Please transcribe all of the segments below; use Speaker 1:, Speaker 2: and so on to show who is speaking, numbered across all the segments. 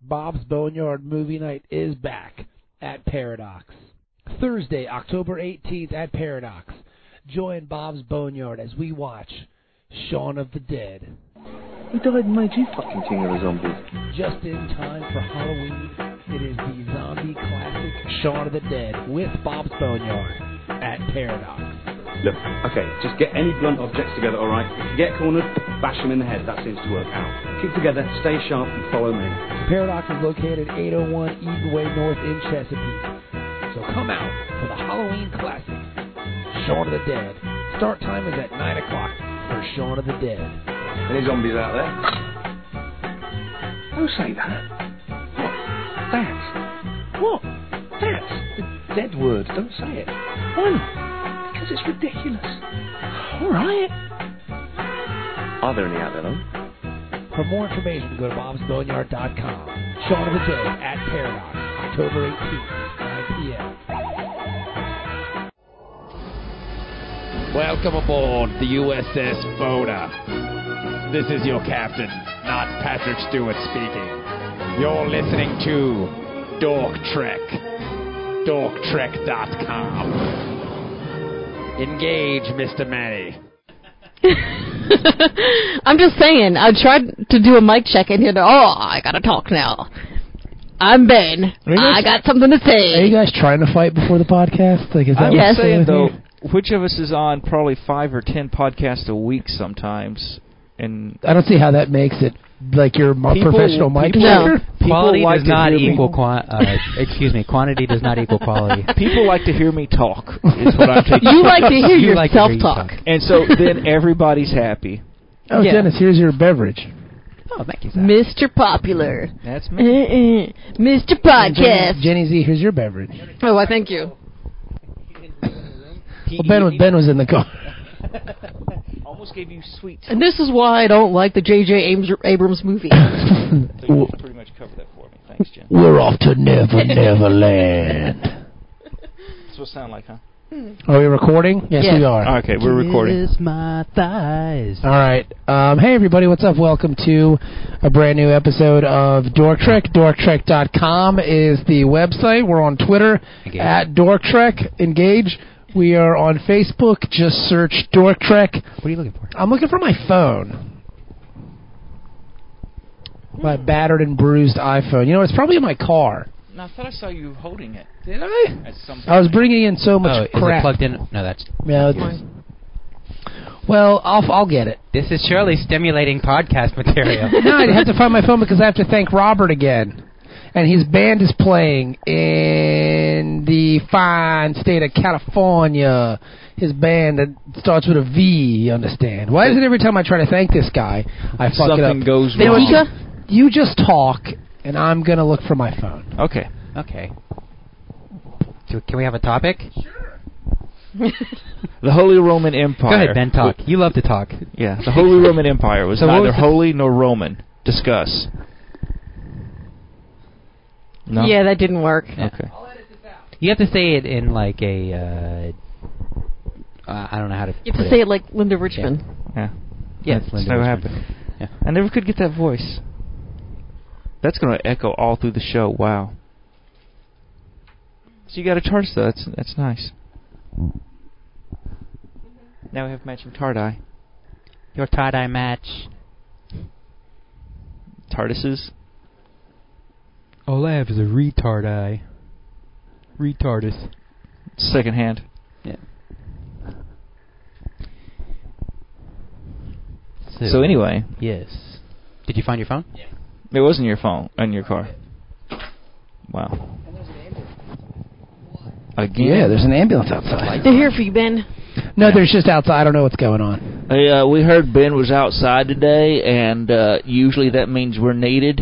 Speaker 1: Bob's Boneyard Movie Night is back at Paradox. Thursday, October 18th at Paradox. Join Bob's Boneyard as we watch Shaun of the Dead.
Speaker 2: He died and made you fucking king of the zombies.
Speaker 1: Just in time for Halloween, it is the zombie classic Shaun of the Dead with Bob's Boneyard at Paradox.
Speaker 2: Look, okay, just get any blunt objects together, alright? If you get cornered, bash them in the head. That seems to work out. Keep together, stay sharp, and follow me.
Speaker 1: Paradox is located 801 Eden Way North in Chesapeake. So come out for the Halloween classic, Shaun of the Dead. Start time is at 9 o'clock for Shaun of the Dead.
Speaker 2: Any zombies out there? Don't say that. What? That? What? That? The dead word. Don't say it. Why not? Because it's ridiculous. All right. Are there any out there, though?
Speaker 1: For more information, go to bobsboneyard.com. Shaun of the Dead at Paradox, October 18th, 9 p.m.
Speaker 3: Welcome aboard the USS Boda. This is your captain, not Patrick Stewart speaking. You're listening to Dork Trek. DorkTrek.com. Engage, Mr. Manny.
Speaker 4: I'm just saying, I tried to do a mic check in here. To, oh, I gotta talk now. I'm Ben.
Speaker 5: Are you guys-
Speaker 4: I got something to
Speaker 5: Are you
Speaker 4: say.
Speaker 5: guys trying to fight before the podcast? Like, is that
Speaker 6: I'm
Speaker 5: what's going
Speaker 4: Yes.
Speaker 6: saying
Speaker 5: on
Speaker 6: though,
Speaker 5: here?
Speaker 6: which of us is on probably five or ten podcasts a week sometimes, and
Speaker 5: I don't see how that makes it like your mo-
Speaker 6: People-
Speaker 5: professional mic.
Speaker 4: people- No.
Speaker 5: checker.
Speaker 6: people
Speaker 7: quality
Speaker 6: like
Speaker 7: does
Speaker 6: to
Speaker 7: not
Speaker 6: hear me-
Speaker 7: equal quan- uh, excuse me quantity does not equal quality
Speaker 6: people like to hear me talk. Is what I'm taking.
Speaker 4: You like to hear
Speaker 7: You like to hear
Speaker 4: yourself
Speaker 7: you
Speaker 4: talk.
Speaker 7: talk.
Speaker 6: And so then everybody's happy.
Speaker 5: Oh,
Speaker 4: Yeah.
Speaker 5: Dennis, here's your beverage.
Speaker 7: oh thank you Zach.
Speaker 4: Mr. Popular.
Speaker 6: That's
Speaker 4: Uh-uh.
Speaker 6: me.
Speaker 4: Mr.
Speaker 5: And Jenny,
Speaker 4: Podcast.
Speaker 5: Jenny Z, here's your beverage.
Speaker 4: Oh, I thank you.
Speaker 5: Well, Ben was Ben was in the car.
Speaker 6: almost gave you sweet.
Speaker 4: And this is why I don't like the J.J. Ames- Abrams movie.
Speaker 6: You pretty much covered that for me. Thanks, Jen.
Speaker 5: We're off to Never Never Land.
Speaker 6: That's what it sound like, huh?
Speaker 5: Are we recording? Yes,
Speaker 4: Yes.
Speaker 5: we are.
Speaker 6: Okay, we're recording.
Speaker 7: Kiss my thighs
Speaker 5: All right. Um, hey, everybody. What's up? Welcome to a brand new episode of Dork Trek. DorkTrek.com is the website. We're on Twitter
Speaker 7: Engage.
Speaker 5: at Dork Trek. Engage. We are on Facebook. Just search Dork Trek.
Speaker 7: what are you looking for
Speaker 5: I'm looking for my phone. My
Speaker 7: Hmm.
Speaker 5: battered and bruised iPhone. You know, it's probably in my car.
Speaker 6: No, I thought I saw you holding it
Speaker 5: Did I?
Speaker 6: at some.
Speaker 5: I was bringing in so
Speaker 7: oh
Speaker 5: much
Speaker 7: is it
Speaker 5: crap.
Speaker 7: plugged in no that's
Speaker 5: Yeah, it's- well, I'll I'll get it.
Speaker 7: this is surely stimulating podcast material
Speaker 5: no, I have to find my phone because I have to thank Robert again. And his band is playing in the fine state of California. His band that starts with a V, you understand. Why is it every time I try to thank this guy, I fuck it up?
Speaker 6: Something goes
Speaker 5: You know what?
Speaker 6: wrong.
Speaker 5: You just talk, and I'm going to look for my phone.
Speaker 6: Okay.
Speaker 7: okay so can we have a topic
Speaker 6: The Holy Roman Empire.
Speaker 7: go ahead Ben talk you love to talk
Speaker 6: Yeah, the Holy Roman Empire was
Speaker 7: So what
Speaker 6: neither
Speaker 7: was the-
Speaker 6: holy nor Roman. Discuss. No.
Speaker 4: Yeah, that didn't work.
Speaker 6: Okay.
Speaker 7: you have to say it in like a uh, uh, I don't know how to
Speaker 4: You
Speaker 7: put
Speaker 4: have to say it like Linda Richmond.
Speaker 6: Yeah.
Speaker 7: yeah
Speaker 6: That's
Speaker 7: it's Linda
Speaker 6: never
Speaker 7: Richmond.
Speaker 6: happened.
Speaker 7: Yeah.
Speaker 6: I never could get that voice. That's going to echo all through the show. Wow. So you got a tart, though. That's that's nice. Now we have matching tart eye.
Speaker 7: your tie dye match
Speaker 6: Tardises.
Speaker 7: Olaf is a retard eye retardist
Speaker 6: Second hand. So anyway,
Speaker 7: Yes. Did you find your phone?
Speaker 6: it wasn't your phone on your car. Wow. Again.
Speaker 5: Yeah, there's an ambulance outside.
Speaker 4: They're here for you, Ben.
Speaker 5: No, there's just outside. I don't know what's going on.
Speaker 6: Hey, uh, we heard Ben was outside today, and uh, usually that means we're needed.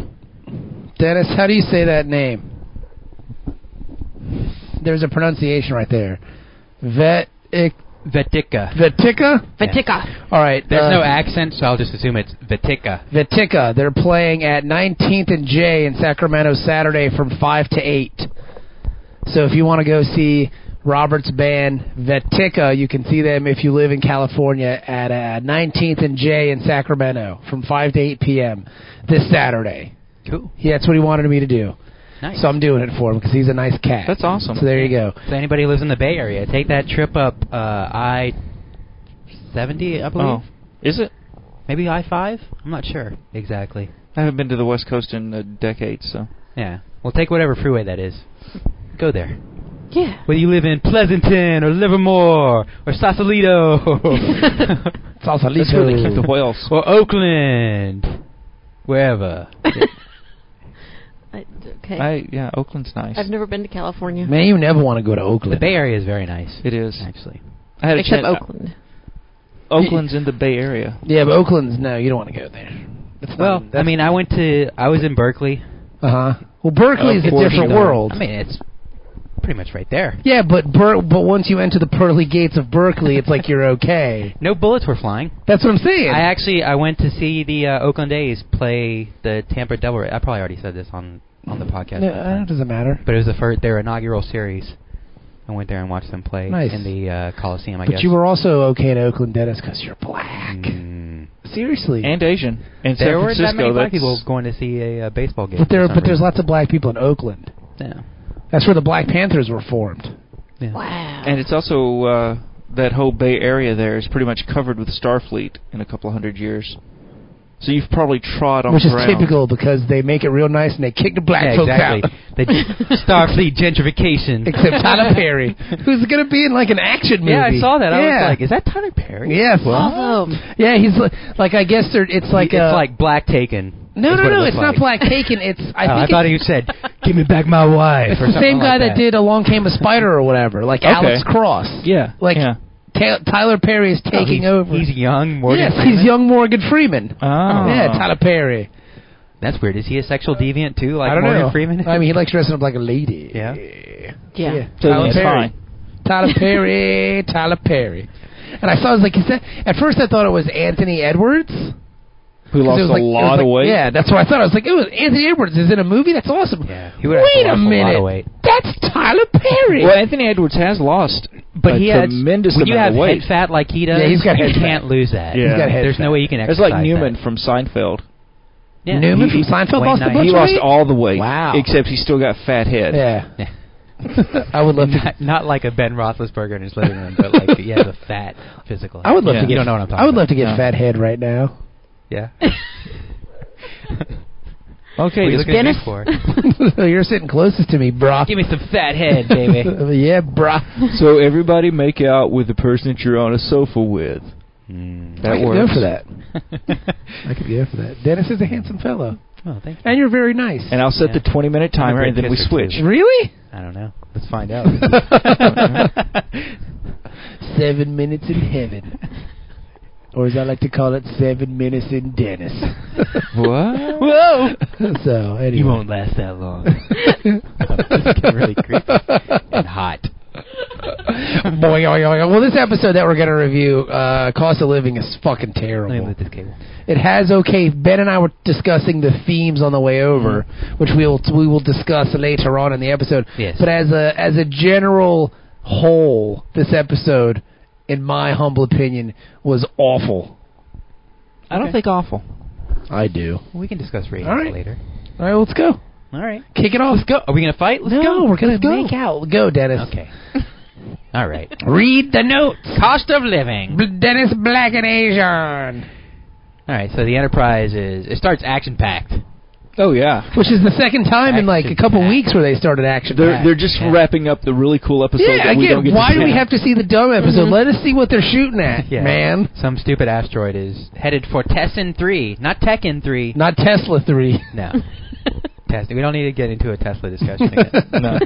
Speaker 5: Dennis, how do you say that name? There's a pronunciation right there. Vet.
Speaker 7: Vetica.
Speaker 5: Vetica?
Speaker 4: Vatica.
Speaker 5: All right.
Speaker 7: There's
Speaker 5: uh,
Speaker 7: no accent, so I'll just assume it's Vetica.
Speaker 5: Vetica. They're playing at 19th and J in Sacramento Saturday from 5 to 8. So if you want to go see Robert's band Vetica, you can see them if you live in California at uh, 19th and J in Sacramento from 5 to 8 p.m. this Saturday.
Speaker 7: Cool.
Speaker 5: Yeah, that's what he wanted me to do.
Speaker 7: Nice.
Speaker 5: So I'm doing it for him because he's a nice cat.
Speaker 6: That's awesome.
Speaker 5: So there you go.
Speaker 7: So anybody who lives in the Bay Area, take that trip up uh, I seventy, I believe.
Speaker 6: Oh, is it?
Speaker 7: Maybe I five. I'm not sure exactly.
Speaker 6: I haven't been to the West Coast in a decade, so
Speaker 7: Yeah. Well, take whatever freeway that is. Go there.
Speaker 4: Yeah.
Speaker 7: Whether you live in Pleasanton or Livermore or Sausalito
Speaker 5: It's also
Speaker 6: that's where they keep the whales.
Speaker 7: or Oakland, wherever.
Speaker 4: I, okay. I,
Speaker 6: I yeah, Oakland's nice.
Speaker 4: have never been to California.
Speaker 5: Man, you never want to go to
Speaker 7: the
Speaker 5: Oakland.
Speaker 7: Bay Area is very nice,
Speaker 6: it is.
Speaker 7: actually.
Speaker 6: I had a
Speaker 4: Except
Speaker 6: chance-
Speaker 4: Oakland.
Speaker 6: Oakland's in the Bay Area.
Speaker 5: Yeah, but Oakland's no, you don't want to go there. It's
Speaker 7: Well, I mean, I went to I was in Berkeley.
Speaker 5: uh huh. Well, Berkeley's a
Speaker 7: Uh-huh. Of course,
Speaker 5: different
Speaker 7: you know.
Speaker 5: world.
Speaker 7: I mean, it's pretty much right there.
Speaker 5: yeah, but Ber- but once you enter the pearly gates of Berkeley, it's like you're okay.
Speaker 7: No bullets were flying.
Speaker 5: That's what I'm saying.
Speaker 7: I actually I went to see the uh, Oakland A's play the Tampa Devil Rays. I probably already said this on on the podcast,
Speaker 5: no,
Speaker 7: that
Speaker 5: uh,
Speaker 7: time.
Speaker 5: it doesn't matter.
Speaker 7: but it was the first their inaugural series. I went there and watched them play
Speaker 5: Nice.
Speaker 7: in the uh, Coliseum. I
Speaker 5: But
Speaker 7: guess.
Speaker 5: you were also okay in Oakland, Dennis, because you're black.
Speaker 7: Mm.
Speaker 5: Seriously.
Speaker 6: And Asian. And
Speaker 7: there
Speaker 6: San
Speaker 7: were
Speaker 6: Francisco.
Speaker 7: that many black
Speaker 6: that's-
Speaker 7: people going to see a uh, baseball game.
Speaker 5: but there,
Speaker 7: for some
Speaker 5: but there's
Speaker 7: reason.
Speaker 5: lots of black people in Oakland.
Speaker 7: Yeah.
Speaker 5: That's where the Black Panthers were formed.
Speaker 4: Wow.
Speaker 6: And it's also uh, that whole Bay Area there is pretty much covered with Starfleet in a couple of hundred years. So you've probably trod on
Speaker 5: which is
Speaker 6: ground.
Speaker 5: typical because they make it real nice and they kick the black
Speaker 7: Yeah,
Speaker 5: folks
Speaker 7: exactly.
Speaker 5: out.
Speaker 7: the Starfleet gentrification.
Speaker 5: Except Tyler Perry, who's going to be in like an action movie.
Speaker 7: yeah, I saw that. I
Speaker 5: Yeah.
Speaker 7: was like, is that Tyler Perry?
Speaker 5: yeah,
Speaker 4: Awesome.
Speaker 5: yeah, he's like, like I guess they're, it's like
Speaker 7: it's
Speaker 5: uh,
Speaker 7: like black taken.
Speaker 5: no,
Speaker 7: is
Speaker 5: no,
Speaker 7: what it
Speaker 5: no,
Speaker 7: looked
Speaker 5: it's not
Speaker 7: like.
Speaker 5: black taken. It's I
Speaker 7: Oh,
Speaker 5: think
Speaker 7: I thought
Speaker 5: it's,
Speaker 7: you said, "Give me back my wife."
Speaker 5: it's
Speaker 7: or
Speaker 5: the
Speaker 7: something
Speaker 5: same guy that.
Speaker 7: like
Speaker 5: did Along Came a Spider or whatever, like Alex Cross.
Speaker 6: Yeah.
Speaker 5: Like-
Speaker 6: yeah.
Speaker 5: Ta- Tyler Perry is
Speaker 7: Oh,
Speaker 5: uh, taking
Speaker 7: he's,
Speaker 5: over.
Speaker 7: He's young. Morgan
Speaker 5: yes,
Speaker 7: Freeman?
Speaker 5: he's young Morgan Freeman.
Speaker 6: Oh.
Speaker 5: uh, Yeah, Tyler Perry.
Speaker 7: That's weird. Is he a sexual deviant too? Like
Speaker 5: I don't
Speaker 7: Morgan
Speaker 5: know.
Speaker 7: Freeman?
Speaker 5: I mean, he likes dressing up like a lady.
Speaker 7: Yeah.
Speaker 4: yeah.
Speaker 6: So
Speaker 5: Tyler
Speaker 6: that's
Speaker 5: Perry.
Speaker 6: fine.
Speaker 5: Tyler Perry, Tyler Perry. And I saw, I was like, is that, at first I thought it was Anthony Edwards.
Speaker 6: Who
Speaker 5: 'Cause it
Speaker 6: lost
Speaker 5: was
Speaker 6: a
Speaker 5: like- it was
Speaker 6: lot
Speaker 5: like-
Speaker 6: of weight.
Speaker 5: Yeah, that's what I thought. I was like, oh, Anthony Edwards is in a movie? That's awesome.
Speaker 7: yeah. He would have
Speaker 5: Wait
Speaker 7: to
Speaker 5: a
Speaker 7: lose
Speaker 5: minute.
Speaker 7: A lot of weight.
Speaker 5: That's Tyler Perry.
Speaker 6: Well, Anthony Edwards has lost,
Speaker 7: But
Speaker 6: a
Speaker 7: he has
Speaker 6: tremendous
Speaker 7: when you
Speaker 6: amount
Speaker 7: have
Speaker 6: of weight.
Speaker 7: head fat like he does.
Speaker 5: Yeah, he's got
Speaker 7: you
Speaker 5: head fat.
Speaker 7: can't lose that.
Speaker 6: Yeah. He's got
Speaker 5: head
Speaker 7: There's
Speaker 5: fat.
Speaker 7: no way you can.
Speaker 6: It's like
Speaker 7: exercise
Speaker 6: Newman
Speaker 7: That.
Speaker 6: from Seinfeld.
Speaker 7: Yeah.
Speaker 5: Newman
Speaker 7: He-
Speaker 5: from Seinfeld
Speaker 7: Wayne
Speaker 5: lost a
Speaker 7: Knight.
Speaker 5: bunch
Speaker 6: He
Speaker 5: of
Speaker 6: lost
Speaker 5: weight?
Speaker 6: all the weight,
Speaker 5: Wow.
Speaker 6: except he's still got fat head.
Speaker 5: yeah.
Speaker 7: Yeah.
Speaker 5: I would love to.
Speaker 7: not, not like a Ben Roethlisberger in his living room, but like he has a fat physical.
Speaker 5: I would love
Speaker 6: Yeah.
Speaker 5: to get.
Speaker 7: You don't know what I'm talking
Speaker 5: I would love to
Speaker 7: about.
Speaker 5: get
Speaker 6: No.
Speaker 5: fat head right now.
Speaker 7: Yeah.
Speaker 6: Okay,
Speaker 7: What are you
Speaker 6: this-
Speaker 7: looking at me
Speaker 4: Dennis?
Speaker 7: for?
Speaker 5: You're sitting closest to me, brah.
Speaker 7: Give me some fat head, baby.
Speaker 5: yeah, brah.
Speaker 6: so everybody make out with the person that you're on a sofa with.
Speaker 5: I
Speaker 7: Hmm.
Speaker 6: That
Speaker 5: could go
Speaker 6: works.
Speaker 5: for that. I could go for that. Dennis is a handsome fellow,
Speaker 7: oh, thank you.
Speaker 5: and you're very nice.
Speaker 6: And I'll set
Speaker 7: Yeah.
Speaker 6: the 20 minute timer,
Speaker 7: big
Speaker 6: and then we
Speaker 7: kisser,
Speaker 6: switch.
Speaker 7: too.
Speaker 5: really?
Speaker 7: I don't know. Let's find out.
Speaker 5: Seven minutes in heaven. Or as I like to call it, seven minutes in Dennis.
Speaker 6: What?
Speaker 5: Whoa! so, anyway.
Speaker 7: you won't last that long. It's getting really creepy and hot.
Speaker 5: Boy, yo, yo, yo. Well, this episode that we're going to review, uh, Cost of Living is fucking
Speaker 7: Let me
Speaker 5: terrible.
Speaker 7: move this cable.
Speaker 5: It has, okay, Ben and I were discussing the themes on the way over, which we will, we will discuss later on in the episode.
Speaker 7: Yes.
Speaker 5: But as a, as a general whole, this episode, in my humble opinion, was awful.
Speaker 6: I don't think awful.
Speaker 5: I do.
Speaker 7: We can discuss ratings
Speaker 5: All right.
Speaker 7: later.
Speaker 5: All right, let's go.
Speaker 7: All right.
Speaker 5: Kick it off. Let's
Speaker 7: Go. Are we gonna fight? Let's
Speaker 5: no,
Speaker 7: go.
Speaker 5: we're gonna
Speaker 7: Let's go.
Speaker 5: make out. Go, Dennis.
Speaker 7: Okay. All right.
Speaker 5: Read the notes.
Speaker 7: Cost of living.
Speaker 5: B- Dennis Black and Asian,
Speaker 7: All right. So the Enterprise is. It starts action packed.
Speaker 6: Oh, yeah.
Speaker 5: which is the second time in like a couple
Speaker 7: Action-packed.
Speaker 5: weeks where they started action.
Speaker 6: They're, they're just
Speaker 7: Yeah.
Speaker 6: wrapping up the really cool episode
Speaker 5: yeah,
Speaker 6: that we
Speaker 5: again,
Speaker 6: don't get
Speaker 5: why
Speaker 6: to
Speaker 5: do
Speaker 6: see.
Speaker 5: we have to see the dumb episode? Let us see what they're shooting at,
Speaker 7: Mm-hmm. Yeah.
Speaker 5: man.
Speaker 7: Some stupid asteroid is headed for Tessin three, not Tekken three.
Speaker 5: Not Tesla three.
Speaker 7: No. Tesla. We don't need to get into a Tesla discussion again.
Speaker 6: No.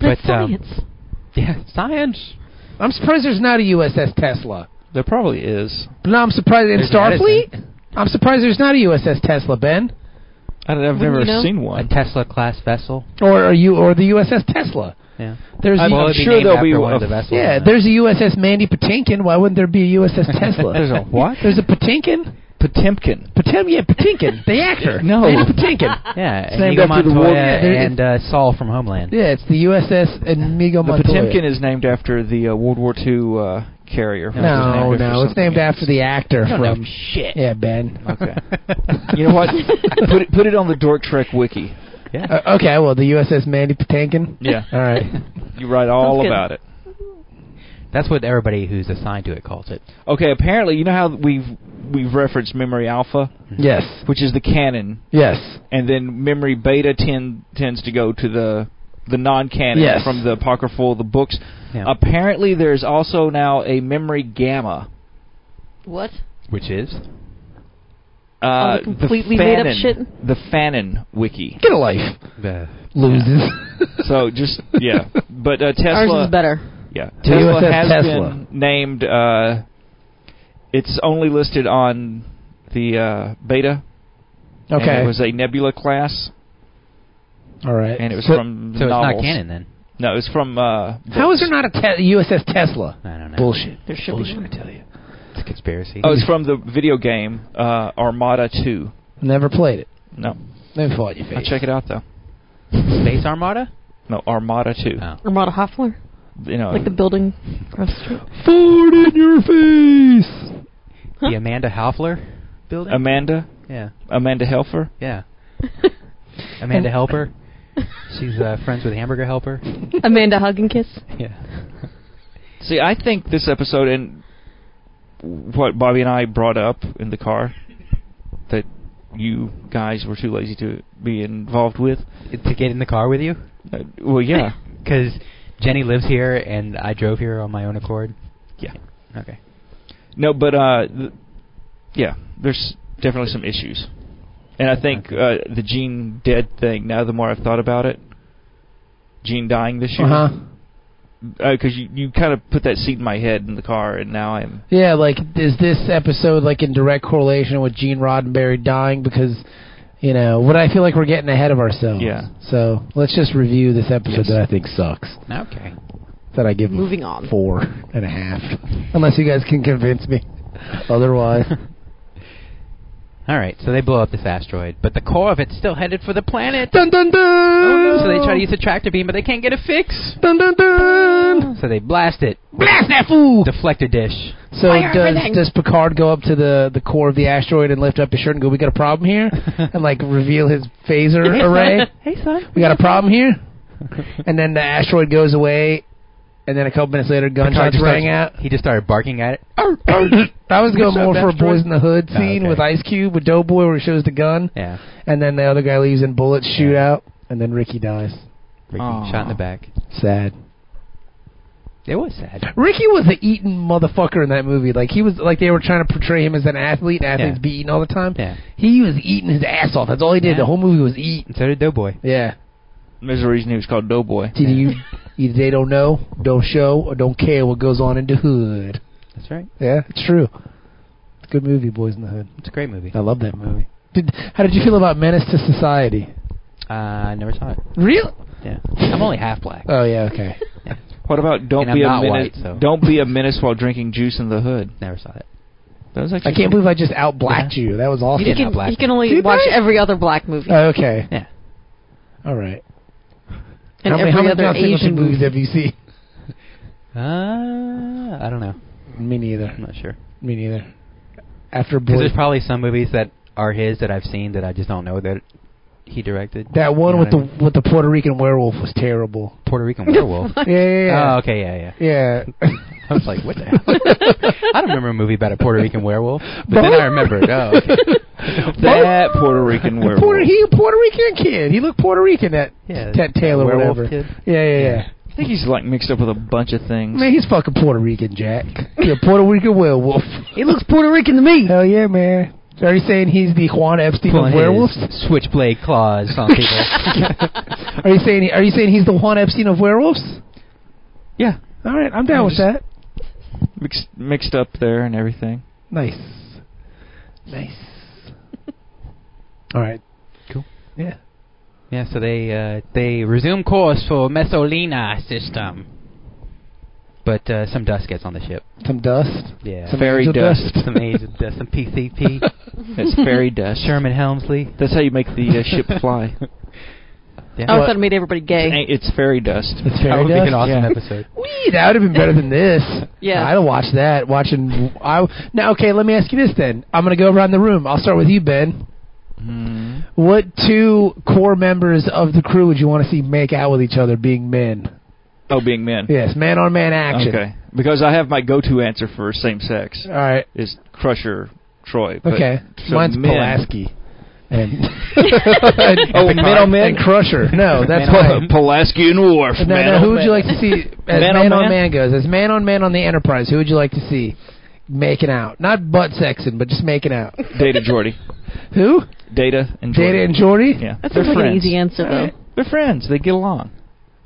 Speaker 4: That's
Speaker 7: But, um,
Speaker 4: science.
Speaker 7: yeah. Science.
Speaker 5: I'm surprised there's not a USS Tesla.
Speaker 6: There probably is.
Speaker 5: No, I'm surprised in
Speaker 7: There's
Speaker 5: Starfleet.
Speaker 7: medicine.
Speaker 5: I'm surprised there's not a USS Tesla, Ben,
Speaker 6: I don't, I've
Speaker 4: Wouldn't
Speaker 6: never
Speaker 4: you know?
Speaker 6: seen
Speaker 7: A
Speaker 6: one.
Speaker 7: Tesla class vessel.
Speaker 5: or are you or the USS Tesla?
Speaker 7: Yeah.
Speaker 5: There's
Speaker 6: I'm
Speaker 5: the-
Speaker 7: Well, it'd
Speaker 6: sure
Speaker 7: named
Speaker 6: there'll be
Speaker 7: after one
Speaker 6: a-
Speaker 7: of the vessels.
Speaker 5: Yeah,
Speaker 7: isn't it?
Speaker 5: there's a USS Mandy Patinkin. Why wouldn't there be a USS Tesla?
Speaker 6: There's a what?
Speaker 5: There's a Patinkin.
Speaker 6: Potemkin.
Speaker 5: Patem, yeah, Patinkin, the actor.
Speaker 6: No.
Speaker 5: Mandy Patinkin.
Speaker 7: Yeah,
Speaker 5: It's named
Speaker 7: Inigo
Speaker 5: after the
Speaker 7: Montoya
Speaker 5: war- Yeah, there-
Speaker 7: and uh, Saul from Homeland.
Speaker 5: Yeah, it's the USS Inigo
Speaker 6: The
Speaker 5: Montoya.
Speaker 6: Potemkin is named after the uh, World War II uh, carrier. which is
Speaker 5: No,
Speaker 6: named after
Speaker 5: no, it's
Speaker 6: something
Speaker 5: named
Speaker 6: else.
Speaker 5: after the actor
Speaker 7: don't know
Speaker 5: from.
Speaker 7: shit.
Speaker 5: Yeah, Ben.
Speaker 6: Okay. you know what? put it put it on the Dork Trek wiki.
Speaker 7: Yeah.
Speaker 5: Uh, okay, well, the USS Mandy Patinkin.
Speaker 6: Yeah.
Speaker 5: All right.
Speaker 6: You write all
Speaker 7: Sounds good.
Speaker 6: about it.
Speaker 7: That's what everybody who's assigned to it calls it.
Speaker 6: Okay, apparently, you know how we've we've referenced memory alpha,
Speaker 5: Mm-hmm. Yes.
Speaker 6: which is the canon,
Speaker 5: Yes.
Speaker 6: and then memory beta tend, tends to go to the the non-canon
Speaker 5: Yes.
Speaker 6: from the apocryphal, the books.
Speaker 7: Yeah.
Speaker 6: Apparently, there's also now a memory gamma.
Speaker 4: What?
Speaker 7: Which is?
Speaker 6: Uh,
Speaker 4: the completely
Speaker 6: the
Speaker 4: made-up
Speaker 6: Fanon,
Speaker 4: shit?
Speaker 6: The Fanon wiki.
Speaker 5: Get a life.
Speaker 7: The,
Speaker 5: Loses.
Speaker 6: So just yeah, but uh,
Speaker 4: Ours
Speaker 6: Tesla.
Speaker 4: is better.
Speaker 6: Yeah,
Speaker 5: The
Speaker 6: Tesla
Speaker 5: USS
Speaker 6: has
Speaker 5: Tesla.
Speaker 6: been named. Uh, it's only listed on the uh, beta. and
Speaker 5: okay.
Speaker 6: it was a Nebula class,
Speaker 5: All right.
Speaker 6: and it was
Speaker 5: So-
Speaker 6: from
Speaker 7: so
Speaker 6: novels.
Speaker 7: it's not canon then.
Speaker 6: No, it was from. Uh,
Speaker 5: How is
Speaker 6: books.
Speaker 5: there not a te- USS Tesla?
Speaker 7: I don't know.
Speaker 5: Bullshit.
Speaker 4: There should
Speaker 5: Bullshit,
Speaker 4: be.
Speaker 5: I tell you.
Speaker 7: It's a conspiracy.
Speaker 6: Oh, it's from the video game uh, Armada Two.
Speaker 5: Never played it.
Speaker 6: No,
Speaker 5: Never fought your
Speaker 6: I'll
Speaker 5: face.
Speaker 6: check it out though.
Speaker 7: Space Armada?
Speaker 6: No, Armada Two.
Speaker 7: Oh.
Speaker 4: Armada Hoffler?
Speaker 6: You
Speaker 7: Uh,
Speaker 6: know,
Speaker 4: Like the building across the street?
Speaker 5: Fart in your face.
Speaker 4: Huh?
Speaker 7: Oh. The Amanda Halfler building?
Speaker 6: Amanda,
Speaker 7: yeah.
Speaker 6: Amanda Helfer.
Speaker 7: Yeah. Amanda Helper. She's uh, friends with Hamburger Helper.
Speaker 4: Amanda Hug and Kiss?
Speaker 7: Yeah.
Speaker 6: See, I think this episode and what Bobby and I brought up in the car that you guys were too lazy to be involved with.
Speaker 7: To get in the car with you?
Speaker 6: Uh, well, yeah,
Speaker 7: Because Jenny lives here and I drove here on my own accord.
Speaker 6: yeah,
Speaker 7: Okay.
Speaker 6: no, but uh, th- yeah, there's definitely some issues, and I think uh, the Gene dead thing. Now, the more I've thought about it, Gene dying this year,
Speaker 5: Uh huh.
Speaker 6: because you you kind of put that seed in my head in the car, and now I'm
Speaker 5: Yeah, like is this episode like in direct correlation with Gene Roddenberry dying? Because you know what I feel like we're getting ahead of ourselves.
Speaker 6: Yeah.
Speaker 5: So let's just review this episode
Speaker 6: Yes.
Speaker 5: that I think sucks.
Speaker 7: Okay.
Speaker 5: That I give a
Speaker 4: Moving on.
Speaker 5: four and a half, unless you guys can convince me otherwise.
Speaker 7: All right, so they blow up this asteroid, but the core of it's still headed for the planet.
Speaker 5: dun dun dun.
Speaker 7: So they try to use the tractor beam, but they can't get a fix.
Speaker 5: Dun dun dun.
Speaker 7: So they blast it.
Speaker 5: Blast that fool!
Speaker 7: Deflector dish.
Speaker 5: So
Speaker 4: Fire
Speaker 5: does
Speaker 4: everything.
Speaker 5: does Picard go up to the the core of the asteroid and lift up his shirt and go, "We got a problem here," and like reveal his phaser array?
Speaker 4: Hey, son.
Speaker 5: we got a problem here. And then the asteroid goes away, and then a couple minutes later, gunshots
Speaker 7: just
Speaker 5: rang out.
Speaker 7: starts- He just started barking at it.
Speaker 5: I was going
Speaker 7: What's up,
Speaker 5: more for a
Speaker 7: asteroid?
Speaker 5: Boys in the Hood
Speaker 7: Oh,
Speaker 5: scene
Speaker 7: okay.
Speaker 5: with Ice Cube with Doughboy where he shows the gun,
Speaker 7: Yeah.
Speaker 5: and then the other guy leaves and bullets shoot out, and then Ricky dies.
Speaker 7: Ricky
Speaker 6: Aw.
Speaker 7: shot in the back.
Speaker 5: Sad.
Speaker 7: It was sad.
Speaker 5: Ricky was the eaten motherfucker in that movie. Like he was like they were trying to portray him as an athlete. and Athletes
Speaker 7: Yeah.
Speaker 5: be eaten all the time.
Speaker 7: Yeah.
Speaker 5: He was eating his ass off. That's all he did.
Speaker 7: Yeah.
Speaker 5: The whole movie was eat.
Speaker 7: And so did Doughboy.
Speaker 5: Yeah.
Speaker 6: there's a reason he was called Doughboy.
Speaker 5: Did you? Either they don't know, don't show, or don't care what goes on in the hood.
Speaker 7: That's right.
Speaker 5: Yeah, it's true. It's a good movie, Boys in the Hood.
Speaker 7: It's a great movie.
Speaker 5: I love that movie. Did, how did you feel about Menace to Society?
Speaker 7: Uh, I never saw it.
Speaker 5: Real?
Speaker 7: Yeah. I'm only half black.
Speaker 5: Oh yeah, okay.
Speaker 6: What about
Speaker 7: And
Speaker 6: don't
Speaker 7: I'm
Speaker 6: be a
Speaker 7: not
Speaker 6: menace?
Speaker 7: white, so.
Speaker 6: Don't be a menace while drinking juice in the hood.
Speaker 7: Never saw it.
Speaker 6: That was
Speaker 5: I
Speaker 6: actually.
Speaker 5: can't believe I just out blacked you. That was awesome.
Speaker 4: He
Speaker 7: didn't
Speaker 4: can,
Speaker 7: have black.
Speaker 4: he can only
Speaker 5: Did
Speaker 4: watch
Speaker 5: I?
Speaker 4: every other black movie.
Speaker 5: Oh, okay.
Speaker 7: Yeah.
Speaker 5: All right.
Speaker 4: and
Speaker 5: how many,
Speaker 4: every
Speaker 5: how many
Speaker 4: other
Speaker 5: John Singleton
Speaker 4: Asian
Speaker 5: movies
Speaker 4: movie.
Speaker 5: have you seen?
Speaker 7: Uh, I don't know.
Speaker 5: Me
Speaker 7: I'm
Speaker 5: neither.
Speaker 7: not sure.
Speaker 5: Me neither. After
Speaker 7: Because
Speaker 5: Boys,
Speaker 7: there's probably some movies that are his that I've seen that I just don't know that he directed.
Speaker 5: that one
Speaker 7: You know
Speaker 5: with
Speaker 7: what I
Speaker 5: the with the Puerto Rican werewolf was terrible.
Speaker 7: mean? Puerto Rican werewolf.
Speaker 5: Yeah, yeah, yeah.
Speaker 7: Oh, okay, yeah, yeah.
Speaker 5: yeah.
Speaker 7: I was like, what the hell? I don't remember a movie about a Puerto Rican werewolf. But then I remembered. Oh, okay.
Speaker 6: that Puerto Rican werewolf.
Speaker 5: Puerto, he a Puerto Rican kid. He looked Puerto Rican. That
Speaker 7: Yeah,
Speaker 5: Ted Taylor,
Speaker 7: werewolf
Speaker 5: whatever.
Speaker 7: kid.
Speaker 5: Yeah, yeah, yeah.
Speaker 6: I think he's like mixed up with a bunch of things.
Speaker 5: Man, he's fucking Puerto Rican, Jack. You're a Puerto Rican werewolf.
Speaker 7: He looks Puerto Rican to me.
Speaker 5: Hell yeah, man. Are you saying he's the Juan Epstein
Speaker 7: Pulling
Speaker 5: of werewolves?
Speaker 7: his switchblade claws on people.
Speaker 5: Are you saying are you saying he's the Juan Epstein of werewolves?
Speaker 6: Yeah,
Speaker 5: All right, I'm down
Speaker 6: I'm
Speaker 5: with that.
Speaker 6: just- mixed mixed up there and everything.
Speaker 5: Nice, nice. All right,
Speaker 7: Cool.
Speaker 5: Yeah.
Speaker 7: yeah, so they uh, they resume course for Messolina system. But uh, some dust gets on the ship.
Speaker 5: Some dust.
Speaker 7: Yeah.
Speaker 5: Some
Speaker 6: Fairy
Speaker 5: angel
Speaker 6: dust.
Speaker 7: some agent, uh, some PCP,
Speaker 6: That's fairy dust.
Speaker 7: Sherman Helmsley.
Speaker 6: That's how you make the uh, ship fly.
Speaker 7: Yeah.
Speaker 4: Oh, I was going to made everybody gay.
Speaker 6: It's fairy dust.
Speaker 5: It's
Speaker 7: that
Speaker 5: fairy
Speaker 7: would be
Speaker 5: dust.
Speaker 7: an awesome
Speaker 6: yeah.
Speaker 7: episode.
Speaker 5: Wee, that would have been better than this.
Speaker 4: Yeah.
Speaker 5: I'd have watched that. Watching. I now okay. Let me ask you this then. I'm gonna go around the room. I'll start with you, Ben.
Speaker 6: Hmm.
Speaker 5: What two core members of the crew would you want to see make out with each other, being men?
Speaker 6: Oh, being men.
Speaker 5: Yes, man on man action.
Speaker 6: Okay. Because I have my go-to answer for same sex
Speaker 5: All right.
Speaker 6: is Crusher Troy. but-
Speaker 5: Okay.
Speaker 6: so
Speaker 5: Mine's
Speaker 6: men-
Speaker 5: Pulaski. And,
Speaker 6: Oh,
Speaker 5: and-
Speaker 6: men on men?
Speaker 5: and Crusher. No, Oh, that's
Speaker 6: Pul-
Speaker 5: mine.
Speaker 6: Pulaski and Worf.
Speaker 5: No,
Speaker 6: man,
Speaker 5: no.
Speaker 6: oh,
Speaker 5: Who would you
Speaker 6: man.
Speaker 5: like to see as man,
Speaker 6: Man on
Speaker 5: on man?
Speaker 6: man?
Speaker 5: goes? As man on man on the Enterprise, who would you like to see making out? Not butt sexing, but just making out.
Speaker 6: Data Jordy.
Speaker 5: Who?
Speaker 6: Data and Jordy.
Speaker 5: Data and Jordy.
Speaker 6: Yeah.
Speaker 4: That
Speaker 6: They're
Speaker 4: seems like
Speaker 6: friends.
Speaker 4: an easy answer, though.
Speaker 6: They're friends. They get along.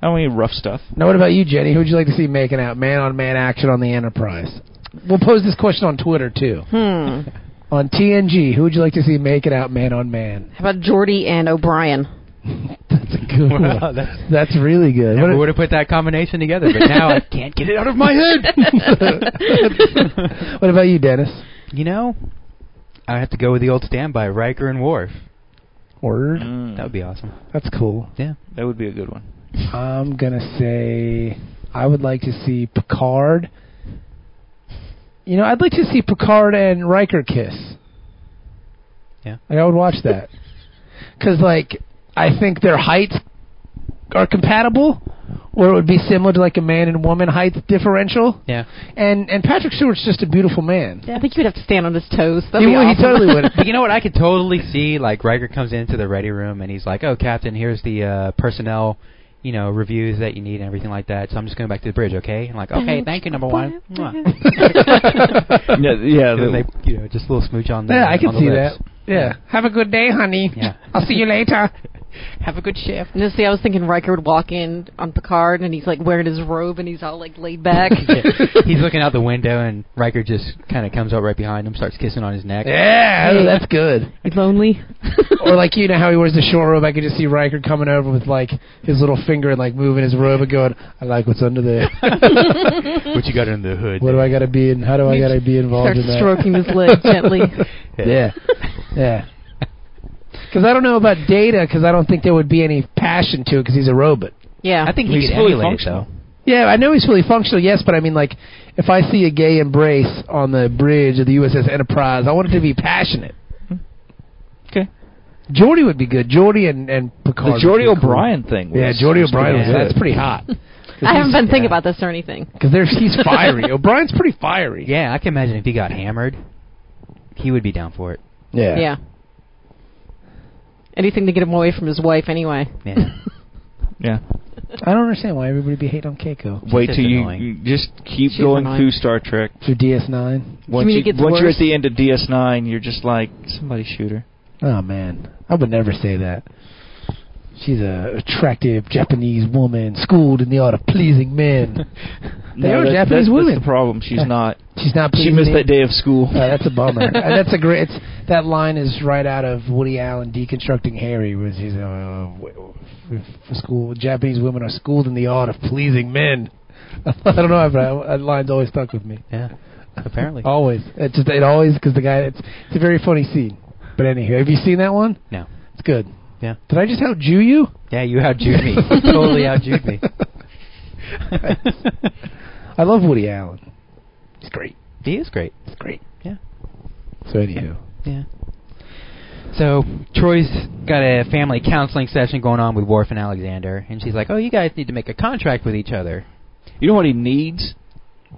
Speaker 6: I don't mean rough stuff.
Speaker 5: Now, what about you, Jenny? Who would you like to see making out man on man action on the Enterprise? We'll pose this question on Twitter too.
Speaker 4: Hmm.
Speaker 5: On TNG, who would you like to see making out man on man?
Speaker 4: How about Jordy and O'Brien?
Speaker 5: That's a good one.
Speaker 7: Wow, that's-
Speaker 5: That's really good.
Speaker 7: Never
Speaker 5: What-
Speaker 7: would have put that combination together, but now I can't get it out of my head.
Speaker 5: what about you, Dennis?
Speaker 7: you know, I have to go with the old standby, Riker and Worf.
Speaker 5: Word.
Speaker 6: Mm,
Speaker 7: That would be awesome.
Speaker 5: That's cool.
Speaker 6: that would be a good one.
Speaker 5: I'm gonna say I would like to see Picard. You know, I'd like to see Picard and Riker kiss.
Speaker 7: Yeah.
Speaker 5: like I would watch that because, like, I think their heights are compatible, or it would be similar to like a man and woman height differential.
Speaker 7: Yeah.
Speaker 5: And and Patrick Stewart's just a beautiful man.
Speaker 4: I think you would have to stand on his toes. That'd
Speaker 5: he
Speaker 4: be
Speaker 5: would- he
Speaker 4: awesome.
Speaker 5: totally would.
Speaker 7: But you know what? I could totally see like Riker comes into the ready room and he's like, "Oh, Captain, here's the uh, personnel, you know, reviews that you need and everything like that. So I'm just going back to the bridge, okay?" And like, "Okay, thank you, number one." Mwah.
Speaker 6: Yeah, yeah.
Speaker 7: And then
Speaker 6: the-
Speaker 7: they, you know, just a little smooch on the.
Speaker 5: Yeah, I can
Speaker 7: on the
Speaker 5: see
Speaker 7: lips.
Speaker 5: that. Yeah. Have a good day, honey.
Speaker 7: Yeah.
Speaker 5: I'll see you later.
Speaker 7: Have a good shift.
Speaker 4: And just see, I was thinking Riker would walk in on Picard, and he's like wearing his robe, and he's all like laid back.
Speaker 7: He's looking out the window, and Riker just kind of comes up right behind him, starts kissing on his neck.
Speaker 5: Yeah,
Speaker 4: Hey.
Speaker 5: that's good.
Speaker 4: He's lonely.
Speaker 5: or like you know how he wears the short robe. I could just see Riker coming over with like his little finger and like moving his robe and going, "I like what's under there.
Speaker 7: What you got in the hood?
Speaker 5: What do I got to be in? How do I got to be involved
Speaker 4: Starts
Speaker 5: in that?"
Speaker 4: stroking his leg gently.
Speaker 5: Yeah, yeah. Because I don't know about Data. Because I don't think there would be any passion to it. Because he's a robot.
Speaker 4: Yeah.
Speaker 7: I think he
Speaker 6: He's
Speaker 7: could
Speaker 6: fully
Speaker 7: emulate it,
Speaker 6: functional.
Speaker 7: though.
Speaker 5: Yeah, I know he's fully functional. Yes, but I mean, like, if I see a gay embrace on the bridge of the USS Enterprise, I want it to be passionate.
Speaker 6: Okay.
Speaker 5: Jordy would be good. Jordy and and Picard.
Speaker 6: the
Speaker 5: would
Speaker 6: Jordy
Speaker 5: be cool.
Speaker 6: O'Brien thing. Was
Speaker 5: Yeah, Jordy
Speaker 6: was
Speaker 5: O'Brien.
Speaker 6: pretty
Speaker 5: Was,
Speaker 6: good.
Speaker 5: that's pretty hot.
Speaker 4: I haven't been thinking
Speaker 5: yeah.
Speaker 4: about this or anything.
Speaker 5: Because he's fiery. O'Brien's pretty fiery.
Speaker 7: Yeah, I can imagine if he got hammered, he would be down for it.
Speaker 5: Yeah.
Speaker 4: Yeah. Anything to get him away from his wife, anyway.
Speaker 7: Yeah.
Speaker 6: Yeah.
Speaker 5: I don't understand why everybody be hating on Keiko
Speaker 6: Wait
Speaker 7: just
Speaker 6: till you,
Speaker 7: annoying.
Speaker 6: you just keep
Speaker 4: She's
Speaker 6: going
Speaker 4: annoying.
Speaker 6: through Star Trek.
Speaker 5: through DS9.
Speaker 6: Once,
Speaker 4: mean it gets
Speaker 6: once you're
Speaker 4: worse?
Speaker 6: at the end of DS9, you're just like somebody shoot her.
Speaker 5: Oh man, I would never say that. She's a attractive Japanese woman schooled in the art of pleasing men. They are
Speaker 6: that-
Speaker 5: Japanese
Speaker 6: that's,
Speaker 5: women.
Speaker 6: That's the problem. She's not.
Speaker 5: She's not.
Speaker 6: She
Speaker 5: pleasing
Speaker 6: missed
Speaker 5: any-
Speaker 6: that day of school.
Speaker 5: Oh, that's a bummer. Uh, that's a great. It's, that line is right out of Woody Allen deconstructing Harry, where he's uh, w- w- f- school. Japanese women are schooled in the art of pleasing men. I don't know, but that line's always stuck with me.
Speaker 7: yeah. Apparently.
Speaker 5: Always. It just it always because the guy. It's it's a very funny scene. But anywho, have you seen that one?
Speaker 7: No.
Speaker 5: It's good.
Speaker 7: Yeah.
Speaker 5: Did I just out Jew you?
Speaker 7: Yeah, you outjewed me. totally outjewed me.
Speaker 5: I love Woody Allen. It's great.
Speaker 7: he is great.
Speaker 5: It's great.
Speaker 7: Yeah.
Speaker 5: So anywho,
Speaker 7: Yeah. So Troy's got a family counseling session going on with Worf and Alexander, and she's like, "Oh, you guys need to make a contract with each other.
Speaker 6: You know what he needs?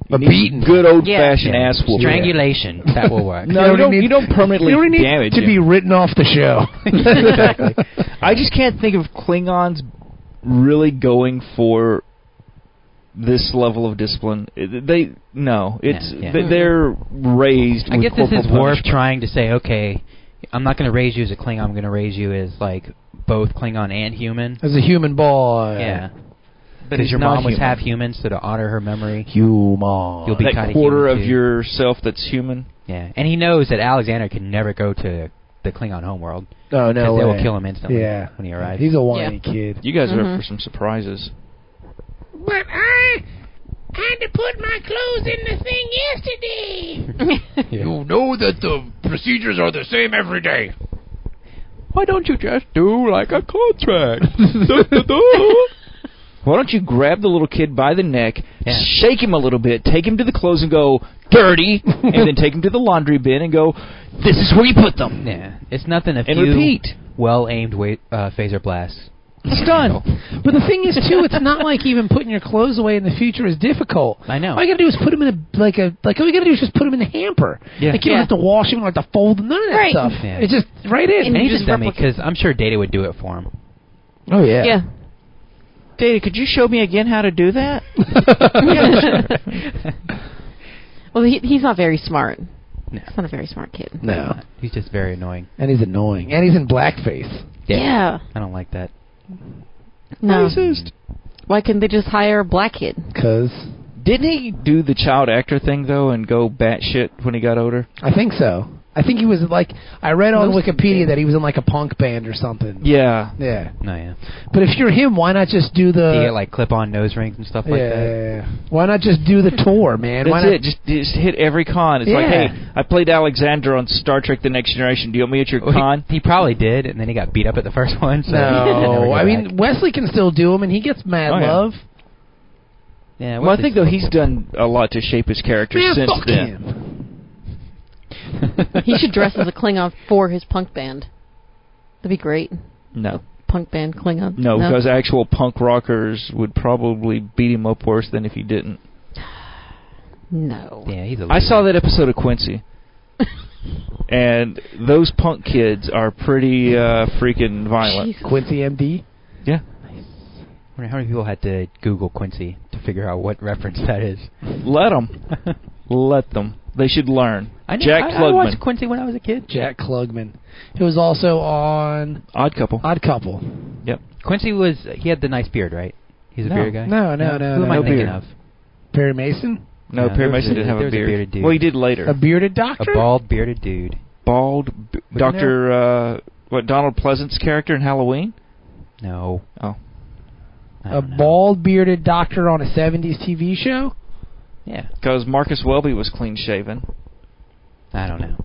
Speaker 6: He
Speaker 5: A
Speaker 6: needs
Speaker 5: beating.
Speaker 6: Good old fashioned
Speaker 7: Yeah.
Speaker 6: ass whooping.
Speaker 7: Strangulation. That will work.
Speaker 6: No,
Speaker 5: You know what he
Speaker 6: you, don't.
Speaker 5: needs?
Speaker 6: You don't permanently
Speaker 5: you don't need
Speaker 6: damage
Speaker 5: to
Speaker 6: him.
Speaker 5: be written off the show.
Speaker 7: exactly.
Speaker 6: I just can't think of Klingons really going for this level of discipline. It- They no, it's
Speaker 7: Yeah, yeah.
Speaker 6: they- they're raised.
Speaker 7: I
Speaker 6: with
Speaker 7: guess this
Speaker 6: corporal
Speaker 7: is Worf
Speaker 6: punishment.
Speaker 7: trying to say, okay, I'm not going to raise you as a Klingon. I'm going to raise you as like both Klingon and human.
Speaker 5: As a human boy.
Speaker 7: Yeah.
Speaker 6: But he's
Speaker 7: Because your
Speaker 6: not
Speaker 7: mom was
Speaker 6: human.
Speaker 7: half human, so to honor her memory,
Speaker 5: Human.
Speaker 7: you'll be
Speaker 6: That
Speaker 7: kinda
Speaker 6: quarter
Speaker 7: human
Speaker 6: of
Speaker 7: too.
Speaker 6: yourself that's human.
Speaker 7: Yeah, and he knows that Alexander can never go to the Klingon homeworld
Speaker 5: Oh no
Speaker 7: because
Speaker 5: way.
Speaker 7: they will kill him instantly
Speaker 5: Yeah.
Speaker 7: when he arrives.
Speaker 5: He's a whiny kid.
Speaker 6: You guys are
Speaker 4: Mhm.
Speaker 6: up
Speaker 7: Mm-hmm.
Speaker 6: for some surprises.
Speaker 8: But I had to put my clothes in the thing yesterday.
Speaker 5: Yeah.
Speaker 8: know that the procedures are the same every day.
Speaker 6: Why don't you just do like a contract? Duh, duh, duh. Why don't you grab the little kid by the neck,
Speaker 7: Yeah.
Speaker 6: shake him a little bit, take him to the clothes and go, dirty, and then take him to the laundry bin and go, this is where you put them.
Speaker 7: Yeah, it's nothing if
Speaker 6: And
Speaker 7: you
Speaker 6: repeat.
Speaker 7: well aimed wa- uh, phaser blasts.
Speaker 6: It's done.
Speaker 5: But the thing is, too, it's not like even putting your clothes away in the future is difficult.
Speaker 7: I know.
Speaker 5: All you gotta do is put them in a like a like. All you gotta do is just put them in the hamper.
Speaker 7: Yeah.
Speaker 5: Like you
Speaker 7: Yeah.
Speaker 5: don't have to wash them, you don't have to fold them, none of that
Speaker 4: Right.
Speaker 5: stuff.
Speaker 7: Yeah.
Speaker 5: It's just right in.
Speaker 7: And,
Speaker 4: you
Speaker 7: he's a
Speaker 4: just
Speaker 7: dummy
Speaker 4: replicate-
Speaker 7: because I'm sure Data would do it for him.
Speaker 5: oh
Speaker 4: Yeah.
Speaker 6: Data, could you show me again how to do that?
Speaker 4: Well, he, he's not very smart.
Speaker 7: No.
Speaker 4: He's not a very smart kid.
Speaker 5: No,
Speaker 7: He's just very annoying.
Speaker 5: and he's annoying, and he's in blackface.
Speaker 4: Yeah.
Speaker 7: I don't like that.
Speaker 4: No. Why couldn't they just hire a black kid?
Speaker 5: Cause
Speaker 6: Didn't he do the child actor thing though and go batshit when he got older?
Speaker 5: I think so. I think he was like I read on
Speaker 6: Most of the
Speaker 5: Wikipedia
Speaker 6: band.
Speaker 5: that he was in like a punk band or something.
Speaker 6: Yeah.
Speaker 5: Yeah.
Speaker 7: No, yeah.
Speaker 5: But if you're him, why not just do the
Speaker 7: Do you get like clip-on nose rings and stuff
Speaker 5: yeah,
Speaker 7: like
Speaker 5: Uh, yeah,
Speaker 7: that?
Speaker 5: yeah. Why not just do the tour, man? why
Speaker 6: That's
Speaker 5: not
Speaker 6: it. Just, just hit every con. It's like,
Speaker 5: Yeah.
Speaker 6: hey, I played Alexander on Star Trek: The Next Generation. Do you want me at your
Speaker 7: Well, he-
Speaker 6: con?
Speaker 7: He, probably did, and then he got beat up at the first one. So
Speaker 5: No, I mean Wesley can still do him, and he gets mad
Speaker 6: Oh, yeah.
Speaker 5: love.
Speaker 7: yeah.
Speaker 6: Well, I think though he's done a lot to shape his character
Speaker 5: Man,
Speaker 6: since
Speaker 5: fuck
Speaker 6: then.
Speaker 5: him.
Speaker 4: He should dress as a Klingon for his punk band. That'd be great.
Speaker 6: No,
Speaker 4: Punk band Klingon.
Speaker 6: no, because actual punk rockers would probably beat him up worse than if he didn't.
Speaker 4: No.
Speaker 7: Yeah, he's a.
Speaker 6: I saw
Speaker 7: loser.
Speaker 6: that episode of Quincy, and those punk kids are pretty uh, freaking violent.
Speaker 4: Jesus.
Speaker 5: Quincy MD.
Speaker 6: Yeah.
Speaker 7: I wonder How many people had to Google Quincy to figure out what reference that is?
Speaker 6: Let them. Let them. They should learn.
Speaker 7: I knew,
Speaker 6: Jack
Speaker 7: I, I
Speaker 6: Klugman,
Speaker 7: watched Quincy when I was a kid.
Speaker 5: Jack Klugman, who was also on
Speaker 6: Odd Couple.
Speaker 5: Odd Couple.
Speaker 7: Quincy was he had the nice beard, right? He's a
Speaker 6: No.
Speaker 7: beard guy.
Speaker 5: No, no, no,
Speaker 7: Who
Speaker 5: no,
Speaker 7: am I
Speaker 5: no
Speaker 7: thinking
Speaker 5: beard.
Speaker 7: of?
Speaker 5: Perry Mason,
Speaker 6: No,
Speaker 7: No, there
Speaker 6: Perry
Speaker 7: was
Speaker 6: Mason
Speaker 7: a-
Speaker 6: didn't have
Speaker 7: there
Speaker 6: a
Speaker 7: was a
Speaker 6: beard.
Speaker 7: bearded dude.
Speaker 6: Well, he did later.
Speaker 5: a bearded
Speaker 7: A
Speaker 5: doctor.
Speaker 7: bald bearded dude.
Speaker 6: bald b-
Speaker 7: Wasn't
Speaker 6: Doctor uh, what Donald Pleasant's character in Halloween.
Speaker 7: No.
Speaker 6: Oh.
Speaker 7: I
Speaker 5: a
Speaker 7: don't know.
Speaker 5: bald bearded doctor on a '70s TV show.
Speaker 7: Yeah.
Speaker 6: Because Marcus Welby was clean shaven.
Speaker 7: I don't know.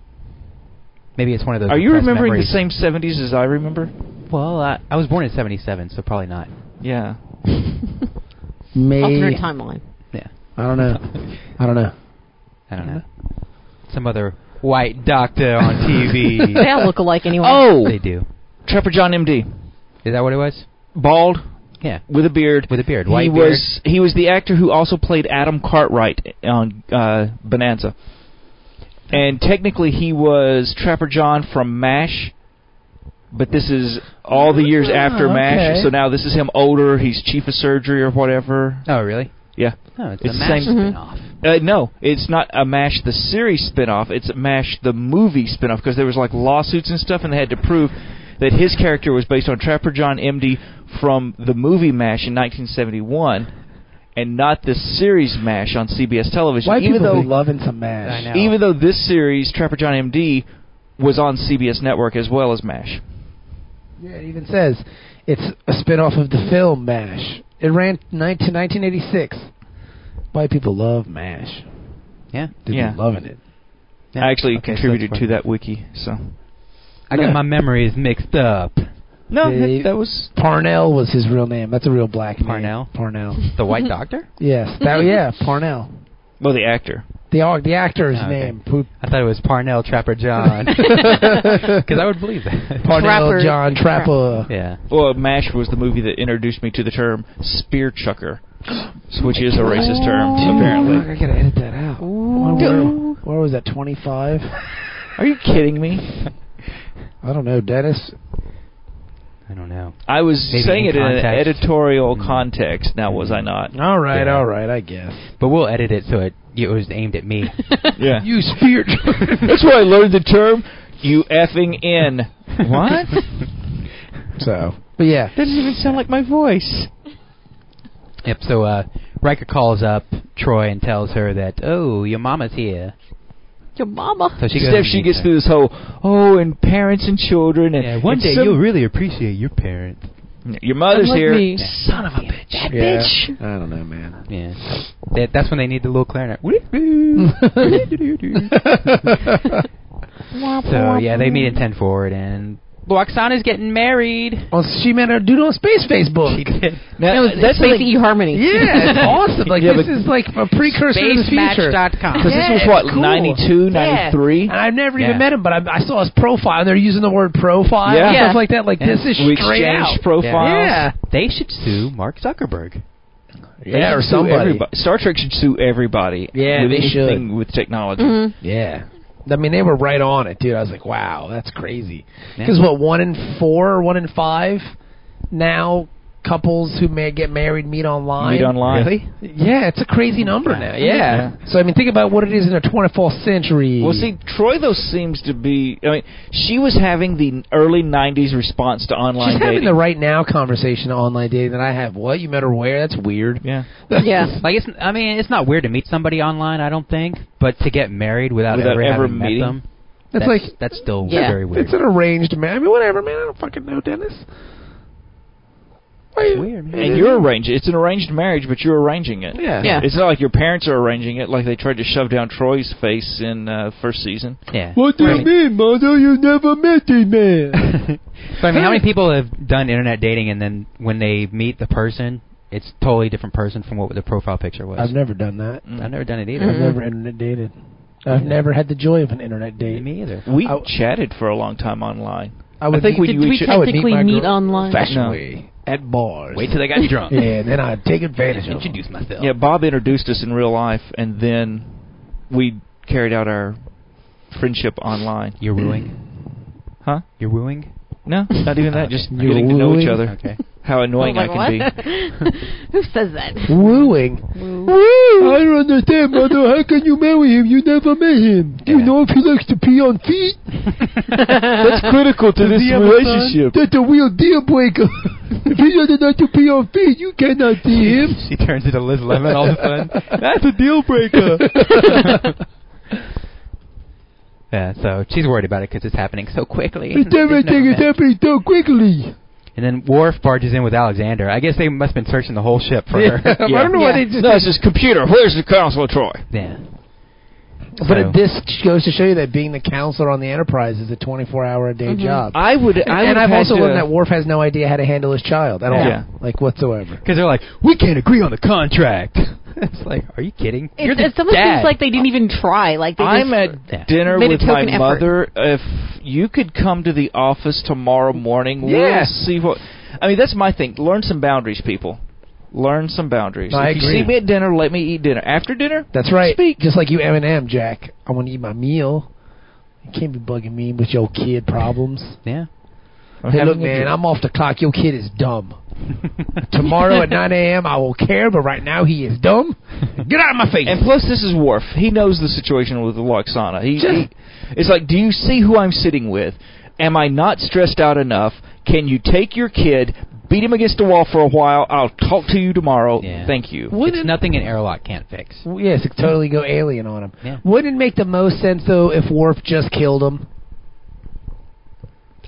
Speaker 7: Maybe it's one of those.
Speaker 6: Are you
Speaker 7: repressed
Speaker 6: remembering
Speaker 7: memories.
Speaker 6: the same 70s as I remember?
Speaker 7: Well, I, I was born in '77, so probably not.
Speaker 6: Yeah.
Speaker 5: May
Speaker 4: Alternate timeline.
Speaker 7: Yeah.
Speaker 5: I don't know. I don't know.
Speaker 7: I don't know.
Speaker 5: Mm-hmm.
Speaker 7: Some other white doctor on
Speaker 4: They
Speaker 7: TV.
Speaker 4: all look alike anyway.
Speaker 6: Oh,
Speaker 7: they do.
Speaker 6: Trapper John M.D.
Speaker 7: Is that what it was?
Speaker 6: Bald
Speaker 7: Yeah.
Speaker 6: with a beard.
Speaker 7: With a beard. White
Speaker 6: He
Speaker 7: beard.
Speaker 6: was he was the actor who also played Adam Cartwright on uh, Bonanza, and technically he was Trapper John from Mash, but this is all the years after
Speaker 5: Ah,
Speaker 6: Mash,
Speaker 5: okay.
Speaker 6: so now this is him older. He's chief of surgery or whatever.
Speaker 7: Oh, really?
Speaker 6: Yeah.
Speaker 7: No, it's,
Speaker 6: It's
Speaker 7: a
Speaker 6: the
Speaker 7: MASH
Speaker 6: same-
Speaker 4: Mhm.
Speaker 7: spin-off.
Speaker 6: Uh, no, it's not a MASH the series spinoff. It's a MASH the movie spinoff because there was like lawsuits and stuff, and they had to prove that his character was based on Trapper John M.D. from the movie MASH in 1971, and not the series MASH on CBS television.
Speaker 5: White
Speaker 6: even
Speaker 5: people
Speaker 6: though,
Speaker 5: be loving some mash.
Speaker 7: I know.
Speaker 6: even though this series Trapper John M.D. was on CBS Network as well as MASH.
Speaker 5: Yeah, it even says it's a spin-off of the film MASH. It ran nine to 1986. White people love MASH.
Speaker 7: Yeah.
Speaker 5: They've
Speaker 6: Yeah.
Speaker 5: been loving it.
Speaker 7: Yeah.
Speaker 6: I actually
Speaker 7: Okay, so
Speaker 6: contributed
Speaker 7: that's
Speaker 6: to
Speaker 7: fine.
Speaker 6: that wiki, so
Speaker 7: I got my memories mixed up.
Speaker 6: no,
Speaker 5: They-
Speaker 6: that, that was
Speaker 5: Parnell was his real name. That's a real black name.
Speaker 7: Parnell?
Speaker 5: Parnell.
Speaker 7: The White Doctor?
Speaker 5: yes. That yeah, Parnell.
Speaker 6: well the actor.
Speaker 5: The ar- the actor's
Speaker 7: Oh, okay.
Speaker 5: name. Poop.
Speaker 7: I thought it was Parnell Trapper John. Because I would believe that.
Speaker 5: Parnell
Speaker 4: Trapper.
Speaker 5: John Trapper.
Speaker 7: yeah.
Speaker 6: Well, MASH was the movie that introduced me to the term spear chucker, which is a racist
Speaker 5: Oh.
Speaker 6: term, apparently.
Speaker 5: I gotta edit that out. Where, where was that? 25.
Speaker 6: Are you kidding me?
Speaker 5: I don't know, Dennis.
Speaker 7: I don't know.
Speaker 6: I was
Speaker 7: Maybe
Speaker 6: saying
Speaker 7: in
Speaker 6: it in an
Speaker 7: context.
Speaker 6: editorial
Speaker 7: Mm.
Speaker 6: context. Now, was I not?
Speaker 5: All right,
Speaker 7: Yeah.
Speaker 5: all right. I guess.
Speaker 7: But we'll edit it so it, it was aimed at me.
Speaker 6: Yeah.
Speaker 5: You spear.
Speaker 6: That's where I learned the term you effing in. What?
Speaker 5: so, but yeah.
Speaker 6: That doesn't even sound like my voice.
Speaker 7: Yep. So uh, Riker calls up Troy and tells her that, oh, your mama's here.
Speaker 4: Your mama.
Speaker 7: So she goes
Speaker 6: Except
Speaker 7: and
Speaker 6: she
Speaker 7: meets
Speaker 6: gets
Speaker 7: her.
Speaker 6: through this whole, oh, and parents and children. And,
Speaker 7: Yeah, one
Speaker 6: and
Speaker 7: day
Speaker 6: some-
Speaker 7: you'll really appreciate your parents.
Speaker 6: Your mother's
Speaker 4: Unlike
Speaker 6: here.
Speaker 4: me.
Speaker 6: Son of a bitch.
Speaker 4: That
Speaker 5: Yeah.
Speaker 4: bitch.
Speaker 5: I don't know, man.
Speaker 7: Yeah. That, that's when they need the little clarinet. so yeah, they meet in ten forward, and Bloxana's getting married.
Speaker 5: Well, Oh, she met her dude on Space Facebook.
Speaker 7: She did.
Speaker 4: That was
Speaker 6: that's
Speaker 4: Space
Speaker 6: like-
Speaker 4: E Harmony.
Speaker 5: Yeah, it's awesome. Like
Speaker 6: Yeah,
Speaker 5: this is
Speaker 6: but-
Speaker 5: like a precursor to the future.
Speaker 6: Because
Speaker 5: Yeah,
Speaker 6: this was
Speaker 5: it's
Speaker 6: what
Speaker 5: cool.
Speaker 6: ninety two, ninety three.
Speaker 5: And I've never even
Speaker 6: Yeah.
Speaker 5: met him, but I, I saw his profile, and they're using the word profile
Speaker 6: Yeah.
Speaker 5: and
Speaker 4: Yeah.
Speaker 5: stuff like that. Like this is
Speaker 6: we
Speaker 5: straight out.
Speaker 6: exchanged profiles.
Speaker 5: Yeah,
Speaker 7: They should sue Mark Zuckerberg.
Speaker 6: They
Speaker 5: yeah,
Speaker 6: should
Speaker 5: or
Speaker 6: sue
Speaker 5: somebody.
Speaker 6: everybo- Star Trek should sue everybody.
Speaker 5: Yeah,
Speaker 6: with
Speaker 5: they
Speaker 6: anything with technology.
Speaker 4: Mhm.
Speaker 5: Yeah. I mean, they were right on it, dude. I was like, wow, that's crazy.
Speaker 7: Yeah.
Speaker 5: Because what one in four, or one in five now couples who may get married meet online.
Speaker 6: Meet online.
Speaker 7: Really?
Speaker 5: Yeah, it's a crazy number
Speaker 7: Yeah.
Speaker 5: now. Yeah. So I mean, think about what it is in the 24th century.
Speaker 6: Well, see, Troy though seems to be. I mean, she was having the early '90s response to online
Speaker 5: she's having
Speaker 6: dating.
Speaker 5: the right now conversation on online dating that I have. What you met her where? That's weird.
Speaker 6: yeah,
Speaker 4: Yeah.
Speaker 7: Like it's. I mean, it's not weird to meet somebody online. I don't think, but to get married without,
Speaker 6: Without
Speaker 7: ever,
Speaker 6: ever
Speaker 7: having
Speaker 6: meeting?
Speaker 7: met them,
Speaker 5: That's,
Speaker 7: that's
Speaker 5: like
Speaker 7: that's still
Speaker 4: Yeah.
Speaker 7: very weird.
Speaker 5: it's an arranged marriage. I mean, whatever, man. I don't fucking know, Dennis. Why you-
Speaker 7: weird, man.
Speaker 6: and you're arranging. It's an arranged marriage, but you're arranging it.
Speaker 5: yeah.
Speaker 4: Yeah.
Speaker 6: It's not like your parents are arranging it, like they tried to shove down Troy's face in uh, first season.
Speaker 7: yeah.
Speaker 5: What do
Speaker 7: I
Speaker 5: you
Speaker 7: mean-
Speaker 5: mean, mother? You never met a man.
Speaker 7: so I mean, how many people have done internet dating and then when they meet the person, it's totally different person from what the profile picture was. Mm.
Speaker 5: I've never done that.
Speaker 7: I've never done it either.
Speaker 5: I've never internet dated. Mm. I've never had the joy of an internet date.
Speaker 7: Me either.
Speaker 6: We
Speaker 5: I-
Speaker 6: chatted for a long time online.
Speaker 5: would
Speaker 6: I think
Speaker 5: meet-
Speaker 6: we-
Speaker 4: Did
Speaker 6: you
Speaker 4: we
Speaker 6: should- I
Speaker 5: would meet
Speaker 4: technically
Speaker 5: my
Speaker 4: meet
Speaker 5: girl-
Speaker 4: online?
Speaker 5: fashionably at bars.
Speaker 7: Wait till they got drunk.
Speaker 5: yeah, and then I'd take advantage of them.
Speaker 7: Introduce myself.
Speaker 6: Yeah, Bob introduced us in real life, and then we carried out our friendship online.
Speaker 7: You're wooing.
Speaker 6: Huh?
Speaker 7: You're wooing.
Speaker 6: No, not even that. Just
Speaker 5: You're
Speaker 6: getting to know each
Speaker 5: wooing?
Speaker 6: other.
Speaker 7: Okay.
Speaker 6: How annoying I
Speaker 4: I'm
Speaker 6: can
Speaker 4: like,
Speaker 6: be.
Speaker 4: what? Who says that?
Speaker 5: Wooing. Woo! I don't understand, mother. How can you marry him? You never met him. Do you
Speaker 7: Yeah.
Speaker 5: know if he likes to pee on feet?
Speaker 6: That's critical to this relationship.
Speaker 5: That's a real deal breaker. if he doesn't like to pee on feet, you cannot see him.
Speaker 7: she turns into Liz Lemon all of a sudden.
Speaker 6: That's a deal breaker.
Speaker 7: Yeah, so she's worried about it because it's happening so quickly.
Speaker 5: It's everything is happening so quickly.
Speaker 7: And then Worf barges in with Alexander. I guess they must have been searching the whole ship for her.
Speaker 5: I don't know why they
Speaker 4: Yeah.
Speaker 5: just.
Speaker 6: no, it's just computer. Where's the console, of Troy?
Speaker 7: Yeah.
Speaker 5: But
Speaker 7: So-
Speaker 5: this goes to show you that being the counselor on the Enterprise is a 24-hour a day job.
Speaker 6: Mm-hmm. I would. I would
Speaker 5: and
Speaker 6: have
Speaker 5: I've
Speaker 6: had
Speaker 5: also
Speaker 6: to-
Speaker 5: learned that Worf has no idea how to handle his child at
Speaker 6: Yeah.
Speaker 5: all, like whatsoever.
Speaker 7: Because they're like, we can't agree on the contract. it's like, are you kidding? You're
Speaker 4: It,
Speaker 7: the
Speaker 4: it almost
Speaker 7: dad.
Speaker 4: seems like they didn't even try. Like they
Speaker 6: I'm
Speaker 4: just,
Speaker 6: at
Speaker 7: Yeah.
Speaker 6: dinner
Speaker 4: Made a
Speaker 6: with my
Speaker 4: token effort.
Speaker 6: mother. If you could come to the office tomorrow morning,
Speaker 5: Yeah.
Speaker 6: we'll see what. I mean, that's my thing. Learn some boundaries, people. Learn some boundaries.
Speaker 5: I
Speaker 6: if
Speaker 5: agree.
Speaker 6: you see me at dinner, let me eat dinner. After dinner,
Speaker 5: That's right.
Speaker 6: Speak.
Speaker 5: Just like you, Eminem, Jack. I want to eat my meal. You can't be bugging me with your kid problems.
Speaker 7: yeah.
Speaker 6: I'm
Speaker 5: hey,
Speaker 6: having
Speaker 5: look,
Speaker 6: a
Speaker 5: man,
Speaker 6: drink.
Speaker 5: I'm off the clock. Your kid is dumb. Tomorrow at 9 a.m., I will care, but right now he is dumb. Get out of my face.
Speaker 6: And plus, this is Worf. He knows the situation with Loxana. He,
Speaker 5: Just-
Speaker 6: he, it's like, do you see who I'm sitting with? Am I not stressed out enough? Can you take your kid, beat him against the wall for a while? I'll talk to you tomorrow.
Speaker 7: Yeah.
Speaker 6: Thank you.
Speaker 5: Wouldn't
Speaker 7: It's nothing an airlock can't fix.
Speaker 5: Yes, it could totally go alien on him.
Speaker 7: Yeah.
Speaker 5: Wouldn't it make the most sense though if Worf just killed him?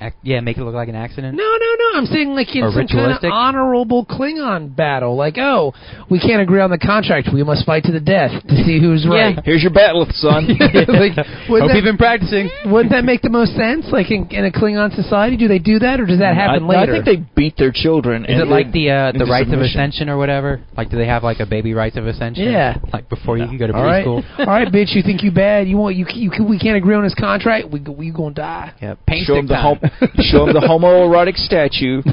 Speaker 7: Ac- yeah, make it look like an accident.
Speaker 5: No, no, no. I'm saying like in
Speaker 7: Or
Speaker 5: some kind of
Speaker 7: ritualistic?
Speaker 5: honorable Klingon battle. Like, oh, we can't agree on the contract. We must fight to the death to see who's right.
Speaker 6: Here's your battle, son.
Speaker 5: like,
Speaker 7: Hope
Speaker 5: wouldn't, that,
Speaker 7: you've been practicing.
Speaker 5: wouldn't that make the most sense? Like in, in a Klingon society, do they do that, or does that happen
Speaker 6: I,
Speaker 5: later?
Speaker 6: I think they beat their children.
Speaker 7: Is it
Speaker 6: and
Speaker 7: like the uh, the
Speaker 6: into
Speaker 7: rights of
Speaker 6: submission.
Speaker 7: ascension or whatever? Like, do they have like a baby rights of ascension?
Speaker 5: Yeah.
Speaker 7: Like before you can go to
Speaker 5: All right,
Speaker 7: preschool.
Speaker 5: all right, bitch. You think you bad? You want you? you we can't agree on this contract. We we gonna die.
Speaker 7: Yeah. Paint
Speaker 6: Show
Speaker 7: stick
Speaker 6: him the
Speaker 7: time.
Speaker 6: hom- show him the homoerotic statue. Do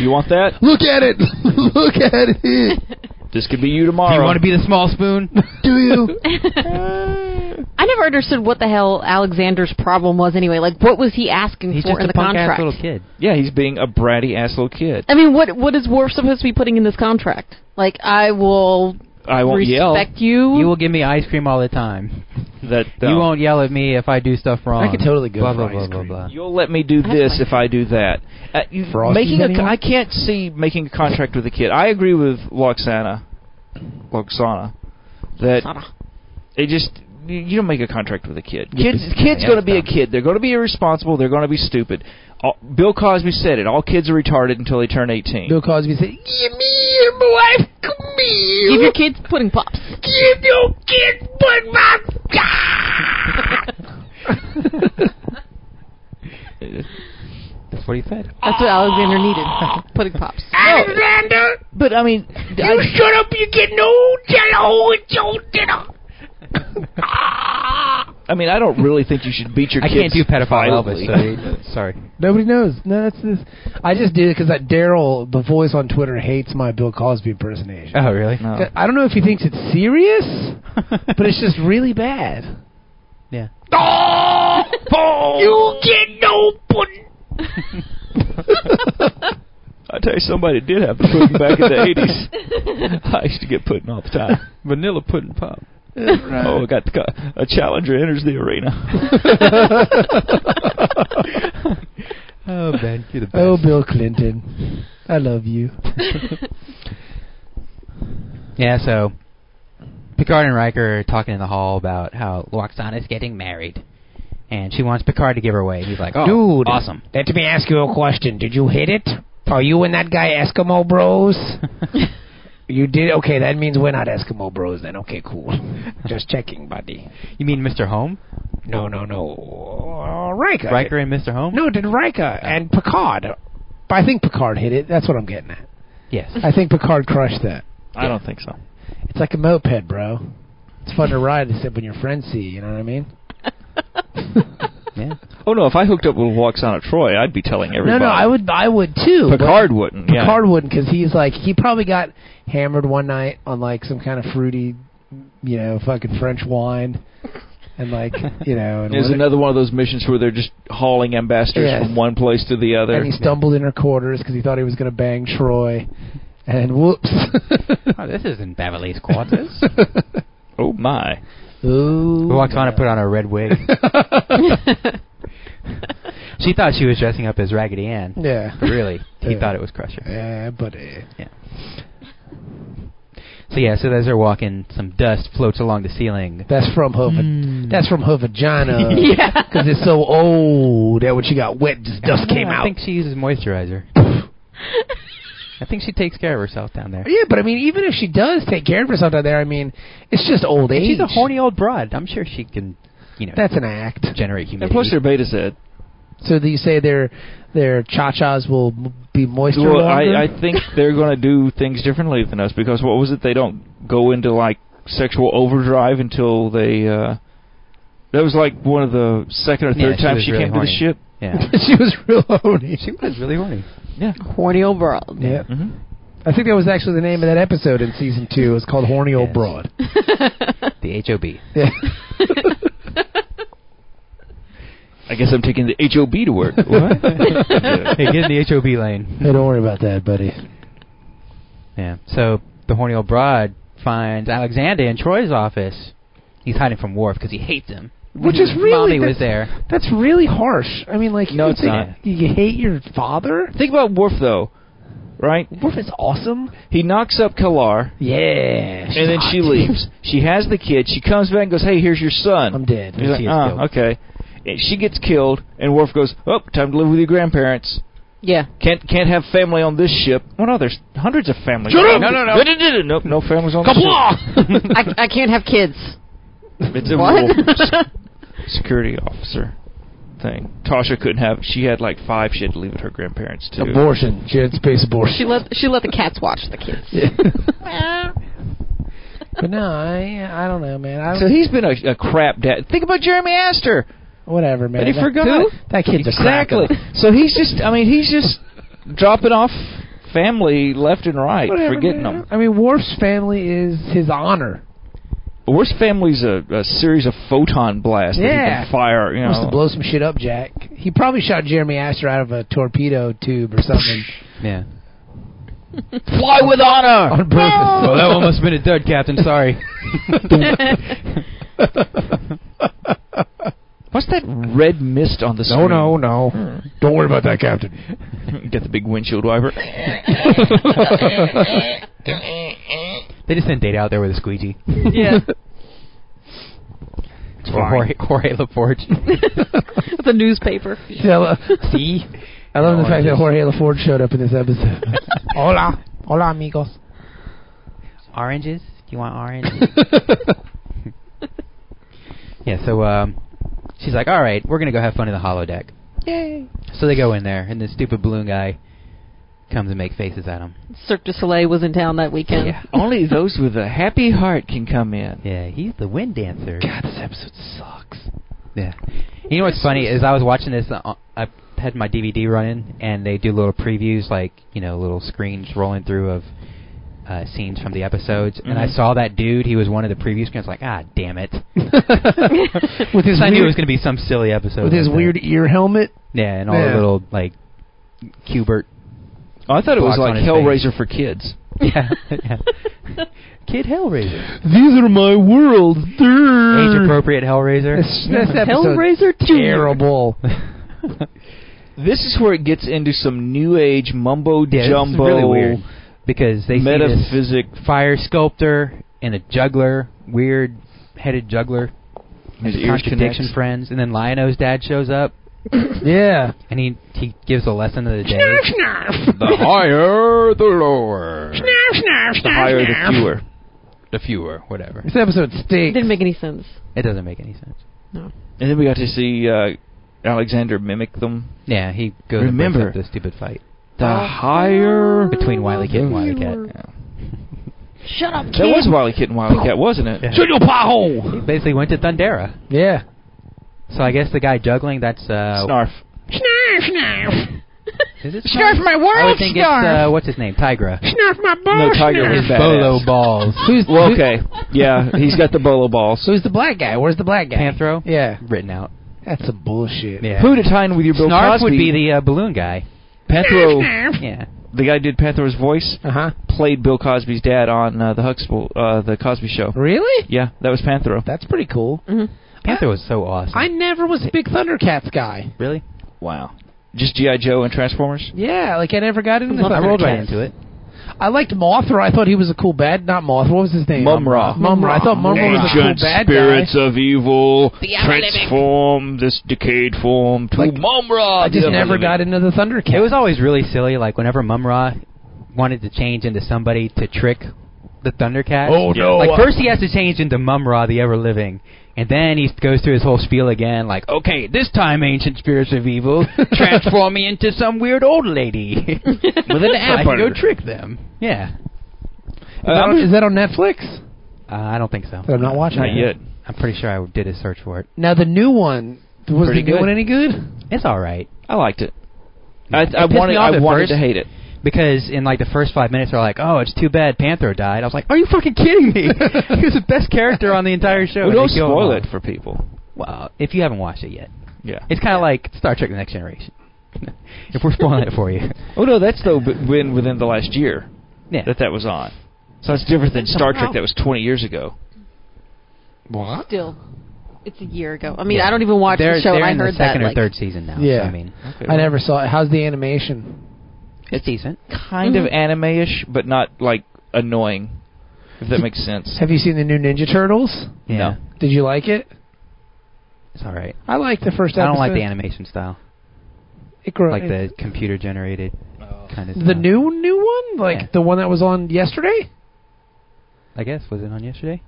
Speaker 6: you want that?
Speaker 5: Look at it. Look at it.
Speaker 6: This could be you
Speaker 7: Do
Speaker 6: tomorrow.
Speaker 7: you want to be the small spoon?
Speaker 5: Do you?
Speaker 4: I never understood what the hell Alexander's problem was anyway. Like, what was he asking
Speaker 7: He's
Speaker 4: for
Speaker 7: just
Speaker 4: in
Speaker 7: a
Speaker 4: the
Speaker 7: punk ass
Speaker 4: contract?
Speaker 7: little kid.
Speaker 6: yeah, he's being a bratty ass little kid.
Speaker 4: I mean, what what is Worf supposed to be putting in this contract? Like, I will
Speaker 6: I won't yell.
Speaker 4: respect you.
Speaker 7: You will give me ice cream all the time.
Speaker 6: That
Speaker 7: You
Speaker 6: um,
Speaker 7: won't yell at me if I do stuff wrong.
Speaker 5: I could totally go
Speaker 7: blah,
Speaker 5: for
Speaker 7: blah,
Speaker 5: ice
Speaker 7: blah,
Speaker 5: cream.
Speaker 7: Blah, blah.
Speaker 6: You'll let me do this if I do that. Uh, you,
Speaker 5: Frosties
Speaker 6: making a,
Speaker 5: anyone?
Speaker 6: I can't see making a contract with a kid. I agree with Loxana, Loxana, that
Speaker 4: Loxana.
Speaker 6: it just you you don't make a contract with a kid.
Speaker 7: Yeah,
Speaker 6: Kids,
Speaker 7: but-
Speaker 6: kids
Speaker 7: yeah,
Speaker 6: going to be a
Speaker 7: dumb.
Speaker 6: kid. They're going to be irresponsible. They're going to be stupid. All, Bill Cosby said it. All kids are retarded until they turn eighteen.
Speaker 5: Bill Cosby said, "Give me your wife, come here.
Speaker 4: give your kids pudding pops.
Speaker 5: give your kid but my God."
Speaker 7: That's what he said.
Speaker 4: That's what Alexander needed. Pudding pops.
Speaker 8: Alexander,
Speaker 6: But I mean,
Speaker 8: you
Speaker 6: I,
Speaker 8: shut up. You're getting old jello with your dinner. Ah.
Speaker 6: I mean, I don't really think you should beat your
Speaker 7: I
Speaker 6: kids.
Speaker 7: can't do pedophile
Speaker 6: violently.
Speaker 7: Elvis. So sorry.
Speaker 5: Nobody knows. No, that's this. I just did it because that Daryl, the voice on Twitter, hates my Bill Cosby impersonation.
Speaker 7: Oh really?
Speaker 6: No.
Speaker 5: I don't know if he thinks it's serious, but it's just really bad.
Speaker 7: yeah.
Speaker 8: You get no pudding.
Speaker 6: I tell you, somebody did have a pudding back in the eighties. I used to get pudding all the time. Vanilla pudding pop. Oh, I got the, co- a challenger enters the arena.
Speaker 7: Oh Ben, you're the best.
Speaker 5: Oh, Bill Clinton, I love you.
Speaker 7: Yeah. So Picard and Riker are talking in the hall about how Loxana's getting married, and she wants Picard to give her away. He's like, oh,
Speaker 5: Dude.
Speaker 7: awesome.
Speaker 5: Let me ask you a question. Did you hit it? Are you and that guy Eskimo Bros? you did. Okay, that means we're not Eskimo Bros. Then okay, cool. Just checking, buddy.
Speaker 7: You mean Mr. Home?
Speaker 5: No, no, no. Riker.
Speaker 7: Riker and Mr. Home?
Speaker 5: No, did Riker and Picard? But I think Picard hit it. That's what I'm getting at.
Speaker 7: Yes.
Speaker 5: I think Picard crushed that.
Speaker 6: I don't think so.
Speaker 5: It's like a moped, bro. It's fun to ride, except when your friends see you. You know what I mean?
Speaker 7: yeah.
Speaker 6: Oh no, if I hooked up with Waxana Troy, I'd be telling everybody.
Speaker 5: No, no, I would, I would too. but-
Speaker 6: Picard wouldn't. yeah.
Speaker 5: Picard wouldn't because he's like he probably got hammered one night on like some kind of fruity, you know, fucking French wine, and like you know, and,
Speaker 6: There's
Speaker 5: was-
Speaker 6: another one of those missions where they're just hauling ambassadors
Speaker 5: Yes.
Speaker 6: from one place to the other.
Speaker 5: and he stumbled in her quarters because he thought he was going to bang Troy, and whoops.
Speaker 7: Oh, this isn't Beverly's quarters.
Speaker 6: oh my!
Speaker 5: Ooh,
Speaker 7: Loxana put on a red wig. she thought she was dressing up as Raggedy Ann.
Speaker 5: yeah,
Speaker 7: But really, he
Speaker 5: Yeah.
Speaker 7: thought it was Crusher.
Speaker 5: yeah, buddy.
Speaker 7: So yeah, so as they're walking, some dust floats along the ceiling.
Speaker 5: That's from her. va-
Speaker 7: Hmm.
Speaker 5: That's from her vagina.
Speaker 4: Yeah.
Speaker 5: Because it's so old that when she got wet, just dust
Speaker 7: No,
Speaker 5: came
Speaker 7: I
Speaker 5: out.
Speaker 7: think she uses moisturizer. I think she takes care of herself down there.
Speaker 5: Yeah, but I mean, even if she does take care of herself out there, I mean, it's just old age.
Speaker 7: She's a horny old broad. I'm sure she can, you know,
Speaker 5: That's an act.
Speaker 7: generate
Speaker 6: And
Speaker 7: humidity.
Speaker 6: plus, they're beta Z.
Speaker 5: So do you say their their cha chas will m- be moister
Speaker 6: Well,
Speaker 5: longer?
Speaker 6: I, I think they're going to do things differently than us because what was it? They don't go into like sexual overdrive until they. uh That was like one of the second or
Speaker 7: Yeah,
Speaker 6: third
Speaker 7: she
Speaker 6: times
Speaker 7: was
Speaker 6: she
Speaker 7: really
Speaker 6: came to
Speaker 7: horny.
Speaker 6: the ship.
Speaker 7: yeah.
Speaker 5: she was real horny.
Speaker 7: she was really horny.
Speaker 4: Horny old world.
Speaker 5: Yeah,
Speaker 6: Mm-hmm.
Speaker 5: I think that was actually the name of that episode in season two. It was called "Horny Old
Speaker 7: Yes.
Speaker 5: Broad."
Speaker 7: The HOB.
Speaker 5: Yeah.
Speaker 6: I guess I'm taking the HOB to work. What?
Speaker 7: hey, get in the HOB lane.
Speaker 5: Hey, don't worry about that, buddy.
Speaker 7: Yeah. So the horny old broad finds Alexander in Troy's office. He's hiding from Worf because he hates him.
Speaker 5: Which is really
Speaker 7: Mommy was
Speaker 5: that's,
Speaker 7: there.
Speaker 5: That's really harsh. I mean, like, you
Speaker 6: No,
Speaker 5: would
Speaker 6: it's
Speaker 5: think
Speaker 6: not.
Speaker 5: You hate your father?
Speaker 6: Think about Worf though, right?
Speaker 5: Worf is awesome.
Speaker 6: He knocks up Kalar.
Speaker 5: Yeah. she's
Speaker 6: and then
Speaker 5: hot.
Speaker 6: she leaves. She has the kid. She comes back and goes, "Hey, here's your son."
Speaker 5: I'm dead.
Speaker 6: He's like,
Speaker 7: She is
Speaker 6: "Ah,
Speaker 7: killed."
Speaker 6: okay." And she gets killed, and Worf goes, "Oh, time to live with your grandparents.
Speaker 4: Yeah.
Speaker 6: Can't can't have family on this ship." Well, no, there's hundreds of families.
Speaker 8: Shut up!
Speaker 6: No, no, no, no, nope, no families on this ship.
Speaker 4: I, I can't have kids.
Speaker 6: It's a
Speaker 4: What?
Speaker 6: rule. security officer thing. Tasha couldn't have. She had like five. She had to leave at her grandparents too.
Speaker 5: Abortion. She had space abortion.
Speaker 4: she let she let the cats watch the kids.
Speaker 5: But no, I I don't know, man. I
Speaker 6: So
Speaker 5: don't,
Speaker 6: he's been a, a crap dad. Think about Jeremy Astor.
Speaker 5: whatever, man.
Speaker 6: But he
Speaker 5: That-
Speaker 6: forgot.
Speaker 5: Who? That kid's
Speaker 6: exactly.
Speaker 5: a cracker.
Speaker 6: So he's just, I mean, he's just dropping off family left and right,
Speaker 5: Whatever,
Speaker 6: forgetting
Speaker 5: man.
Speaker 6: them.
Speaker 5: I mean, Worf's family is his honor.
Speaker 6: Worst family's a, a series of photon blasts that
Speaker 5: Yeah.
Speaker 6: he can fire. You
Speaker 5: Wants to
Speaker 6: know,
Speaker 5: blow some shit up, Jack. He probably shot Jeremy Astor out of a torpedo tube or something
Speaker 7: Yeah.
Speaker 6: fly with honor.
Speaker 5: on purpose.
Speaker 7: Well, that one must have been a dud, Captain. Sorry.
Speaker 6: What's that red mist on the
Speaker 5: No,
Speaker 6: screen?
Speaker 5: no, no. Don't worry about that, Captain.
Speaker 6: no. Get the big windshield wiper.
Speaker 7: They just sent Data out there with a squeegee.
Speaker 4: yeah.
Speaker 7: Or Jorge, Jorge LaForge. E.
Speaker 4: The newspaper.
Speaker 5: See, I, lo-
Speaker 7: See?
Speaker 5: I love
Speaker 7: No,
Speaker 5: the
Speaker 7: I
Speaker 5: fact that
Speaker 7: just-
Speaker 5: Jorge LaForge showed up in this episode. hola, hola, amigos.
Speaker 7: Oranges? Do you want oranges? yeah, so um, she's like, all right, we're going to go have fun in the holodeck.
Speaker 4: Yay.
Speaker 7: So they go in there, and the stupid balloon guy comes and makes faces at them.
Speaker 4: Cirque du Soleil was in town that weekend.
Speaker 7: Yeah.
Speaker 6: Only those with a happy heart can come in.
Speaker 7: Yeah, he's the wind dancer.
Speaker 6: God, this episode sucks.
Speaker 7: Yeah. You know what's funny is I was watching this. Uh, I had my DVD running, and they do little previews, like you know, little screens rolling through of uh, scenes from the episodes. And I
Speaker 5: Mm-hmm.
Speaker 6: Mhm.
Speaker 7: saw that dude. He was one of the preview screens. Like, ah, damn it!
Speaker 5: with his
Speaker 7: Because I knew it
Speaker 5: weird,
Speaker 7: was going to be some silly episode.
Speaker 5: with his
Speaker 7: like that.
Speaker 5: weird ear helmet.
Speaker 7: Yeah, and all
Speaker 5: Yeah.
Speaker 7: the little like Cubert.
Speaker 6: Oh, I thought it was
Speaker 7: Blocks on his
Speaker 6: like Hellraiser for kids.
Speaker 7: Yeah, yeah. Kid Hellraiser.
Speaker 5: These are my worlds.
Speaker 7: Age appropriate Hellraiser.
Speaker 5: This, this episode
Speaker 4: Hellraiser 2.
Speaker 5: terrible.
Speaker 6: This is where it gets into some new age mumbo
Speaker 7: Yeah, this is
Speaker 6: jumbo
Speaker 7: really weird because they see
Speaker 6: metaphysic.
Speaker 7: this fire sculptor and a juggler, weird headed juggler,
Speaker 6: His
Speaker 7: and
Speaker 6: ears
Speaker 7: contradiction
Speaker 6: connects.
Speaker 7: friends, and then Liono's dad shows up
Speaker 5: yeah.
Speaker 7: and he he gives a lesson of the day.
Speaker 8: Snarf!
Speaker 3: The higher, the lower.
Speaker 8: Snarf, snarf, snarf,
Speaker 6: The higher, the
Speaker 8: snarf.
Speaker 6: fewer.
Speaker 7: the fewer, whatever.
Speaker 5: This episode stinks.
Speaker 4: Didn't make any sense.
Speaker 7: It doesn't make any sense.
Speaker 6: And then we got to see uh, Alexander mimic them.
Speaker 7: Yeah, he goes
Speaker 6: Remember-
Speaker 7: and breaks up the stupid fight
Speaker 6: The higher.
Speaker 7: between Wiley Kid and Wiley Cat.
Speaker 4: Shut up,
Speaker 6: That was Wile E. Kid and Wile E. Cat, wasn't it?
Speaker 7: Yeah.
Speaker 6: Shut your pothole!
Speaker 7: He basically went to Thundera.
Speaker 5: Yeah.
Speaker 7: So I guess the guy juggling, that's uh,
Speaker 6: Snarf.
Speaker 8: Snarf, snarf.
Speaker 7: Is it
Speaker 8: Snarf my
Speaker 7: I
Speaker 8: world,
Speaker 7: would think it's
Speaker 8: snarf.
Speaker 7: uh, what's his name, Tigra.
Speaker 8: Snarf my
Speaker 6: No,
Speaker 8: ball,
Speaker 6: Tiger was
Speaker 8: snarf.
Speaker 6: badass.
Speaker 7: Bolo balls.
Speaker 5: Who's,
Speaker 6: Well,
Speaker 5: who-
Speaker 6: okay. Yeah, he's got the bolo balls.
Speaker 5: who's the black guy? Where's the black guy?
Speaker 7: Panthro.
Speaker 5: Yeah.
Speaker 7: Written out.
Speaker 5: That's some bullshit.
Speaker 7: Yeah.
Speaker 6: Who to tie in with your Bill
Speaker 7: Snarf
Speaker 6: Cosby?
Speaker 7: would be the uh, balloon guy.
Speaker 6: Panthro,
Speaker 8: Snarf.
Speaker 7: Yeah.
Speaker 6: the guy who did Panthro's voice,
Speaker 5: Uh huh.
Speaker 6: played Bill Cosby's dad on uh, the Huxtable, uh, the Cosby Show.
Speaker 5: Really?
Speaker 6: Yeah, that was Panthro.
Speaker 5: That's pretty cool.
Speaker 7: Panther was so awesome.
Speaker 5: I never was a big Thundercats guy.
Speaker 7: really?
Speaker 6: Wow. Just G.I. Joe and Transformers?
Speaker 5: Yeah, like I never got into
Speaker 7: I rolled right
Speaker 5: Thundercats.
Speaker 7: into it.
Speaker 5: I liked Mothra. I thought he was a cool bad. Not Mothra. What was his name?
Speaker 6: Mum-Ra.
Speaker 5: Mumra. I thought Mumra was a cool
Speaker 6: Ancient
Speaker 5: bad
Speaker 6: spirits
Speaker 5: guy.
Speaker 6: of evil,
Speaker 4: The Apocalypse.
Speaker 6: transform this decayed form to
Speaker 5: Like,
Speaker 6: Mumra.
Speaker 5: I just never got into the Thundercats.
Speaker 7: It was always really silly. Like whenever Mumra wanted to change into somebody to trick the Thundercat.
Speaker 5: Oh,
Speaker 6: Yeah.
Speaker 5: no.
Speaker 7: Like first he has to change into Mumra, the ever living, and then he goes through his whole spiel again. Like, okay, this time ancient spirits of evil transform me into some weird old lady with an apple. I can go trick them. Yeah,
Speaker 5: Is that on- is that on Netflix?
Speaker 7: uh, I don't think so.
Speaker 5: I'm not watching
Speaker 6: Not
Speaker 5: it.
Speaker 6: yet.
Speaker 7: I'm pretty sure I did a search for it.
Speaker 5: Now the new one was
Speaker 6: Pretty
Speaker 5: the new
Speaker 6: good.
Speaker 5: one any good?
Speaker 7: It's all right
Speaker 6: I liked it. I,
Speaker 7: It
Speaker 6: I
Speaker 7: pissed
Speaker 6: wanted,
Speaker 7: me off
Speaker 6: I
Speaker 7: at
Speaker 6: wanted
Speaker 7: first.
Speaker 6: to hate it.
Speaker 7: because in like the first five minutes they're like, "Oh, it's too bad Panther died." I was like, "Are you fucking kidding me? he was the best character on the entire show."
Speaker 6: Well,
Speaker 7: and they
Speaker 6: don't
Speaker 7: kill him
Speaker 6: spoil
Speaker 7: off.
Speaker 6: it for people.
Speaker 7: Well, if you haven't watched it yet,
Speaker 6: Yeah.
Speaker 7: it's kind of like Star Trek: The Next Generation. if we're spoiling it for you,
Speaker 6: oh no, that's though b- been within the last year
Speaker 7: yeah.
Speaker 6: that that was on. So it's different than Star Trek
Speaker 4: Wow.
Speaker 6: that was 20 years ago.
Speaker 5: What?
Speaker 4: Still, it's a year ago. I mean, I don't even watch
Speaker 7: they're,
Speaker 4: the show,
Speaker 7: They're
Speaker 4: and I
Speaker 7: in
Speaker 4: heard
Speaker 7: the second
Speaker 4: that.
Speaker 7: or
Speaker 4: like,
Speaker 7: third season now. so,
Speaker 5: Yeah.
Speaker 7: I mean,
Speaker 6: Okay,
Speaker 5: I
Speaker 6: well,
Speaker 5: never saw it. How's the animation?
Speaker 7: it's decent.
Speaker 6: kind
Speaker 4: Mhm.
Speaker 5: Mm-hmm.
Speaker 6: of anime-ish, but not like annoying. If that makes sense.
Speaker 5: Have you seen the new Ninja Turtles?
Speaker 7: Yeah,
Speaker 6: No.
Speaker 5: Did you like it?
Speaker 7: it's all right.
Speaker 5: I liked the first episode.
Speaker 7: I don't like the animation style,
Speaker 5: It grew,
Speaker 7: like the computer generated
Speaker 4: Oh.
Speaker 7: kind of.
Speaker 5: the new new one, like
Speaker 7: Yeah.
Speaker 5: the one that was on yesterday,
Speaker 7: I guess was it on yesterday?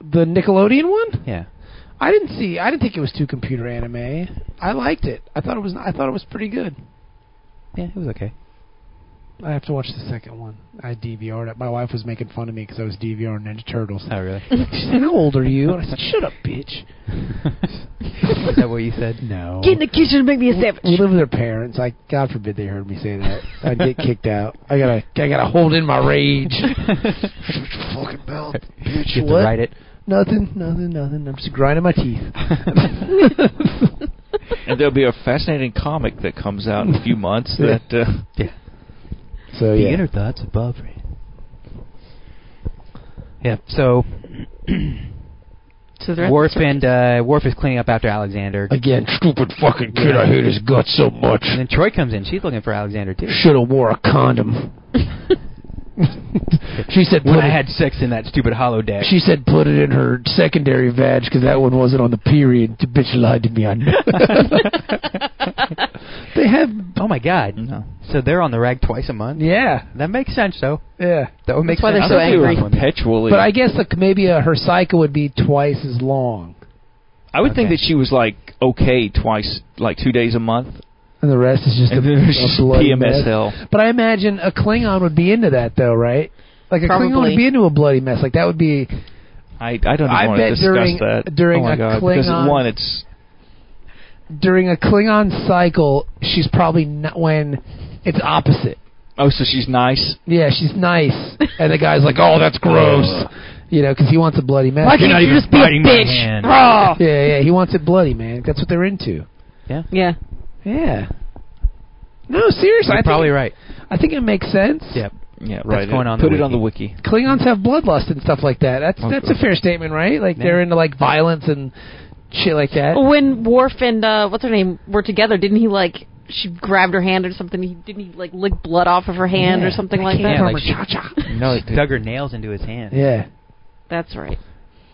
Speaker 5: the Nickelodeon one.
Speaker 7: Yeah.
Speaker 5: I didn't see. I didn't think it was too computer anime. I liked it. I thought it was. I thought it was pretty good.
Speaker 7: Yeah, it was okay.
Speaker 5: I have to watch the second one. I DVR'd it. My wife was making fun of me because I was DVRing Ninja Turtles.
Speaker 7: Oh, really?
Speaker 5: She said, "How old are you?" And I said, "Shut up, bitch."
Speaker 7: Is that what you said? No.
Speaker 4: Get in the kitchen and make me a sandwich.
Speaker 5: We live with our parents. I God forbid they heard me say that. I'd get kicked out. I gotta I gotta hold in my rage. Shut your fucking mouth, bitch.
Speaker 7: You have to
Speaker 5: what?
Speaker 7: write it.
Speaker 5: Nothing, nothing, nothing. I'm just grinding my teeth.
Speaker 6: And there'll be a fascinating comic that comes out in a few months
Speaker 5: Yeah.
Speaker 6: that uh,
Speaker 5: So
Speaker 7: the
Speaker 5: yeah.
Speaker 7: inner thoughts above it. Yeah. So
Speaker 4: So they're-
Speaker 7: Worf and uh, Worf is cleaning up after Alexander,
Speaker 5: Again, stupid fucking kid. I hate his guts so much.
Speaker 7: and then Troy comes in. She's looking for Alexander too.
Speaker 5: Should have wore a condom. she said,
Speaker 7: When
Speaker 5: put
Speaker 7: I
Speaker 5: it,
Speaker 7: had sex in that stupid hollow deck.
Speaker 5: She said, put it in her secondary vag because that one wasn't on the period. The bitch lied to me. I know. they have.
Speaker 7: oh my god.
Speaker 6: no.
Speaker 7: So they're on the rag twice a month.
Speaker 5: Yeah,
Speaker 7: That makes sense though.
Speaker 5: yeah.
Speaker 7: That would make
Speaker 4: why
Speaker 7: sense.
Speaker 4: they're so
Speaker 7: I thought they were
Speaker 4: angry.
Speaker 7: on women.
Speaker 6: perpetually.
Speaker 5: But I guess like maybe uh, her cycle would be twice as long.
Speaker 6: I would think
Speaker 7: Okay.
Speaker 6: that she was like okay twice, like two days a month,
Speaker 5: and the rest is just a,
Speaker 6: And then it's just
Speaker 5: a bloody mess.
Speaker 6: PMS hell.
Speaker 5: But I imagine a Klingon would be into that, though, right? Like a Klingon
Speaker 4: Probably.
Speaker 5: would be into a bloody mess. Like that would be
Speaker 6: I, I don't
Speaker 5: I
Speaker 6: even want to
Speaker 5: bet
Speaker 6: discuss
Speaker 5: during-
Speaker 6: that.
Speaker 5: during
Speaker 6: oh my
Speaker 5: a
Speaker 6: God, because
Speaker 5: Klingon-
Speaker 6: one, it's
Speaker 5: during a Klingon cycle. She's probably not when it's opposite.
Speaker 6: oh, so she's nice.
Speaker 5: Yeah, she's nice, and the guy's like, "Oh, that's gross," you know, because he wants a bloody mess.
Speaker 4: Why can't you just be a
Speaker 7: biting my
Speaker 4: bitch?
Speaker 7: hand.
Speaker 4: Raw.
Speaker 5: Yeah, yeah, he wants it bloody, man. That's what they're into.
Speaker 4: Yeah.
Speaker 5: Yeah. No, seriously, I
Speaker 7: You're probably
Speaker 5: think,
Speaker 7: right.
Speaker 5: I think it makes sense.
Speaker 7: Yeah.
Speaker 6: Yeah, right.
Speaker 7: going on
Speaker 6: Put
Speaker 7: the
Speaker 6: it on the wiki.
Speaker 5: Klingons have bloodlust and stuff like that. That's
Speaker 6: Oh,
Speaker 5: that's
Speaker 6: God.
Speaker 5: a fair statement, right? Like they're into like violence and shit like that.
Speaker 4: When Worf and uh, what's her name were together, didn't he like she grabbed her hand or something? He didn't he like lick blood off of her hand or something like that?
Speaker 7: Yeah, like she-
Speaker 5: cha.
Speaker 7: No, it dug her nails into his hand.
Speaker 5: Yeah.
Speaker 4: That's right.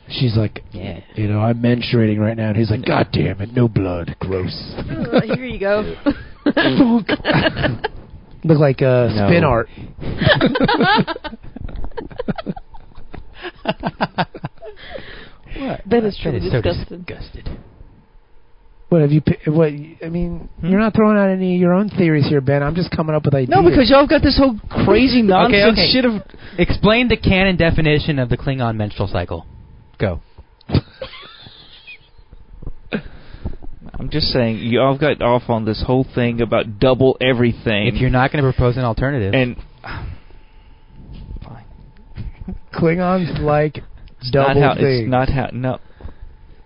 Speaker 5: She's like,
Speaker 7: Yeah.
Speaker 5: you know, I'm menstruating right now, and he's like, God damn it, no blood, gross.
Speaker 4: Uh, Here you go.
Speaker 5: Look like uh,
Speaker 6: No.
Speaker 5: spin art. what?
Speaker 4: that is
Speaker 7: That
Speaker 4: truly
Speaker 7: is so
Speaker 4: disgusting.
Speaker 7: disgusted.
Speaker 5: What have you? pi- What I mean, you're not throwing out any of your own theories here, Ben. I'm just coming up with ideas.
Speaker 6: Hmm? No, because y'all got this whole crazy nonsense
Speaker 7: okay.
Speaker 6: shit of
Speaker 7: Explain the canon definition of the Klingon menstrual cycle. Go.
Speaker 6: I'm just saying, y'all got off on this whole thing about double everything.
Speaker 7: If you're not going to propose an alternative,
Speaker 6: and
Speaker 5: Klingons like
Speaker 6: it's
Speaker 5: double
Speaker 6: not how
Speaker 5: things.
Speaker 6: it's not how no.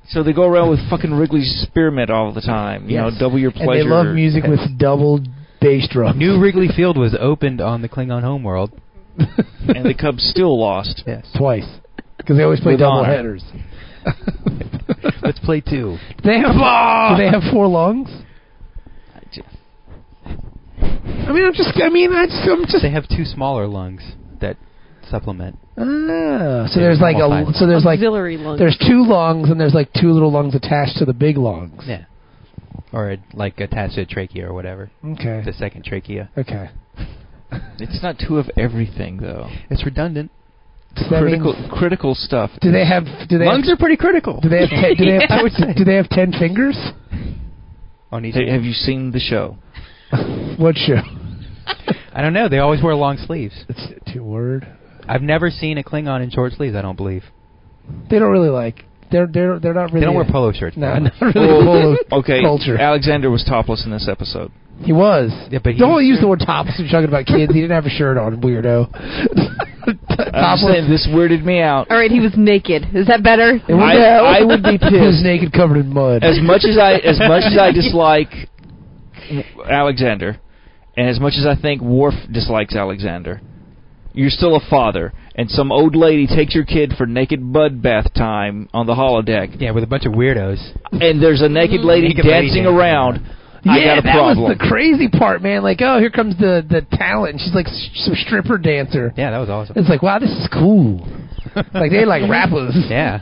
Speaker 6: So they go around with fucking Wrigley's spearmint all the time. You know,
Speaker 5: Yes.
Speaker 6: double your
Speaker 5: and
Speaker 6: pleasure.
Speaker 5: they love music with double bass drums.
Speaker 7: New Wrigley Field was opened on the Klingon homeworld.
Speaker 6: and the Cubs still lost.
Speaker 7: Yes.
Speaker 5: twice because they always play
Speaker 6: With
Speaker 5: double
Speaker 6: honor.
Speaker 5: headers.
Speaker 7: Let's play two.
Speaker 5: They have do they have four lungs? I mean, I'm just. I mean, I just. I'm just.
Speaker 7: They have two smaller lungs that supplement.
Speaker 5: Ah, so
Speaker 7: They
Speaker 5: there's
Speaker 7: have
Speaker 5: like a.
Speaker 7: multi-
Speaker 5: So there's like
Speaker 4: Auxiliary lungs.
Speaker 5: there's two lungs and there's like two little lungs attached to the big lungs.
Speaker 7: Yeah. Or like attached to a trachea or whatever.
Speaker 5: Okay.
Speaker 7: The second trachea.
Speaker 5: Okay.
Speaker 6: It's not two of everything though.
Speaker 7: It's redundant.
Speaker 5: So that
Speaker 6: Critical
Speaker 5: means-
Speaker 6: critical stuff.
Speaker 5: do they have? Do they
Speaker 7: Lungs
Speaker 5: have,
Speaker 7: are pretty critical.
Speaker 5: Do they have? Ten, do, they have
Speaker 4: Yeah. I
Speaker 7: would say.
Speaker 5: do they have ten fingers?
Speaker 7: On each.
Speaker 6: Hey, have you seen the show?
Speaker 5: What show?
Speaker 7: I don't know. They always wear long sleeves.
Speaker 5: It's two word.
Speaker 7: I've never seen a Klingon in short sleeves. I don't believe.
Speaker 5: They don't really like. They're they're they're not really.
Speaker 7: They don't wear
Speaker 5: a-
Speaker 7: polo shirts.
Speaker 5: No,
Speaker 7: though.
Speaker 5: not really. Polo
Speaker 6: Oh, Okay,
Speaker 5: culture.
Speaker 6: Alexander was topless in this episode.
Speaker 5: He was.
Speaker 7: Yeah, but he
Speaker 5: don't
Speaker 7: was-
Speaker 5: use the word topless. You're talking about kids. he didn't have a shirt on, weirdo.
Speaker 6: I'm just saying
Speaker 5: topless.
Speaker 6: this weirded me out.
Speaker 4: All right, he was naked. Is that better?
Speaker 5: It was-
Speaker 6: I-
Speaker 5: no.
Speaker 6: I would be
Speaker 5: He was
Speaker 6: pissed.
Speaker 5: naked, covered in mud.
Speaker 6: as much as I as much as I dislike Alexander, and as much as I think Worf dislikes Alexander, you're still a father, and some old lady takes your kid for naked bud bath time on the holodeck,
Speaker 7: Yeah, with a bunch of weirdos.
Speaker 6: and there's a naked lady
Speaker 7: Naked lady
Speaker 6: dancing
Speaker 7: dancing
Speaker 6: around. I
Speaker 5: yeah,
Speaker 6: got a
Speaker 5: that
Speaker 6: problem.
Speaker 5: was the crazy part, man. Like, oh, here comes the the talent. And she's like s- some stripper dancer.
Speaker 7: Yeah, that was awesome.
Speaker 5: It's like, wow, this is cool. like they like rappers.
Speaker 7: Yeah.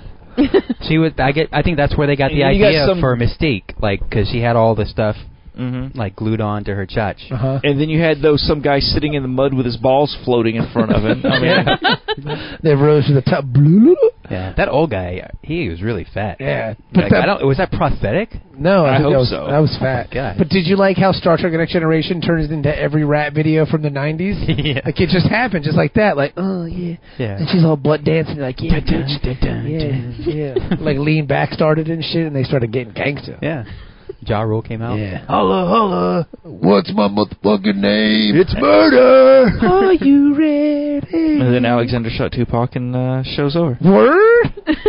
Speaker 7: she was. I get. I think that's where they got the
Speaker 6: And you got
Speaker 7: idea
Speaker 6: some-
Speaker 7: for Mystique, like because she had all the stuff
Speaker 6: mm-hmm.
Speaker 7: like glued on to her chutch.
Speaker 5: Uh-huh.
Speaker 6: And then you had though some guy sitting in the mud with his balls floating in front of him. I mean,
Speaker 5: They rose to the top. Blue.
Speaker 7: Yeah, that old guy. He was really fat.
Speaker 5: Yeah, but
Speaker 7: Like,
Speaker 5: that-
Speaker 7: I don't. Was that prosthetic?
Speaker 5: No, I,
Speaker 6: I
Speaker 5: think
Speaker 6: hope
Speaker 5: that was,
Speaker 6: so. Oh
Speaker 5: That was fat.
Speaker 7: God.
Speaker 5: But did you like how Star Trek: The Next Generation turns into every rap video from the '90s?
Speaker 7: Yeah.
Speaker 5: Like it just happened, just like that. Like, oh yeah,
Speaker 7: Yeah.
Speaker 5: and she's all butt dancing, like yeah,
Speaker 7: Dun-dun,
Speaker 5: bitch,
Speaker 7: dun-dun,
Speaker 5: yeah, yeah. like Lean Back started and shit, and they started getting gangster.
Speaker 7: Yeah. Ja Rule came out.
Speaker 5: Yeah. Holla, holla. What's my motherfucking name?
Speaker 6: It's
Speaker 5: murder. Are you ready?
Speaker 6: and then Alexander shot Tupac, and uh, show's over
Speaker 5: Word?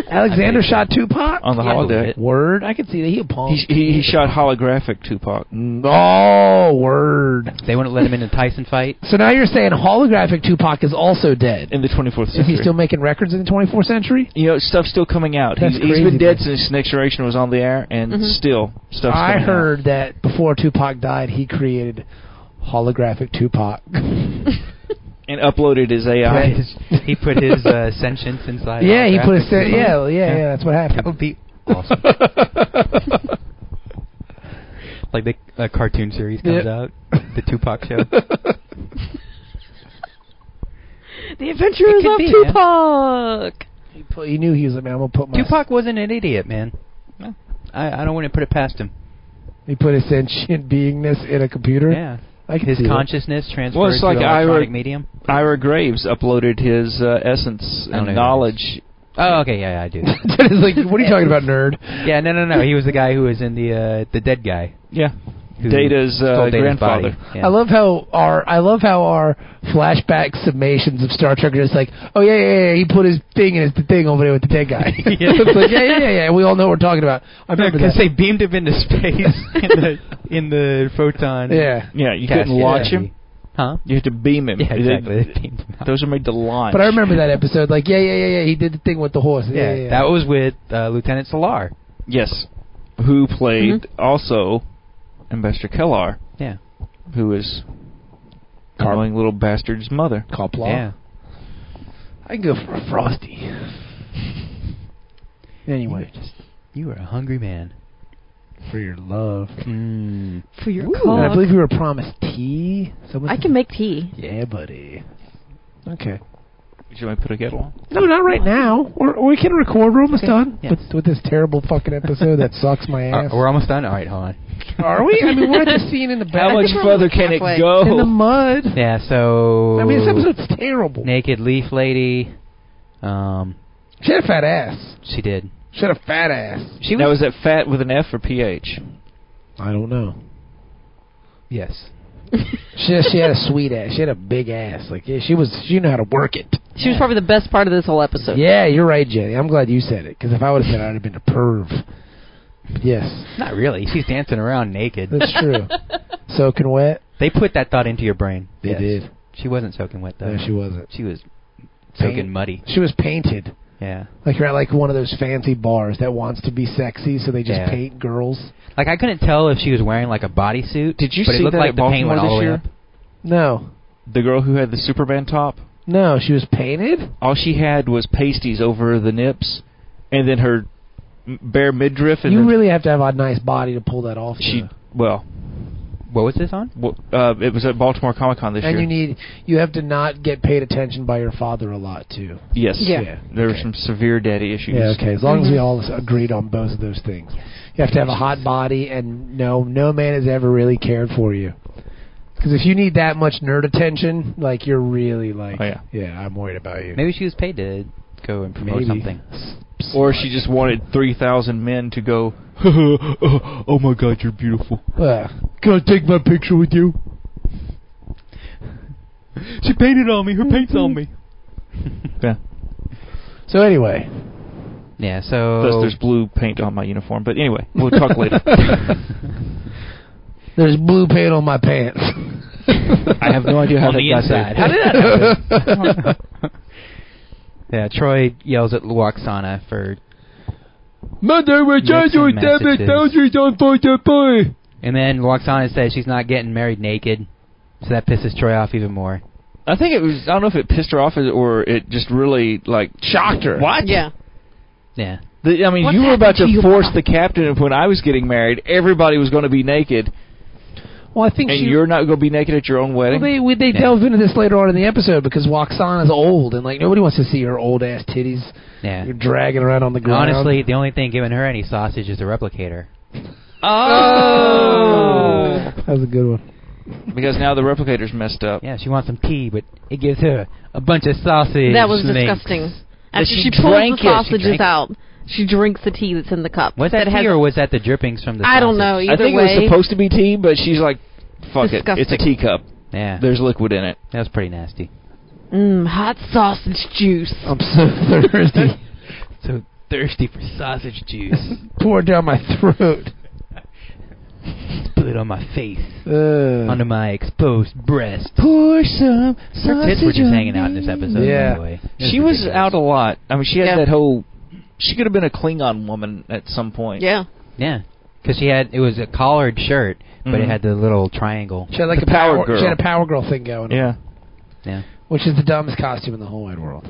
Speaker 5: Alexander shot Tupac?
Speaker 6: on the
Speaker 7: Yeah, I believe
Speaker 6: holodeck.
Speaker 7: it.
Speaker 5: Word? I could see that he a punk.
Speaker 6: He, he he shot holographic Tupac.
Speaker 5: no, Mm, word.
Speaker 7: They wouldn't let him in a Tyson fight.
Speaker 5: So now you're saying holographic Tupac is also dead.
Speaker 6: in the 24th century.
Speaker 5: Is he still making records in the 24th century?
Speaker 6: you know, stuff's still coming out.
Speaker 5: That's
Speaker 6: He's, he's
Speaker 5: crazy,
Speaker 6: been
Speaker 5: man.
Speaker 6: dead since his next generation was on the air, and
Speaker 7: Mm-hmm.
Speaker 6: still stuff's
Speaker 5: I
Speaker 6: coming
Speaker 5: heard that before Tupac died, he created holographic Tupac.
Speaker 6: out. and uploaded his AI.
Speaker 7: he put his uh, sentience inside.
Speaker 5: yeah, he put a
Speaker 7: holographic
Speaker 5: se-
Speaker 7: design.
Speaker 5: yeah, yeah, yeah, That's what
Speaker 7: That
Speaker 5: happened.
Speaker 7: would be awesome. like the a cartoon series comes
Speaker 5: Yeah.
Speaker 7: out, the Tupac show.
Speaker 4: The Adventures
Speaker 7: could
Speaker 4: of
Speaker 7: be, yeah.
Speaker 4: Tupac.
Speaker 5: He, put, he knew he was like, man, I'm gonna put my
Speaker 7: Tupac wasn't an idiot, man.
Speaker 6: No.
Speaker 7: I, I don't want to put it past him.
Speaker 5: He put his sentient beingness in a computer.
Speaker 7: Yeah.
Speaker 5: I can
Speaker 7: His
Speaker 5: see it.
Speaker 7: consciousness transferred
Speaker 6: Well, it's like
Speaker 7: to an
Speaker 6: I
Speaker 7: electronic
Speaker 6: wrote-
Speaker 7: medium.
Speaker 6: Ira Graves uploaded his uh, essence
Speaker 7: I don't know who that
Speaker 6: and
Speaker 7: is.
Speaker 6: knowledge.
Speaker 7: Oh, okay, yeah, yeah, I do.
Speaker 5: It's like, what are you talking about, nerd?
Speaker 7: yeah, no, no, no. He was the guy who was in the uh, the dead guy.
Speaker 6: Yeah,
Speaker 7: Who
Speaker 6: Data's
Speaker 7: stole
Speaker 6: uh,
Speaker 7: Data's
Speaker 6: grandfather.
Speaker 7: body.
Speaker 5: I
Speaker 7: Yeah.
Speaker 5: love how our I love how our flashback summations of Star Trek are just like, oh yeah, yeah, yeah, he put his thing in his thing over there with the dead guy. it's like, yeah, yeah, yeah, yeah, we all know what we're talking about. I remember
Speaker 7: because
Speaker 5: that.
Speaker 7: they beamed him into space in the in the photon.
Speaker 5: yeah,
Speaker 6: Yeah, you
Speaker 7: Casket.
Speaker 6: couldn't watch him.
Speaker 7: Huh?
Speaker 6: You had to beam him.
Speaker 7: Yeah,
Speaker 6: They-
Speaker 7: exactly. They beamed him out.
Speaker 6: Those are made to launch.
Speaker 5: but I remember that episode. Like, yeah, yeah, yeah, yeah, he did the thing with the horse. Yeah, yeah, yeah.
Speaker 7: that was with uh, Lieutenant Solar.
Speaker 6: Yes, who played also Ambassador Kellar,
Speaker 7: Mm-hmm. Yeah.
Speaker 6: who is
Speaker 5: Carp.
Speaker 6: annoying little bastard's mother.
Speaker 5: Coppola.
Speaker 7: Yeah.
Speaker 5: I can go for a frosty. anyway,
Speaker 7: You were, just, you were a hungry man.
Speaker 5: for your love,
Speaker 7: Mm.
Speaker 4: For your
Speaker 5: and I
Speaker 4: cock.
Speaker 5: believe we were promised tea. Someone
Speaker 4: I can make tea.
Speaker 5: Yeah, buddy. Okay.
Speaker 6: Did you want me to put a kettle on?
Speaker 5: No, not right now. We're, we can record. We're almost done
Speaker 7: yes.
Speaker 5: with, with this terrible fucking episode that sucks my
Speaker 7: Uh,
Speaker 5: ass.
Speaker 7: we're almost done. All right, hold on.
Speaker 5: Are we? I mean, we're at the scene in the
Speaker 6: How
Speaker 5: back
Speaker 6: much further can it
Speaker 4: halfway.
Speaker 6: go?
Speaker 5: in the mud.
Speaker 7: Oh. Yeah. So
Speaker 5: I mean, this episode's terrible.
Speaker 7: naked leaf lady. Um,
Speaker 5: She had a fat ass.
Speaker 7: she did.
Speaker 5: She had a fat ass.
Speaker 7: She
Speaker 6: now
Speaker 7: was.
Speaker 6: is that fat with an F or PH?
Speaker 5: I don't know.
Speaker 7: yes.
Speaker 5: She she had a sweet ass. She had a big ass. Like yeah, she was. She knew how to work it.
Speaker 4: She was probably the best part of this whole episode.
Speaker 5: Yeah, you're right, Jenny. I'm glad you said it because if I would have said it, I'd have been a perv. Yes,
Speaker 7: Not really. She's dancing around naked.
Speaker 5: that's true. Soaking wet.
Speaker 7: They put that thought into your brain.
Speaker 5: They
Speaker 7: Yes.
Speaker 5: did.
Speaker 7: She wasn't soaking wet though.
Speaker 5: No, she wasn't.
Speaker 7: She was
Speaker 5: Paint.
Speaker 7: soaking muddy.
Speaker 5: She was painted.
Speaker 7: Yeah.
Speaker 5: Like you're at like one of those fancy bars that wants to be sexy, so they just
Speaker 7: Yeah.
Speaker 5: paint girls.
Speaker 7: Like I couldn't tell if she was wearing like a bodysuit.
Speaker 6: Did you
Speaker 7: but
Speaker 6: see
Speaker 7: it looked
Speaker 6: that
Speaker 7: like
Speaker 6: at
Speaker 7: the paint
Speaker 6: Baltimore
Speaker 7: went all the
Speaker 6: this
Speaker 7: way
Speaker 6: year?
Speaker 7: up.
Speaker 5: No,
Speaker 6: The girl who had the Superman top?
Speaker 5: no, she was painted.
Speaker 6: All she had was pasties over the nips and then her m- bare midriff and
Speaker 5: You
Speaker 6: then
Speaker 5: really have to have a nice body to pull that off.
Speaker 6: she
Speaker 5: though.
Speaker 6: well,
Speaker 7: What was this on?
Speaker 6: w- uh, it was at Baltimore Comic Con this
Speaker 5: and
Speaker 6: year.
Speaker 5: you need you have to not get paid attention by your father a lot too.
Speaker 6: yes.
Speaker 4: Yeah.
Speaker 6: There were some severe daddy issues.
Speaker 5: Yeah, okay. As long as we
Speaker 4: Mhm.
Speaker 6: Mm-hmm.
Speaker 5: all agreed on both of those things, you have to have a hot body, and no, no man has ever really cared for you. Because if you need that much nerd attention, like you're really like,
Speaker 6: Oh, yeah.
Speaker 5: I'm worried about you.
Speaker 7: Maybe she was paid to go and promote
Speaker 5: Maybe.
Speaker 7: something.
Speaker 6: Or she just wanted 3,000 men to go, oh my god, you're beautiful.
Speaker 5: Uh, can I take my picture with you?
Speaker 7: She painted on me. Her paint's on me.
Speaker 6: Yeah.
Speaker 5: So anyway,
Speaker 7: Yeah. So
Speaker 6: Plus, there's blue paint on my uniform. But anyway, we'll talk later.
Speaker 5: there's blue paint on my pants.
Speaker 6: I have no idea how
Speaker 7: on
Speaker 6: that
Speaker 7: the
Speaker 6: got
Speaker 7: inside.
Speaker 6: there.
Speaker 7: How did that happen? yeah. Troy yells at Luoxana for
Speaker 5: Mother, we're
Speaker 7: trying to Mixing establish messages. boundaries
Speaker 5: on Fortune Boy.
Speaker 7: And then Loxana says she's not getting married naked, so that pisses Troy off even more.
Speaker 6: I think it was. I don't know if it pissed her off or- or it just really like shocked her. What?
Speaker 4: Yeah.
Speaker 7: Yeah.
Speaker 6: The, I mean,
Speaker 4: What
Speaker 6: you were about
Speaker 4: happened to
Speaker 6: to
Speaker 4: you,
Speaker 6: force
Speaker 4: Pop?
Speaker 6: the captain. of When I was getting married, everybody was going to be naked,
Speaker 5: Well, I think
Speaker 6: and
Speaker 5: she,
Speaker 6: you're not going to be naked at your own
Speaker 5: Well,
Speaker 6: wedding.
Speaker 5: they we, they
Speaker 7: Yeah.
Speaker 5: delve into this later on in the episode because Waxana's old and like nobody wants to see her old ass titties
Speaker 7: Yeah.
Speaker 5: dragging around on the ground.
Speaker 7: Honestly, the only thing giving her any sausage is the replicator.
Speaker 4: Oh.
Speaker 6: oh,
Speaker 5: Oh! that was a good one.
Speaker 6: because now the replicator's messed up.
Speaker 7: Yeah, she wants some tea, but it gives her a bunch of sausage.
Speaker 4: That was
Speaker 7: links.
Speaker 4: disgusting. After she,
Speaker 6: she
Speaker 4: pulls
Speaker 6: drank
Speaker 4: the
Speaker 6: it. She
Speaker 4: sausages
Speaker 6: drank it.
Speaker 4: out, she drinks the tea that's in the cup.
Speaker 7: Was that,
Speaker 4: has,
Speaker 7: tea or was that the drippings from the
Speaker 4: I don't know.
Speaker 7: sausage?
Speaker 4: Either
Speaker 6: I think
Speaker 4: way,
Speaker 6: it was supposed to be tea, but she's like, "Fuck it, it's a
Speaker 4: Disgusting.
Speaker 6: teacup.
Speaker 7: Yeah.
Speaker 6: There's liquid in it."
Speaker 7: That was pretty nasty.
Speaker 4: mm, hot sausage juice.
Speaker 5: I'm so thirsty.
Speaker 7: So thirsty for sausage juice.
Speaker 5: Pour it down my throat.
Speaker 7: Put it on my face.
Speaker 5: Uh,
Speaker 7: Under my exposed breast.
Speaker 5: pour some
Speaker 7: Her tits were
Speaker 5: sausage
Speaker 7: just
Speaker 5: on
Speaker 7: hanging out in this
Speaker 5: me.
Speaker 7: episode.
Speaker 5: Yeah.
Speaker 7: By the way. It
Speaker 6: She was
Speaker 7: ridiculous.
Speaker 6: out a lot. I mean, she had
Speaker 4: Yeah.
Speaker 6: that whole. She could have been a Klingon woman at some point.
Speaker 4: Yeah.
Speaker 7: Yeah, because she had it was a collared shirt, but
Speaker 5: Mm-hmm.
Speaker 6: Mhm.
Speaker 7: it had the little triangle.
Speaker 5: She had like
Speaker 6: The
Speaker 5: a power.
Speaker 6: power girl.
Speaker 5: She had a power girl thing going, on,
Speaker 6: Yeah.
Speaker 7: Yeah,
Speaker 5: which is the dumbest costume in the whole wide world.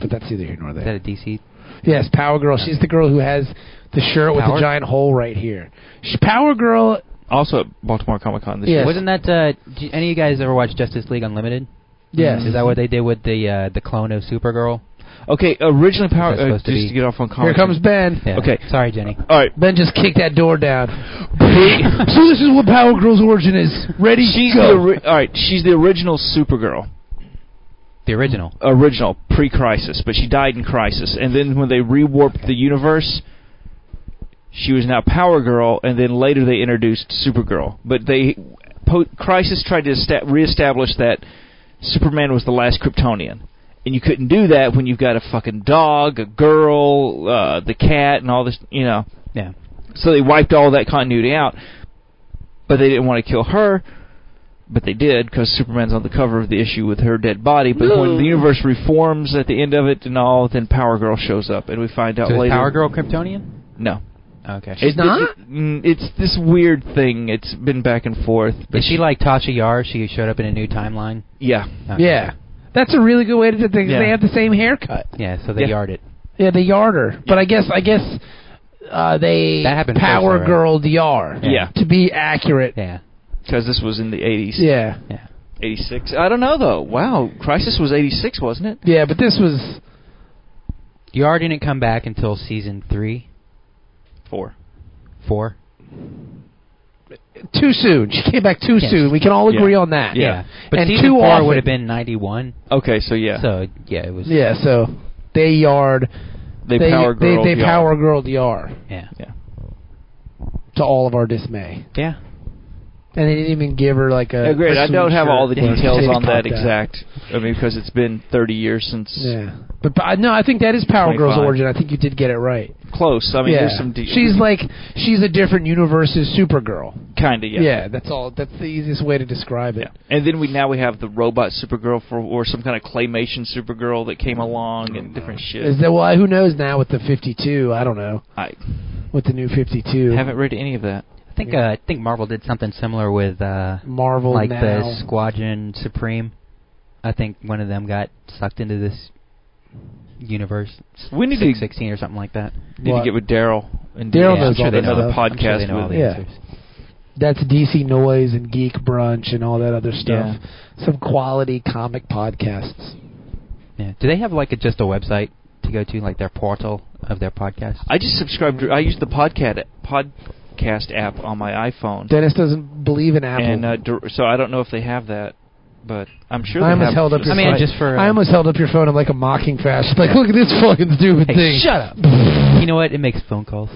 Speaker 5: But that's either here nor
Speaker 7: is
Speaker 5: there.
Speaker 7: that a DC?
Speaker 5: Yes, Power Girl. She's the girl who has the shirt with the
Speaker 7: Power?
Speaker 5: giant hole right here. She, Power Girl.
Speaker 6: Also at Baltimore Comic Con this
Speaker 5: Yeah.
Speaker 6: year.
Speaker 5: Yes.
Speaker 7: Wasn't that uh, d any of you guys ever watch Justice League Unlimited?
Speaker 5: Yes.
Speaker 7: Is that what they did with the uh, the clone of Supergirl?
Speaker 6: Okay, originally Power.
Speaker 7: That's
Speaker 6: Uh,
Speaker 7: supposed
Speaker 6: just
Speaker 7: to be-
Speaker 6: to get off on
Speaker 5: Here
Speaker 6: comics.
Speaker 5: comes Ben.
Speaker 7: Yeah.
Speaker 6: Okay.
Speaker 7: Sorry, Jenny.
Speaker 6: All right.
Speaker 5: Ben just kicked that door down.
Speaker 6: Pre-
Speaker 5: so this is what Power Girl's origin is. Ready?
Speaker 6: she's
Speaker 5: go.
Speaker 6: the ori- all right. She's the original Supergirl.
Speaker 7: The original.
Speaker 6: original pre-crisis, but she died in crisis. And then when they rewarped the universe, she was now Power Girl, and then later they introduced Supergirl. But they po- crisis tried to esta- reestablish that Superman was the last Kryptonian. And you couldn't do that when you've got a fucking dog, a girl, uh, the cat, and all this, you know.
Speaker 7: Yeah.
Speaker 6: So they wiped all that continuity out. But they didn't want to kill her. But they did because Superman's on the cover of the issue with her dead body. But when the universe reforms at the end of it and all, then Power Girl shows up, and we find out
Speaker 7: So is
Speaker 6: later.
Speaker 7: Power Girl Kryptonian?
Speaker 6: No,
Speaker 7: Okay.
Speaker 6: It- it- it- mm, it's this weird thing. It's been back and forth. But
Speaker 7: Is she like Tasha Yar? She showed up in a new timeline.
Speaker 6: yeah,
Speaker 7: Okay.
Speaker 5: Yeah. That's a really good way to think.
Speaker 6: Yeah.
Speaker 5: They have the same haircut.
Speaker 7: Yeah. So they
Speaker 6: Yeah.
Speaker 7: yard it.
Speaker 5: Yeah, the yarder. But I guess I guess uh, they
Speaker 7: That happened
Speaker 5: Power
Speaker 7: first, though,
Speaker 5: Girl DR
Speaker 6: yeah,
Speaker 5: to be accurate.
Speaker 7: Yeah.
Speaker 6: because this was in the eighties,
Speaker 5: Yeah,
Speaker 6: eighty six. I don't know though. Wow, Crisis was eighty six, wasn't it?
Speaker 5: yeah. But this was
Speaker 7: Yar didn't come back until season three,
Speaker 6: Four.
Speaker 7: four.
Speaker 5: too soon. She came back too
Speaker 7: Yes.
Speaker 5: soon. We can all
Speaker 6: Yeah.
Speaker 5: agree on that.
Speaker 6: Yeah.
Speaker 7: But
Speaker 5: And
Speaker 7: season
Speaker 5: too
Speaker 7: four
Speaker 5: often-
Speaker 7: would have been ninety one.
Speaker 6: Okay, so yeah,
Speaker 7: So yeah, it was.
Speaker 5: Yeah. So they yard.
Speaker 6: they, Power Girl.
Speaker 5: They, they
Speaker 6: yeah.
Speaker 5: Power Girl DR
Speaker 7: Yeah.
Speaker 5: to all of our dismay,
Speaker 7: Yeah.
Speaker 5: and they didn't even give her like a.
Speaker 6: Yeah, great. I
Speaker 5: Christmas
Speaker 6: don't have
Speaker 5: shirt
Speaker 6: all the
Speaker 5: when
Speaker 6: details
Speaker 5: she
Speaker 6: on that
Speaker 5: popped out.
Speaker 6: exact. I mean, because it's been 30 years since
Speaker 5: Yeah. But, but I- no, I think that is Power Girl's
Speaker 6: 25.
Speaker 5: origin. I think you did get it right.
Speaker 6: close. I mean,
Speaker 5: yeah.
Speaker 6: there's some. De-
Speaker 5: she's like she's a different universe's Supergirl.
Speaker 6: kind of yeah.
Speaker 5: Yeah. that's all. That's the easiest way to describe it.
Speaker 6: Yeah. And then we now we have the robot Supergirl for or some kind of claymation Supergirl that came along and different shit.
Speaker 5: Is that well? Who knows now with the fifty-two? I don't know
Speaker 6: I
Speaker 5: with the new fifty-two.
Speaker 6: haven't read any of that.
Speaker 7: I think uh, I think Marvel did something similar with uh,
Speaker 5: Marvel
Speaker 7: like
Speaker 5: now.
Speaker 7: the Squadron Supreme. I think one of them got sucked into this universe.
Speaker 6: We need to-
Speaker 7: 16 or something like that.
Speaker 6: Need
Speaker 5: What?
Speaker 6: to get with Daryl. and do
Speaker 5: Daryl
Speaker 6: that.
Speaker 5: knows
Speaker 6: I'm sure
Speaker 5: all
Speaker 6: they
Speaker 5: that
Speaker 6: know the
Speaker 5: stuff.
Speaker 7: I'm sure they
Speaker 6: podcast.
Speaker 7: know all
Speaker 6: with-
Speaker 7: the
Speaker 5: Yeah.
Speaker 7: answers.
Speaker 5: That's DC Noise and Geek Brunch and all that other stuff. Some quality comic podcasts.
Speaker 7: Yeah. Do they have like a, just a website to go to, like their portal of their podcast?
Speaker 6: I just subscribed. to- I use the podcast podcast app on my iPhone,
Speaker 5: Dennis doesn't believe in Apple.
Speaker 6: and uh, dir- so I don't know if they have that, but I'm sure.
Speaker 5: I
Speaker 6: they
Speaker 5: almost
Speaker 6: have
Speaker 5: held up
Speaker 6: this
Speaker 5: your
Speaker 7: I mean,
Speaker 5: phone.
Speaker 7: just for. uh,
Speaker 5: I almost held up your phone in like a mocking fashion. Like, look at this fucking stupid thing.
Speaker 7: Hey, shut up. you know what? It makes phone calls.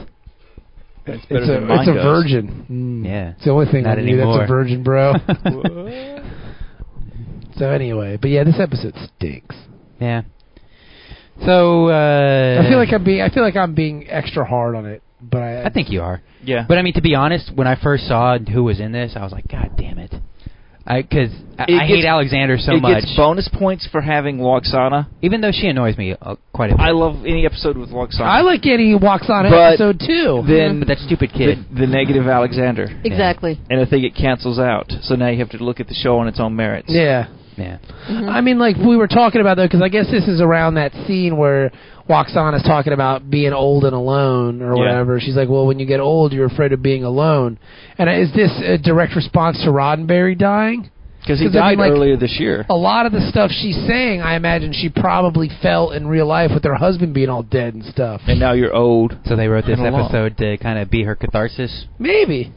Speaker 6: It's, better
Speaker 5: It's a,
Speaker 6: than mine
Speaker 5: it's a
Speaker 6: does.
Speaker 5: virgin. Mm.
Speaker 7: Yeah.
Speaker 5: It's the only thing
Speaker 7: Not
Speaker 5: I knew that's a
Speaker 7: anymore.
Speaker 5: virgin, bro. so anyway, but yeah, this episode stinks.
Speaker 7: yeah. So uh,
Speaker 5: I feel like I'm being I feel like I'm being extra hard on it, but I,
Speaker 7: I think you are.
Speaker 6: Yeah.
Speaker 7: But I mean, to be honest, when I first saw who was in this, I was like, God damn it. I Because I,
Speaker 6: It
Speaker 7: I
Speaker 6: gets-
Speaker 7: hate Alexander so
Speaker 6: it
Speaker 7: much.
Speaker 6: gets bonus points for having Loxana.
Speaker 7: Even though she annoys me uh, quite a bit.
Speaker 6: I love any episode with Loxana.
Speaker 5: I like any walks on
Speaker 6: But
Speaker 5: episode too.
Speaker 6: then
Speaker 7: but that stupid
Speaker 6: the,
Speaker 7: kid.
Speaker 6: the negative Alexander,
Speaker 4: Exactly.
Speaker 6: and I think it cancels out. So now you have to look at the show on its own merits.
Speaker 5: yeah.
Speaker 7: yeah.
Speaker 4: Mhm.
Speaker 5: I mean, like we were talking about though, because I guess this is around that scene where Waxana is talking about being old and alone or
Speaker 6: Yeah.
Speaker 5: whatever. She's like, "Well, when you get old, you're afraid of being alone." And is this a direct response to Roddenberry dying?
Speaker 6: because he
Speaker 5: 'Cause I mean,
Speaker 6: died
Speaker 5: like-
Speaker 6: earlier this year.
Speaker 5: A lot of the stuff she's saying, I imagine she probably felt in real life with her husband being all dead and stuff.
Speaker 6: And now you're old.
Speaker 7: So they wrote this
Speaker 6: And alone.
Speaker 7: episode to kind of be her catharsis.
Speaker 5: Maybe.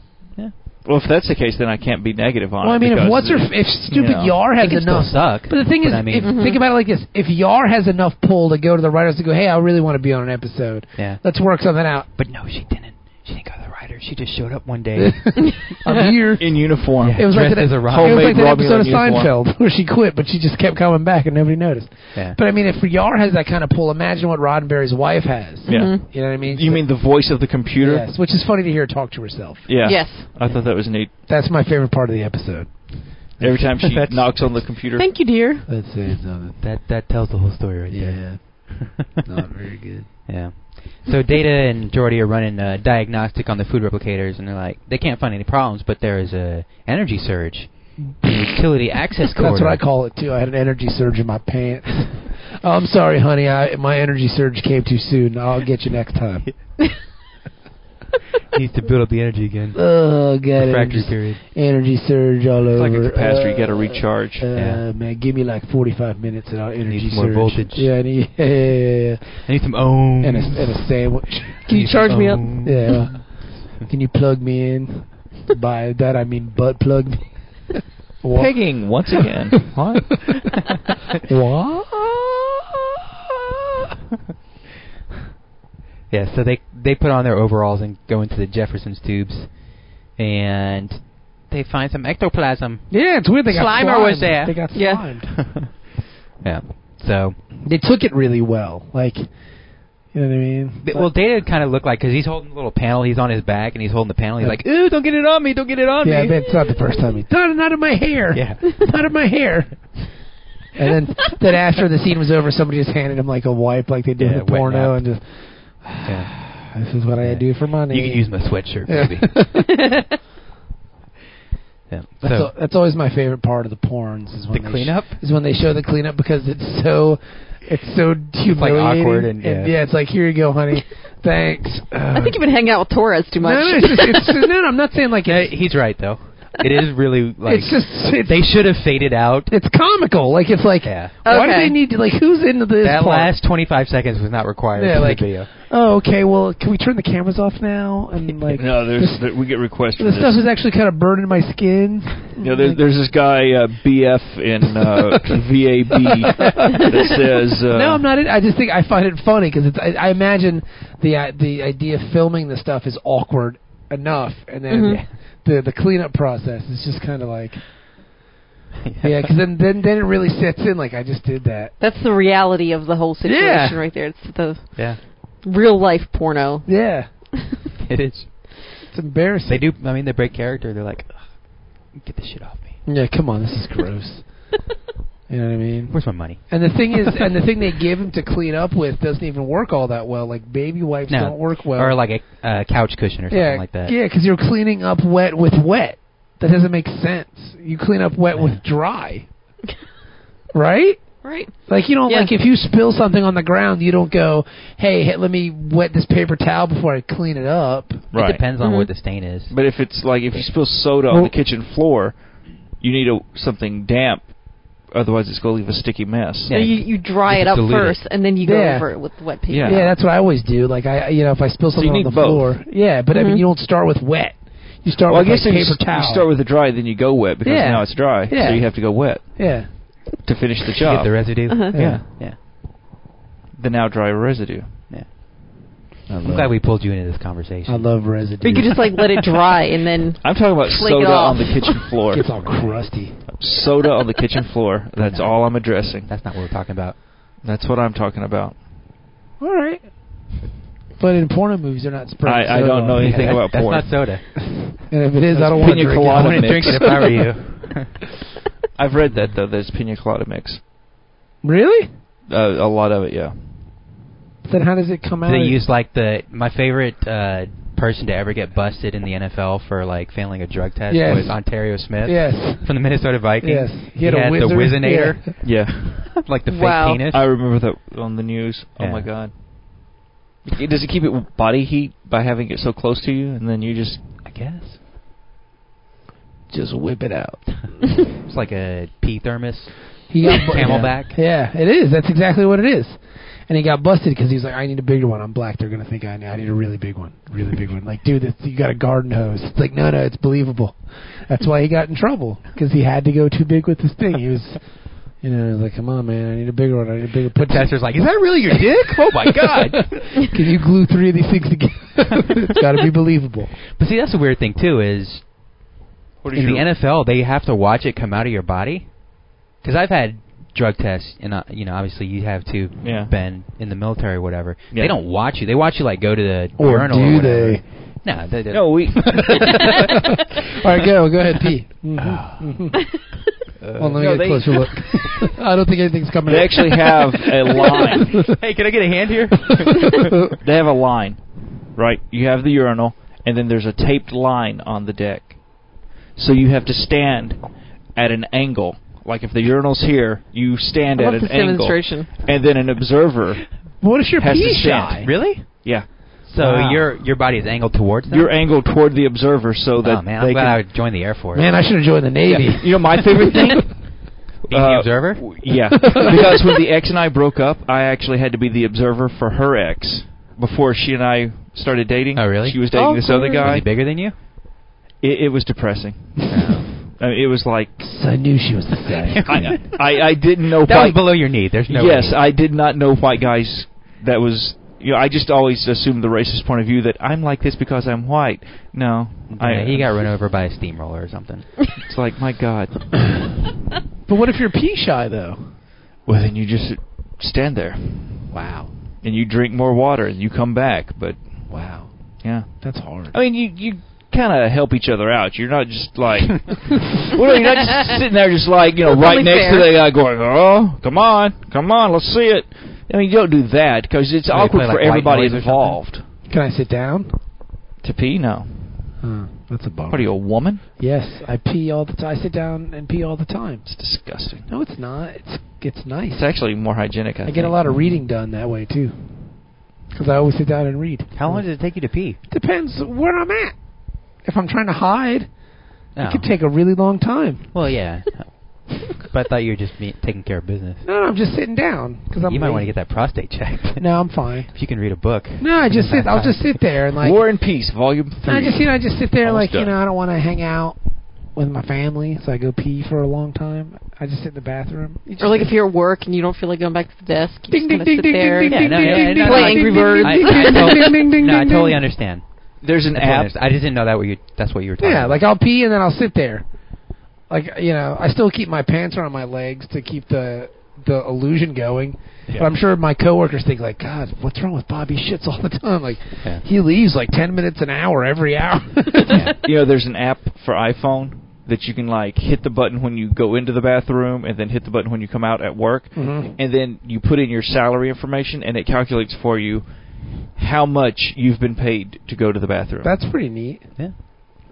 Speaker 6: Well, if that's the case, then I can't be negative on
Speaker 5: Well, I
Speaker 6: it.
Speaker 5: mean, if
Speaker 6: because
Speaker 5: what's her f- if stupid
Speaker 6: you know,
Speaker 5: Yar
Speaker 7: it
Speaker 5: has
Speaker 7: can
Speaker 5: enough.
Speaker 7: still suck.
Speaker 5: But the thing is,
Speaker 7: I mean,
Speaker 5: if, think about it like this: if Yar has enough pull to go to the writers to go, "Hey, I really want to be on an episode.
Speaker 7: yeah.
Speaker 5: Let's work something out."
Speaker 7: But no, she didn't. She didn't go to the writer. She just showed up one day.
Speaker 5: I'm here.
Speaker 6: in uniform,
Speaker 7: Yeah.
Speaker 5: It was like
Speaker 7: Dressed
Speaker 5: that,
Speaker 7: as a
Speaker 5: it
Speaker 7: Robin.
Speaker 5: was like
Speaker 6: Homemade
Speaker 5: that
Speaker 6: Robin
Speaker 5: episode of
Speaker 6: uniform.
Speaker 5: Seinfeld where she quit, but she just kept coming back and nobody noticed.
Speaker 7: yeah.
Speaker 5: But I mean, if Yar has that kind of pull, imagine what Roddenberry's wife has.
Speaker 6: Yeah.
Speaker 4: Mhm.
Speaker 5: You know what I mean?
Speaker 6: you mean the voice of the computer?
Speaker 5: yes, which is funny to hear her talk to herself.
Speaker 6: Yeah.
Speaker 4: Yes.
Speaker 6: I thought that was neat.
Speaker 5: That's my favorite part of the episode.
Speaker 6: Every time she
Speaker 7: That's-
Speaker 6: knocks on the computer,
Speaker 4: Thank you, dear.
Speaker 5: Let's say something.
Speaker 7: that that tells the whole story right there.
Speaker 5: very good.
Speaker 7: yeah. So Data and Jordy are running a diagnostic on the food replicators, and they're like, they can't find any problems, but there is a energy surge, in the utility access corridor.
Speaker 5: That's what I call it too. I had an energy surge in my pants. oh, I'm sorry, honey. I, my energy surge came too soon. I'll get you next time.
Speaker 7: needs to build up the energy again.
Speaker 5: Oh, God.
Speaker 7: Refractory
Speaker 5: energy,
Speaker 7: period.
Speaker 5: energy surge all
Speaker 6: It's
Speaker 5: over.
Speaker 6: like a capacitor, you got to
Speaker 5: Uh,
Speaker 6: recharge.
Speaker 5: Uh,
Speaker 7: Yeah.
Speaker 5: Man, give me like 45 minutes and I'll energy
Speaker 7: Needs more
Speaker 5: surge.
Speaker 7: voltage.
Speaker 5: Yeah, I need, yeah, yeah, yeah, yeah.
Speaker 7: I need some ohms.
Speaker 5: And, a, and a sandwich.
Speaker 4: Can you charge me up?
Speaker 5: Yeah. Can you plug me in? By that I mean butt plug me. What?
Speaker 6: Pegging once again.
Speaker 7: What?
Speaker 5: What?
Speaker 7: yeah, so they they put on their overalls and go into the Jefferson's tubes, and they find some ectoplasm.
Speaker 5: Yeah, it's weird. They got
Speaker 7: Slimer
Speaker 5: slimed.
Speaker 7: was there.
Speaker 5: They got
Speaker 7: Yeah.
Speaker 5: slimed.
Speaker 7: yeah. So,
Speaker 5: They took it really well. Like, you know what I mean?
Speaker 7: th- well, Data kind of looked like because he's holding a little panel. He's on his back and he's holding the panel. He's like, "Ooh, don't get it on me! Don't get it on
Speaker 5: yeah,
Speaker 7: me!"
Speaker 5: that's not the first time he done it out of my hair.
Speaker 7: Yeah.
Speaker 5: out of my hair. And then, then after the scene was over, somebody just handed him like a wipe, like they did in
Speaker 7: Yeah,
Speaker 5: the
Speaker 7: wet
Speaker 5: porno,
Speaker 7: nap.
Speaker 5: and just
Speaker 7: yeah.
Speaker 5: this is what I
Speaker 7: Yeah.
Speaker 5: do for money.
Speaker 7: You can use my sweatshirt,
Speaker 5: Yeah.
Speaker 7: baby. yeah.
Speaker 5: That's,
Speaker 7: So
Speaker 5: al- that's always my favorite part of the porns is
Speaker 7: the
Speaker 5: when they sh-
Speaker 7: cleanup.
Speaker 5: is when they show the cleanup because it's so it's so humiliating.
Speaker 7: awkward and- yeah.
Speaker 5: it's like here you go, honey. Thanks.
Speaker 4: I think you've been hanging out with Torres too
Speaker 5: no,
Speaker 4: much.
Speaker 5: no, it's just, it's, no, no, I'm not saying like
Speaker 7: Yeah,
Speaker 5: it's,
Speaker 7: he's right though. It is really like
Speaker 5: it's just it's,
Speaker 7: they should have faded out.
Speaker 5: it's comical. Like it's like
Speaker 7: Yeah.
Speaker 5: why do
Speaker 4: Okay.
Speaker 5: they need to like who's into this?
Speaker 7: That
Speaker 5: part?
Speaker 7: last 25 seconds was not required
Speaker 5: Yeah,
Speaker 7: for
Speaker 5: like-
Speaker 7: the video.
Speaker 5: Oh, okay. Well, can we turn the cameras off now? And like
Speaker 6: no,
Speaker 5: this-
Speaker 6: there's there, we get requests for
Speaker 5: the
Speaker 6: this.
Speaker 5: stuff is actually kind of burning my skin.
Speaker 6: you know, there's, there's this guy uh, BF in uh, VAB that says. Uh,
Speaker 5: no, I'm not. in- I just think I find it funny because I, I imagine the i- the idea of filming the stuff is awkward enough, and then
Speaker 7: Mm-hmm.
Speaker 4: Mhm.
Speaker 5: the the cleanup process is just kind of like yeah, because then, then then it really sets in. Like I just did that.
Speaker 4: That's the reality of the whole situation
Speaker 5: Yeah.
Speaker 4: right there. It's the
Speaker 7: Yeah,
Speaker 4: real life porno.
Speaker 5: Yeah,
Speaker 7: it is.
Speaker 5: it's embarrassing.
Speaker 7: They do. I mean, they break character. They're like, "Ugh, get this shit off me.
Speaker 5: Yeah, come on, this is gross. you know what I mean?
Speaker 7: Where's my money?
Speaker 5: And the thing is, and the thing they give him to clean up with doesn't even work all that well. Like baby wipes
Speaker 7: No.
Speaker 5: don't work well.
Speaker 7: or like a uh, couch cushion or something
Speaker 5: yeah,
Speaker 7: like that.
Speaker 5: yeah, because you're cleaning up wet with wet. That doesn't make sense. You clean up wet with dry, right?
Speaker 4: Right.
Speaker 5: Like you don't
Speaker 4: Yeah.
Speaker 5: like if you spill something on the ground, you don't go, "Hey, hey, let me wet this paper towel before I clean it up."
Speaker 7: It
Speaker 6: right.
Speaker 7: depends on
Speaker 4: Mhm.
Speaker 5: Mm-hmm.
Speaker 7: what the stain is.
Speaker 6: But if it's like if you spill soda on
Speaker 5: Well-
Speaker 6: the kitchen floor, you need a, something damp, otherwise it's going to leave a sticky mess.
Speaker 7: Yeah.
Speaker 4: So you, you dry
Speaker 7: You
Speaker 4: it
Speaker 7: just
Speaker 4: up
Speaker 7: dilute it.
Speaker 4: first, and then you go
Speaker 5: Yeah.
Speaker 4: over it with wet paper.
Speaker 6: Yeah.
Speaker 5: Yeah, that's what I always do. Like I, you know, if I spill
Speaker 6: you
Speaker 5: something on
Speaker 6: need
Speaker 5: the
Speaker 6: both.
Speaker 5: floor, yeah. But I mean,
Speaker 4: Mhm.
Speaker 5: you don't start with wet. You start
Speaker 6: Well, I
Speaker 5: with
Speaker 6: guess
Speaker 5: like, paper
Speaker 6: if you, s-
Speaker 5: towel.
Speaker 6: you start with the dry, then you go wet because
Speaker 5: Yeah.
Speaker 6: now it's dry,
Speaker 5: Yeah.
Speaker 6: so you have to go wet
Speaker 5: yeah,
Speaker 6: to finish the
Speaker 7: You
Speaker 6: job.
Speaker 7: get the residue.
Speaker 4: Uh-huh.
Speaker 5: Yeah.
Speaker 7: yeah.
Speaker 6: the now dry residue.
Speaker 7: I'm glad we pulled you into this conversation.
Speaker 5: I love residue.
Speaker 4: Or you could just like let it dry and then
Speaker 6: I'm talking about
Speaker 4: Flick it
Speaker 6: soda
Speaker 4: off.
Speaker 6: on the kitchen floor.
Speaker 5: It's all crusty.
Speaker 6: soda on the kitchen floor. That's all I'm addressing.
Speaker 7: That's not what we're talking about.
Speaker 6: That's what I'm talking about.
Speaker 5: All right. But in porno movies, they're not spreading.
Speaker 6: I- I
Speaker 5: soda
Speaker 6: don't know
Speaker 5: on it.
Speaker 6: anything
Speaker 7: Yeah,
Speaker 6: about
Speaker 7: that's
Speaker 6: porn.
Speaker 7: That's not soda.
Speaker 5: And if it is, I don't want to
Speaker 6: Pina
Speaker 5: drink
Speaker 6: colada
Speaker 7: I
Speaker 5: it.
Speaker 7: wouldn't drink
Speaker 6: mix.
Speaker 7: it if I were you.
Speaker 6: I've read that though. There's pina colada mix.
Speaker 5: Really?
Speaker 6: Uh, a lot of it, yeah.
Speaker 5: Then how does it come out?
Speaker 7: they use like the my favorite uh, person to ever get busted in the NFL for like failing a drug test
Speaker 5: Yes.
Speaker 7: was Ontario Smith
Speaker 5: yes.
Speaker 7: from the Minnesota
Speaker 5: Yes.
Speaker 7: Vikings. He had, the
Speaker 5: wizard.
Speaker 7: Wizinator,
Speaker 5: Yeah.
Speaker 6: Yeah,
Speaker 7: like the fake
Speaker 4: Wow.
Speaker 7: penis.
Speaker 6: I remember that on the news. Oh
Speaker 7: Yeah.
Speaker 6: my god. It- Does it keep it body heat by having it so close to you, and then you just
Speaker 7: I guess
Speaker 6: just whip it out?
Speaker 7: it's like a pee thermos.
Speaker 5: He got bu-
Speaker 7: Camelback.
Speaker 5: Yeah. yeah, it is. That's exactly what it is. And he got busted because he was like, "I need a bigger one. I'm black. They're gonna think I need, I need a really big one, really big one." Like, dude, this, you got a garden hose. It's like, no, no, it's believable. That's why he got in trouble because he had to go too big with this thing. He was, you know, he was like, "Come on, man, I need a bigger one. I need a bigger." Put
Speaker 7: Tester's like, is that really your dick? Oh my god!
Speaker 5: Can you glue three of these things together? it's got to be believable.
Speaker 7: but see, that's the weird thing too is
Speaker 6: What
Speaker 7: in the NFL they have to watch it come out of your body. Because I've had drug tests, and uh, you know, obviously you have to
Speaker 6: Yeah.
Speaker 7: been in the military or whatever.
Speaker 6: Yeah.
Speaker 7: They don't watch you. They watch you like go to the
Speaker 5: Or
Speaker 7: urinal
Speaker 5: do
Speaker 7: or whatever.
Speaker 5: they?
Speaker 7: No, they, they
Speaker 6: No, we.
Speaker 5: All right, go go ahead, pee. Mhm, mhm. well, let me
Speaker 6: no,
Speaker 5: get a
Speaker 6: they-
Speaker 5: closer look. I don't think anything's coming.
Speaker 6: They
Speaker 5: out.
Speaker 6: actually have a line.
Speaker 7: hey, can I get a hand here?
Speaker 6: They have a line, right? You have the urinal, and then there's a taped line on the deck. So you have to stand at an angle. Like if the urinal's here, you stand
Speaker 4: I
Speaker 6: at
Speaker 4: love
Speaker 6: an
Speaker 4: this
Speaker 6: angle,
Speaker 4: demonstration.
Speaker 6: and then an observer
Speaker 5: What if you're
Speaker 6: has to
Speaker 5: pee
Speaker 6: stand.
Speaker 5: shy?
Speaker 7: really?
Speaker 6: Yeah.
Speaker 7: So
Speaker 5: Wow.
Speaker 7: your your body is angled towards them.
Speaker 6: You're angled toward the observer so that
Speaker 7: oh man, I'm
Speaker 6: they
Speaker 7: glad
Speaker 6: can.
Speaker 7: I would join the Air Force.
Speaker 5: Man, I should have joined the Navy.
Speaker 6: Yeah. You know my favorite thing.
Speaker 7: Being
Speaker 6: uh,
Speaker 7: the observer.
Speaker 6: Yeah, because when the ex and I broke up, I actually had to be the observer for her ex before she and I started dating.
Speaker 7: Oh, really?
Speaker 6: She was dating
Speaker 4: Oh,
Speaker 6: this
Speaker 4: cool.
Speaker 6: other
Speaker 7: Is
Speaker 6: guy.
Speaker 7: he bigger than you?
Speaker 6: It, it was depressing. I mean, it was like
Speaker 5: I knew she was the same.
Speaker 6: I, I, I didn't know.
Speaker 7: That was
Speaker 6: white,
Speaker 7: below your knee. There's no.
Speaker 6: yes,
Speaker 7: way.
Speaker 6: I did not know white guys. That was you know I just always assumed the racist point of view that I'm like this because I'm white. No, I,
Speaker 7: Yeah, he got run over by a steamroller or something.
Speaker 6: It's like my God.
Speaker 5: but what if you're pea shy though?
Speaker 6: Well, then you just stand there
Speaker 5: Wow.
Speaker 6: and you drink more water and you come back. But
Speaker 5: Wow.
Speaker 6: yeah,
Speaker 5: That's hard.
Speaker 6: I mean you you kind of help each other out. You're not just like well, you're not just sitting there just like you know
Speaker 4: That's
Speaker 6: right
Speaker 4: only
Speaker 6: next
Speaker 4: fair.
Speaker 6: to the guy going oh come on come on let's see it. I mean you don't do that because it's
Speaker 7: Oh, you
Speaker 6: awkward
Speaker 7: play, like,
Speaker 6: for
Speaker 7: white
Speaker 6: everybody
Speaker 7: noise or something?
Speaker 6: involved.
Speaker 5: Can I sit down?
Speaker 6: To pee? No.
Speaker 5: Huh, that's a bummer.
Speaker 6: What are you, a woman?
Speaker 5: Yes, I pee all the time. I sit down and pee all the time.
Speaker 6: It's disgusting.
Speaker 5: No, it's not. It's it's nice.
Speaker 6: It's actually more hygienic. I,
Speaker 5: I get a
Speaker 6: think.
Speaker 5: lot of reading done that way too, because I always sit down and read.
Speaker 7: How long did it take you to pee?
Speaker 5: Depends where I'm at. If I'm trying to hide,
Speaker 7: No.
Speaker 5: it could take a really long time.
Speaker 7: Oh. Well, yeah. but I thought you were just me- taking care of business.
Speaker 5: No, I'm just sitting down because I'm.
Speaker 7: you might want to get that prostate checked.
Speaker 5: No, I'm fine.
Speaker 7: If you can read a book.
Speaker 5: No, I just sit. I'll just sit there and like.
Speaker 6: War and Peace, Volume
Speaker 5: No,
Speaker 6: Three.
Speaker 5: I just you know I just sit there
Speaker 6: Almost
Speaker 5: like you
Speaker 6: done.
Speaker 5: know I don't want to hang out with my family, so I go pee for a long time. I just sit in the bathroom. You just
Speaker 4: Or like
Speaker 5: sit-
Speaker 4: if you're at work and you don't feel like going back to the desk, you
Speaker 5: Ding,
Speaker 4: just kind
Speaker 5: ding, ding,
Speaker 4: of sit
Speaker 5: ding,
Speaker 4: there.
Speaker 5: ding, ding,
Speaker 7: Yeah, no,
Speaker 5: ding,
Speaker 7: yeah,
Speaker 5: ding,
Speaker 7: yeah,
Speaker 5: ding,
Speaker 7: no,
Speaker 5: ding,
Speaker 7: no,
Speaker 4: Angry
Speaker 5: ding,
Speaker 4: Birds.
Speaker 5: ding,
Speaker 7: I,
Speaker 5: ding,
Speaker 7: I
Speaker 5: ding,
Speaker 7: tot-
Speaker 5: ding, ding, ding,
Speaker 7: no, I
Speaker 5: ding,
Speaker 7: totally
Speaker 5: ding.
Speaker 7: understand.
Speaker 6: There's an
Speaker 7: I, totally
Speaker 6: app.
Speaker 7: understand. I just didn't know that what you that's what you were talking
Speaker 5: Yeah,
Speaker 7: about.
Speaker 5: like I'll pee and then I'll sit there. Like you know, I still keep my pants around my legs to keep the the illusion going. But I'm sure my coworkers think like, God, what's wrong with Bobby? He Shits all the time. Like
Speaker 7: Yeah.
Speaker 5: he leaves like ten minutes an hour every hour.
Speaker 6: You know, there's an app for iPhone that you can like hit the button when you go into the bathroom, and then hit the button when you come out at work,
Speaker 5: Mhm.
Speaker 6: and then you put in your salary information, and it calculates for you how much you've been paid to go to the bathroom.
Speaker 5: That's pretty neat.
Speaker 7: Yeah.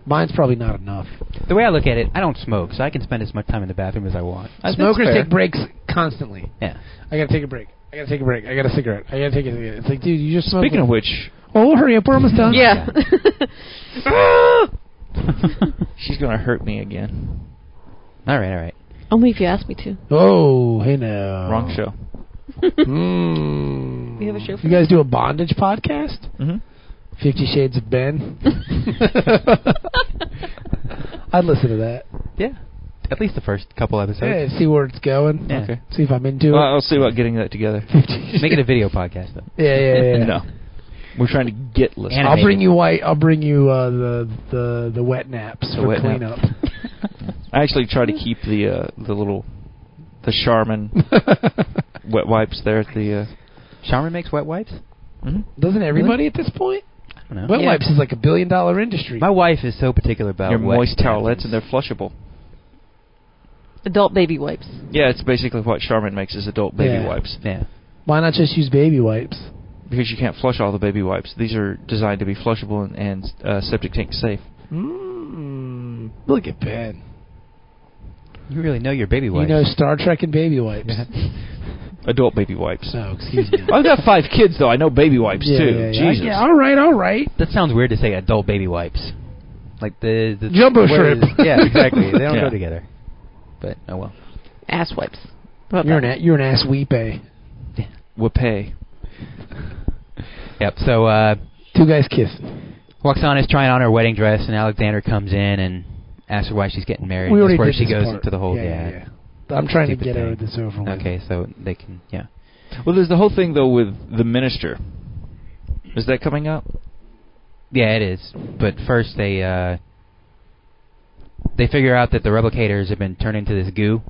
Speaker 5: Mine's probably not enough.
Speaker 7: The way I look at it, I don't smoke, so I can spend as much time in the bathroom as I want.
Speaker 6: I think
Speaker 5: Smokers
Speaker 6: it's fair.
Speaker 5: take breaks constantly.
Speaker 7: Yeah.
Speaker 5: I gotta take a break. I gotta take a break. I got a cigarette. I gotta take a cigarette. It's like, dude, you just smoked.
Speaker 6: Speaking of which,
Speaker 5: oh, hurry up, we're almost done.
Speaker 4: Yeah.
Speaker 6: she's gonna hurt me again.
Speaker 7: All right, all right.
Speaker 4: Only if you ask me to.
Speaker 5: Oh, hey now.
Speaker 6: Wrong show.
Speaker 5: Mm.
Speaker 4: We have a show for
Speaker 5: You guys do a bondage podcast?
Speaker 6: Mm-hmm.
Speaker 5: Fifty Shades of Ben. I'd listen to that.
Speaker 7: Yeah. At least the first couple episodes.
Speaker 5: Yeah, see where it's going.
Speaker 7: Yeah.
Speaker 6: Okay.
Speaker 5: See if I'm into
Speaker 6: Well,
Speaker 5: it.
Speaker 6: I'll see about getting that together.
Speaker 7: Make it a video podcast though.
Speaker 5: Yeah, yeah, yeah. yeah.
Speaker 6: No, we're trying to get listeners.
Speaker 5: I'll
Speaker 7: Animated.
Speaker 5: bring you white. I'll bring you uh, the the the wet naps
Speaker 6: The
Speaker 5: for
Speaker 6: wet nap.
Speaker 5: cleanup.
Speaker 6: I actually try to keep the uh, the little the Charmin wet wipes there at the.
Speaker 7: Sharma makes wet wipes?
Speaker 6: Uh, mhm.
Speaker 5: Doesn't everybody at this point?
Speaker 7: I don't know.
Speaker 5: Wet
Speaker 4: Yeah.
Speaker 5: wipes is like a billion dollar industry.
Speaker 7: My wife is so particular about
Speaker 6: Your
Speaker 7: wet
Speaker 6: moist towelettes
Speaker 7: bathrooms.
Speaker 6: and they're flushable.
Speaker 4: Adult baby wipes.
Speaker 6: Yeah, it's basically what Charmin makes is adult baby
Speaker 5: Yeah.
Speaker 6: wipes
Speaker 7: Yeah.
Speaker 5: Why not just use baby wipes?
Speaker 6: because you can't flush all the baby wipes. These are designed to be flushable and, and uh, septic tank safe.
Speaker 5: Mm, look at Ben.
Speaker 7: You really know your baby
Speaker 5: You
Speaker 7: wipes.
Speaker 5: know Star Trek and baby wipes.
Speaker 6: Adult baby wipes.
Speaker 5: No, excuse me.
Speaker 6: I've got five kids though. I know baby wipes
Speaker 5: Yeah,
Speaker 6: too.
Speaker 5: yeah, yeah.
Speaker 6: Jesus.
Speaker 5: Yeah, all right, all right.
Speaker 7: that sounds weird to say adult baby wipes. Like the, the
Speaker 5: Jumbo
Speaker 7: where
Speaker 5: shrimp.
Speaker 7: is- yeah, exactly. They don't
Speaker 6: Yeah.
Speaker 7: go together. But oh well.
Speaker 4: Ass wipes. How about
Speaker 5: You're an
Speaker 4: that?
Speaker 5: a- you're an ass weepe.
Speaker 6: Wapay.
Speaker 7: Yep. So uh
Speaker 5: Two guys kissing.
Speaker 7: Waxana's trying on her wedding dress, and Alexander comes in and asks her why she's getting married.
Speaker 5: we
Speaker 7: That's
Speaker 5: already
Speaker 7: where
Speaker 5: did
Speaker 7: she
Speaker 5: this
Speaker 7: goes
Speaker 5: part.
Speaker 7: into the whole
Speaker 5: yeah. yeah, yeah. I'm trying to
Speaker 7: Stupid
Speaker 5: get out
Speaker 7: thing.
Speaker 5: of this over with.
Speaker 7: Okay, so they can yeah.
Speaker 6: Well, there's the whole thing though with the minister. Is that coming up?
Speaker 7: Yeah, it is. But first they uh they figure out that the replicators have been turned into this goo,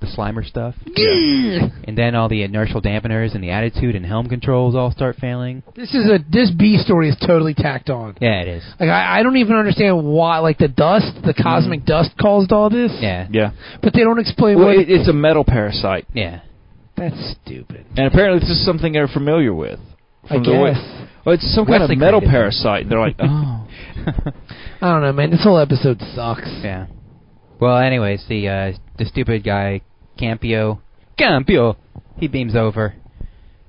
Speaker 7: the slimer stuff. And then all the inertial dampeners and the attitude and helm controls all start failing.
Speaker 5: This is a this B story is totally tacked on.
Speaker 7: Yeah, it is.
Speaker 5: Like I, I don't even understand why. Like the dust, the cosmic dust caused all this.
Speaker 7: Yeah.
Speaker 6: Yeah.
Speaker 5: But they don't explain
Speaker 6: Well,
Speaker 5: what.
Speaker 6: it, it's a metal parasite,
Speaker 7: Yeah.
Speaker 5: That's stupid.
Speaker 6: and apparently this is something they're familiar with.
Speaker 5: I
Speaker 6: from the way-
Speaker 5: guess.
Speaker 6: Well, it's some kind
Speaker 7: Wesley
Speaker 6: of metal
Speaker 7: created them.
Speaker 6: parasite. and They're like, oh,
Speaker 5: I don't know, man. This whole episode sucks.
Speaker 7: Yeah. Well, anyways, the uh, the stupid guy Campio, Campio, he beams over,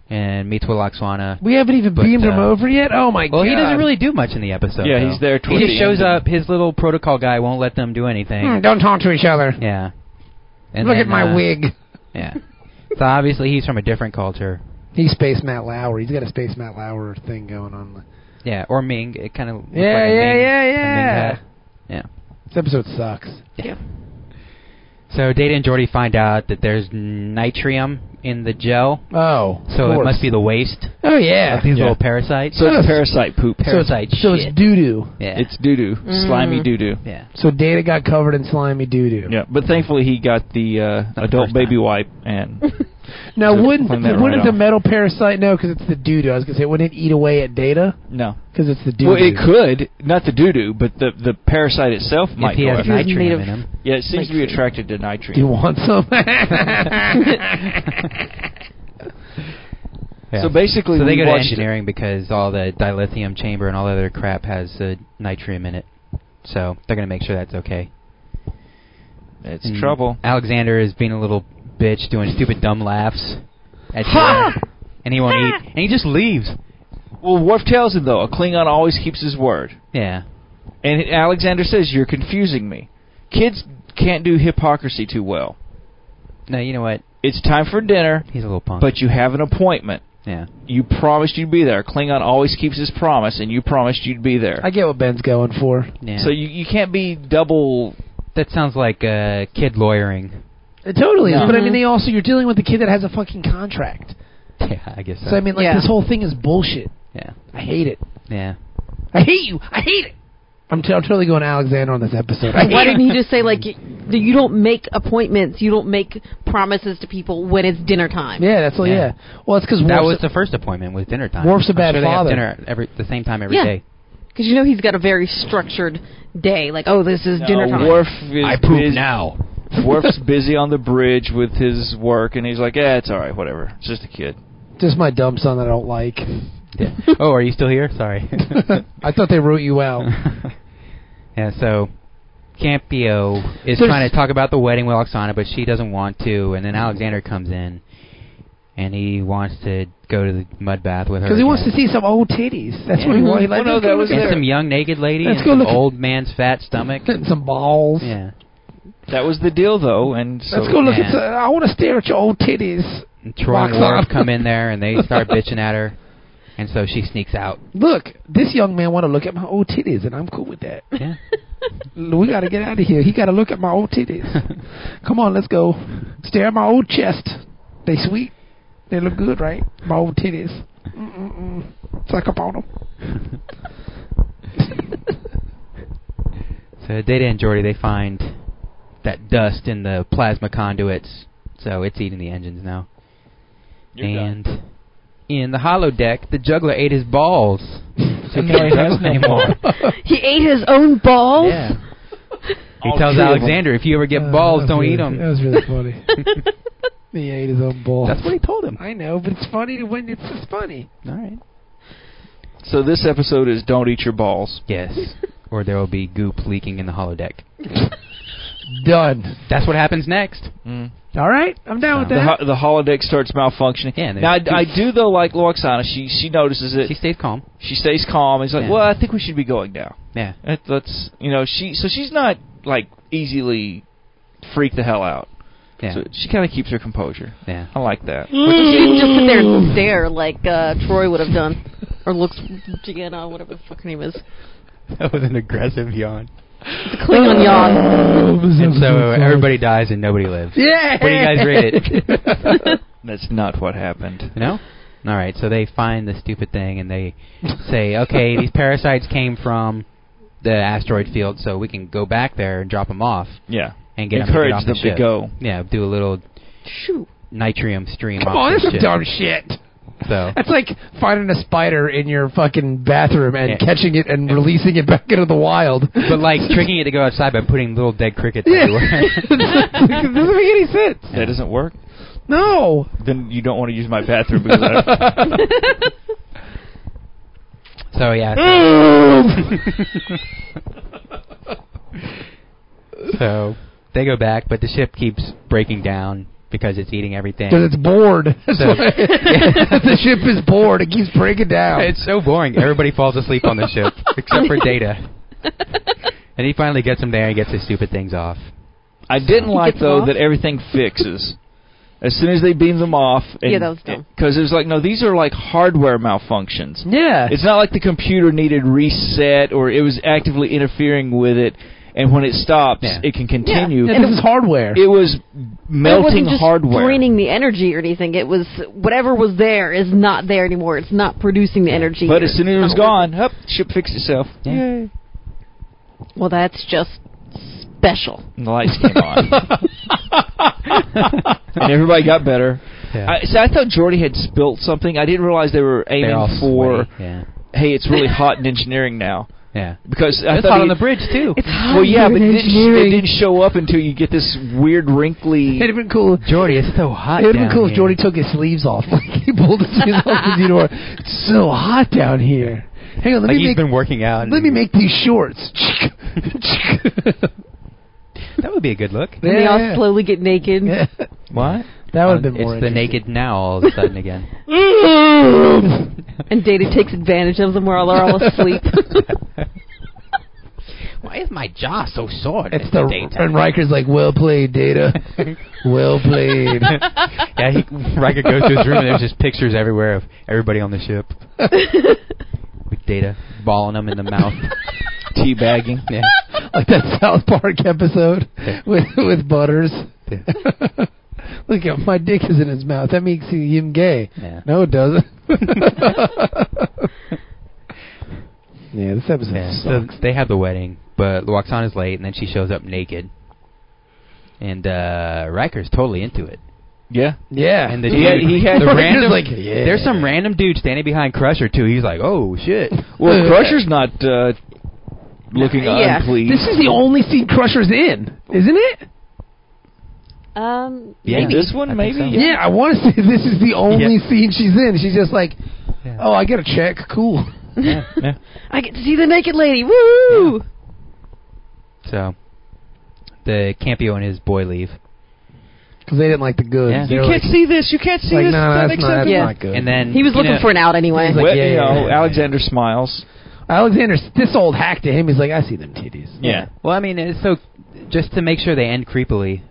Speaker 7: and meets Willaxwana.
Speaker 5: We haven't even
Speaker 7: But,
Speaker 5: beamed him
Speaker 7: uh,
Speaker 5: over yet. Oh my
Speaker 7: Well,
Speaker 5: god!
Speaker 7: he doesn't really do much in the episode.
Speaker 6: Yeah,
Speaker 7: though.
Speaker 6: he's there
Speaker 7: He
Speaker 6: towards
Speaker 7: just
Speaker 6: the
Speaker 7: shows
Speaker 6: end.
Speaker 7: up. His little protocol guy won't let them do anything.
Speaker 5: Hmm, don't talk to each other.
Speaker 7: Yeah. And
Speaker 5: Look
Speaker 7: then,
Speaker 5: at my
Speaker 7: uh,
Speaker 5: wig.
Speaker 7: Yeah. So obviously he's from a different culture.
Speaker 5: He's Space Matt Lauer. He's got a Space Matt Lauer thing going on.
Speaker 7: Yeah, or Ming. It kind of looks
Speaker 5: Yeah,
Speaker 7: like a
Speaker 5: yeah,
Speaker 7: Ming,
Speaker 5: yeah,
Speaker 7: a Ming
Speaker 5: yeah.
Speaker 7: hat. Yeah.
Speaker 5: This episode sucks.
Speaker 7: Yeah. So Data and Jordy find out that there's nitrium in the gel,
Speaker 5: Oh,
Speaker 7: so it must be the waste
Speaker 5: Oh yeah.
Speaker 7: of these
Speaker 6: Yeah.
Speaker 7: little parasites.
Speaker 6: So it's parasite poop.
Speaker 7: parasite
Speaker 5: So
Speaker 7: shit.
Speaker 5: it's doo doo.
Speaker 7: yeah.
Speaker 6: It's doo doo, slimy doo doo.
Speaker 7: yeah.
Speaker 5: So Data got covered in slimy doo doo.
Speaker 6: Yeah, but thankfully he got the
Speaker 7: the
Speaker 6: uh, adult
Speaker 7: first
Speaker 6: baby wipe and
Speaker 5: Now
Speaker 6: So
Speaker 5: wouldn't
Speaker 6: clean that
Speaker 5: wouldn't
Speaker 6: right
Speaker 5: the
Speaker 6: off.
Speaker 5: metal parasite know because it's the doo doo? I was gonna say wouldn't it eat away at Data
Speaker 6: no.
Speaker 5: because it's the doo doo?
Speaker 6: Well, it could not the doo doo, but the the parasite itself
Speaker 7: If
Speaker 6: might
Speaker 7: he
Speaker 6: go
Speaker 7: has
Speaker 6: after. it.
Speaker 4: He was made
Speaker 7: nitrium
Speaker 4: of-
Speaker 7: in him.
Speaker 6: Yeah, it seems to be attracted to
Speaker 5: Do you
Speaker 6: nitrium.
Speaker 5: want some?
Speaker 7: Yeah.
Speaker 6: So basically,
Speaker 7: So they
Speaker 6: we
Speaker 7: go to
Speaker 6: watched-
Speaker 7: engineering because all the dilithium chamber and all that other crap has uh, nitrium in it. So they're gonna make sure that's okay.
Speaker 6: It's
Speaker 7: And
Speaker 6: trouble.
Speaker 7: Alexander is being a little bitch, doing stupid dumb laughs. At Jack, and he won't eat, and he just leaves.
Speaker 6: Well, Worf tells him though, a Klingon always keeps his word.
Speaker 7: Yeah.
Speaker 6: And Alexander says, "You're confusing me. Kids can't do hypocrisy too well.
Speaker 7: No, you know what?
Speaker 6: It's time for dinner,
Speaker 7: He's a little punk.
Speaker 6: but you have an appointment.
Speaker 7: yeah,
Speaker 6: You promised you'd be there. Klingon always keeps his promise, and you promised you'd be there.
Speaker 5: I get what Ben's going for.
Speaker 7: yeah.
Speaker 6: So you you can't be double.
Speaker 7: that sounds like uh, kid lawyering.
Speaker 5: It totally is,
Speaker 6: No.
Speaker 7: Mm-hmm.
Speaker 5: but I mean, they also you're dealing with a kid that has a fucking contract.
Speaker 7: Yeah, I guess so.
Speaker 5: So I mean, like
Speaker 4: Yeah.
Speaker 5: this whole thing is bullshit.
Speaker 7: yeah,
Speaker 5: I hate it.
Speaker 7: yeah.
Speaker 5: I hate you. I hate it. I'm, t- I'm totally going Alexander on this episode. I
Speaker 4: Why
Speaker 5: hate
Speaker 4: didn't he just say like y- that you don't make appointments, you don't make promises to people when it's dinner time?
Speaker 5: Yeah, that's all. Yeah.
Speaker 7: Yeah.
Speaker 5: Well, it's because
Speaker 7: that was the first appointment with dinner time.
Speaker 5: Worf's a
Speaker 7: I'm
Speaker 5: bad
Speaker 7: sure they have
Speaker 5: father.
Speaker 7: dinner every the same time every
Speaker 4: Yeah.
Speaker 7: day.
Speaker 4: Because you know he's got a very structured day. Like, oh, this is dinner
Speaker 6: No,
Speaker 4: time.
Speaker 6: Worf is busy-
Speaker 7: now.
Speaker 6: Worf's busy on the bridge with his work, and he's like, "Yeah, it's all right, whatever. It's just a kid."
Speaker 5: just my dumb son that I don't like.
Speaker 7: Yeah. Oh, are you still here? Sorry.
Speaker 5: I thought they wrote you out.
Speaker 7: yeah. So Campio
Speaker 5: There's-
Speaker 7: is trying to talk about the wedding with Oksana, but she doesn't want to. And then Alexander comes in, and he wants to go to the mud bath with her.
Speaker 5: Because he wants to
Speaker 7: again.
Speaker 5: see some old titties. That's what he
Speaker 4: Mhm.
Speaker 5: wanted. Like,
Speaker 6: Well, no,
Speaker 5: let's
Speaker 6: that
Speaker 5: go
Speaker 6: was
Speaker 5: look
Speaker 7: and
Speaker 6: there.
Speaker 7: some young naked lady
Speaker 5: Let's
Speaker 7: and
Speaker 5: go
Speaker 7: some
Speaker 5: look at-
Speaker 7: old man's fat stomach.
Speaker 5: at- Some balls.
Speaker 7: yeah.
Speaker 6: That was the deal, though, and so
Speaker 5: Let's go look
Speaker 7: yeah.
Speaker 5: at. Some, I want to stare at your old titties.
Speaker 7: And Troy and
Speaker 5: Roxanne.
Speaker 7: Worf come in there, and they start bitching at her, and so she sneaks out.
Speaker 5: Look, this young man want to look at my old titties, and I'm cool with that.
Speaker 7: Yeah.
Speaker 5: We got to get out of here. He got to look at my old titties. Come on, let's go. Stare at my old chest. They sweet. They look good, right? My old titties. Mm-mm-mm. Suck up on them.
Speaker 7: So Data and Jordy, they find that dust in the plasma conduits, so it's eating the engines now.
Speaker 6: You're
Speaker 7: and in the hollow deck, the juggler ate his balls. So
Speaker 5: And
Speaker 7: he
Speaker 5: now he
Speaker 7: can't
Speaker 5: has
Speaker 7: juggle
Speaker 5: no
Speaker 7: anymore.
Speaker 4: He ate his own balls.
Speaker 7: yeah. He
Speaker 6: All
Speaker 7: tells
Speaker 6: three of 'em.
Speaker 7: Alexander, if you ever get balls, don't eat them.
Speaker 5: was Uh, really funny. he ate his own balls.
Speaker 7: That's what he told him.
Speaker 5: I know, but it's funny when it's just funny.
Speaker 7: All right.
Speaker 6: So this episode is "Don't Eat Your Balls."
Speaker 7: Yes. Or there will be goop leaking in the hollow deck.
Speaker 5: Done.
Speaker 7: That's what happens next.
Speaker 6: Mm.
Speaker 5: All right, I'm down with
Speaker 7: So-
Speaker 6: The,
Speaker 5: that.
Speaker 6: ho- the holodeck starts malfunctioning.
Speaker 7: Yeah, and
Speaker 6: now I,
Speaker 7: there's-
Speaker 6: I do though like Loxana. She she notices
Speaker 7: She
Speaker 6: it.
Speaker 7: stays calm.
Speaker 6: She stays calm. It's like,
Speaker 7: Yeah.
Speaker 6: well, I think we should be going now.
Speaker 7: Yeah.
Speaker 6: That, that's you know she so she's not like easily freaked the hell out.
Speaker 7: Yeah.
Speaker 6: So she kind of keeps her composure.
Speaker 7: yeah.
Speaker 6: I like that.
Speaker 4: Which is- she didn't Mm. just sit there
Speaker 7: Mm.
Speaker 4: and stare like uh, Troy would have done, or looks Gianna, whatever the fuck her name is.
Speaker 7: That was an aggressive yawn.
Speaker 4: It's a Klingon yawn.
Speaker 5: Oh,
Speaker 7: And so everybody dies and nobody lives.
Speaker 5: Yeah.
Speaker 7: What do you guys rate it?
Speaker 6: That's not what happened.
Speaker 7: No? All right, so they find the stupid thing and they say, okay, these parasites came from the asteroid field, so we can go back there and drop them off
Speaker 6: Yeah.
Speaker 7: and get 'em
Speaker 6: Encourage
Speaker 7: to get off the
Speaker 6: them to
Speaker 7: ship.
Speaker 6: go.
Speaker 7: Yeah, do a little
Speaker 4: Shoo.
Speaker 7: nitrium stream
Speaker 5: Come
Speaker 7: off
Speaker 5: on,
Speaker 7: the
Speaker 5: that's some
Speaker 7: ship.
Speaker 5: dumb shit.
Speaker 7: So
Speaker 5: That's like finding a spider in your fucking bathroom and
Speaker 7: Yeah.
Speaker 5: catching it and releasing it back into the wild.
Speaker 7: but like tricking it to go outside by putting little dead crickets
Speaker 5: Yeah.
Speaker 7: everywhere.
Speaker 5: doesn't make any sense.
Speaker 6: That doesn't work.
Speaker 5: No.
Speaker 6: Then you don't want to use my bathroom because I,
Speaker 7: uh, so yeah. so- so they go back, but the ship keeps breaking down because it's eating everything.
Speaker 5: Because it's bored. That's why- the ship is bored. It keeps breaking down.
Speaker 7: It's so boring. Everybody falls asleep on the ship except for Data. and he finally gets him there and gets his stupid things off.
Speaker 6: I didn't like
Speaker 4: gets
Speaker 6: though
Speaker 4: off?
Speaker 6: that everything fixes as soon as they beam them off. And,
Speaker 4: Yeah, that was dumb.
Speaker 6: Because it was like, no, these are like hardware malfunctions.
Speaker 7: Yeah.
Speaker 6: It's not like the computer needed reset or it was actively interfering with it. And when it stops,
Speaker 7: Yeah.
Speaker 6: it can continue.
Speaker 5: and this is hardware.
Speaker 6: It was
Speaker 4: But it
Speaker 6: melting
Speaker 4: wasn't just
Speaker 6: hardware.
Speaker 4: draining the energy or anything. It was whatever was there is not there anymore. It's not producing the energy.
Speaker 6: But
Speaker 4: or
Speaker 6: as soon as it
Speaker 4: it's
Speaker 6: was
Speaker 4: not
Speaker 6: gone, up, ship fixed itself. Yay.
Speaker 4: working. well, that's just special.
Speaker 6: And the lights came on. and everybody got better.
Speaker 7: Yeah.
Speaker 6: I, see, I thought Jordy had spilt something. I didn't realize they were aiming
Speaker 7: They're all
Speaker 6: for.
Speaker 7: sweaty. Yeah.
Speaker 6: hey, it's really hot in engineering now
Speaker 7: Yeah.
Speaker 6: because I
Speaker 7: It's hot
Speaker 6: thought he-
Speaker 7: on the bridge too.
Speaker 6: Well, yeah, but it didn't, it didn't show up until you get this weird wrinkly.
Speaker 5: It'd have been cool.
Speaker 7: Jordy, it's so hot.
Speaker 5: It'd have
Speaker 7: down
Speaker 5: been cool if
Speaker 7: here.
Speaker 5: Jordy took his sleeves off. he pulled his sleeves off his uniform. It's so hot down here. Hang on, let
Speaker 7: Like
Speaker 5: me
Speaker 7: he's
Speaker 5: make
Speaker 7: been working out.
Speaker 5: let me
Speaker 7: and-
Speaker 5: make these shorts.
Speaker 7: that would be a good look.
Speaker 4: And they all
Speaker 5: Yeah.
Speaker 4: slowly get naked.
Speaker 5: Yeah.
Speaker 7: What?
Speaker 5: That would have been
Speaker 7: it's
Speaker 5: more
Speaker 7: the naked now all of a sudden again.
Speaker 5: naked.
Speaker 4: And Data takes advantage of them while they're all asleep.
Speaker 7: Why is my jaw so sore?
Speaker 5: It's the and Riker's like, well played, Data. well played.
Speaker 7: yeah, he, Riker goes to his room and there's just pictures everywhere of everybody on the ship. With Data balling them in the mouth.
Speaker 6: teabagging.
Speaker 7: Yeah.
Speaker 5: like that South Park episode with with Butters.
Speaker 7: Yeah.
Speaker 5: Look at my dick is in his mouth. That makes him gay.
Speaker 7: Yeah.
Speaker 5: No, it doesn't. yeah, this episode
Speaker 7: Yeah, so
Speaker 5: sucks.
Speaker 7: they have the wedding, but Waxan is late, and then she shows up naked. And uh Riker's totally into it.
Speaker 6: Yeah,
Speaker 5: yeah,
Speaker 7: And the
Speaker 6: He had-
Speaker 7: dude-
Speaker 6: he had-
Speaker 7: the
Speaker 5: Riker's
Speaker 7: random,
Speaker 5: like, yeah.
Speaker 7: there's some random dude standing behind Crusher too. He's like, oh shit.
Speaker 6: Well, Crusher's not uh, looking
Speaker 4: Yeah.
Speaker 6: unpleased.
Speaker 5: This is the only scene Crusher's in, isn't it?
Speaker 4: um,
Speaker 7: Yeah,
Speaker 6: this one
Speaker 7: I think
Speaker 6: maybe.
Speaker 7: so.
Speaker 5: Yeah, I want to say this is the only scene she's in. She's just like, oh, I got a check. Cool.
Speaker 4: I get to see the naked lady. Woo!
Speaker 7: So the Campio and his boy leave,
Speaker 5: Because they didn't like the goods.
Speaker 7: Yeah.
Speaker 5: They
Speaker 7: You
Speaker 5: were like,
Speaker 6: see this. You can't see
Speaker 5: like, no, that's, not, that's
Speaker 4: acceptable.
Speaker 5: not good.
Speaker 7: and then
Speaker 4: He was
Speaker 7: you
Speaker 4: looking
Speaker 7: know,
Speaker 4: for an out anyway.
Speaker 5: He's like,
Speaker 6: well,
Speaker 5: yeah,
Speaker 6: you
Speaker 5: yeah,
Speaker 6: know,
Speaker 5: yeah.
Speaker 6: Alexander smiles.
Speaker 5: Alexander, this old hack to him, he's like, I see them titties.
Speaker 6: Yeah.
Speaker 7: Well, I mean, it's so just to make sure they end creepily,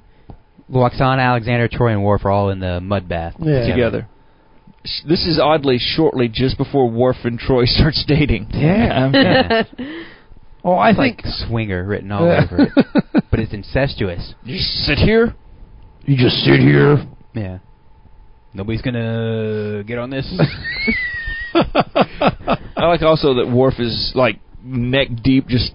Speaker 7: Waxana, Alexander, Troy, and Worf are all in the mud bath
Speaker 5: Yeah.
Speaker 6: together. Sh- This is oddly shortly just before Worf and Troy starts dating.
Speaker 5: Yeah.
Speaker 6: Um,
Speaker 7: Yeah.
Speaker 5: Oh, I
Speaker 7: It's
Speaker 5: think
Speaker 7: like swinger written all over it, but it's incestuous.
Speaker 6: you sit here.
Speaker 5: you just sit here.
Speaker 7: Yeah. Nobody's gonna get on this.
Speaker 6: I like also that Worf is like neck deep, just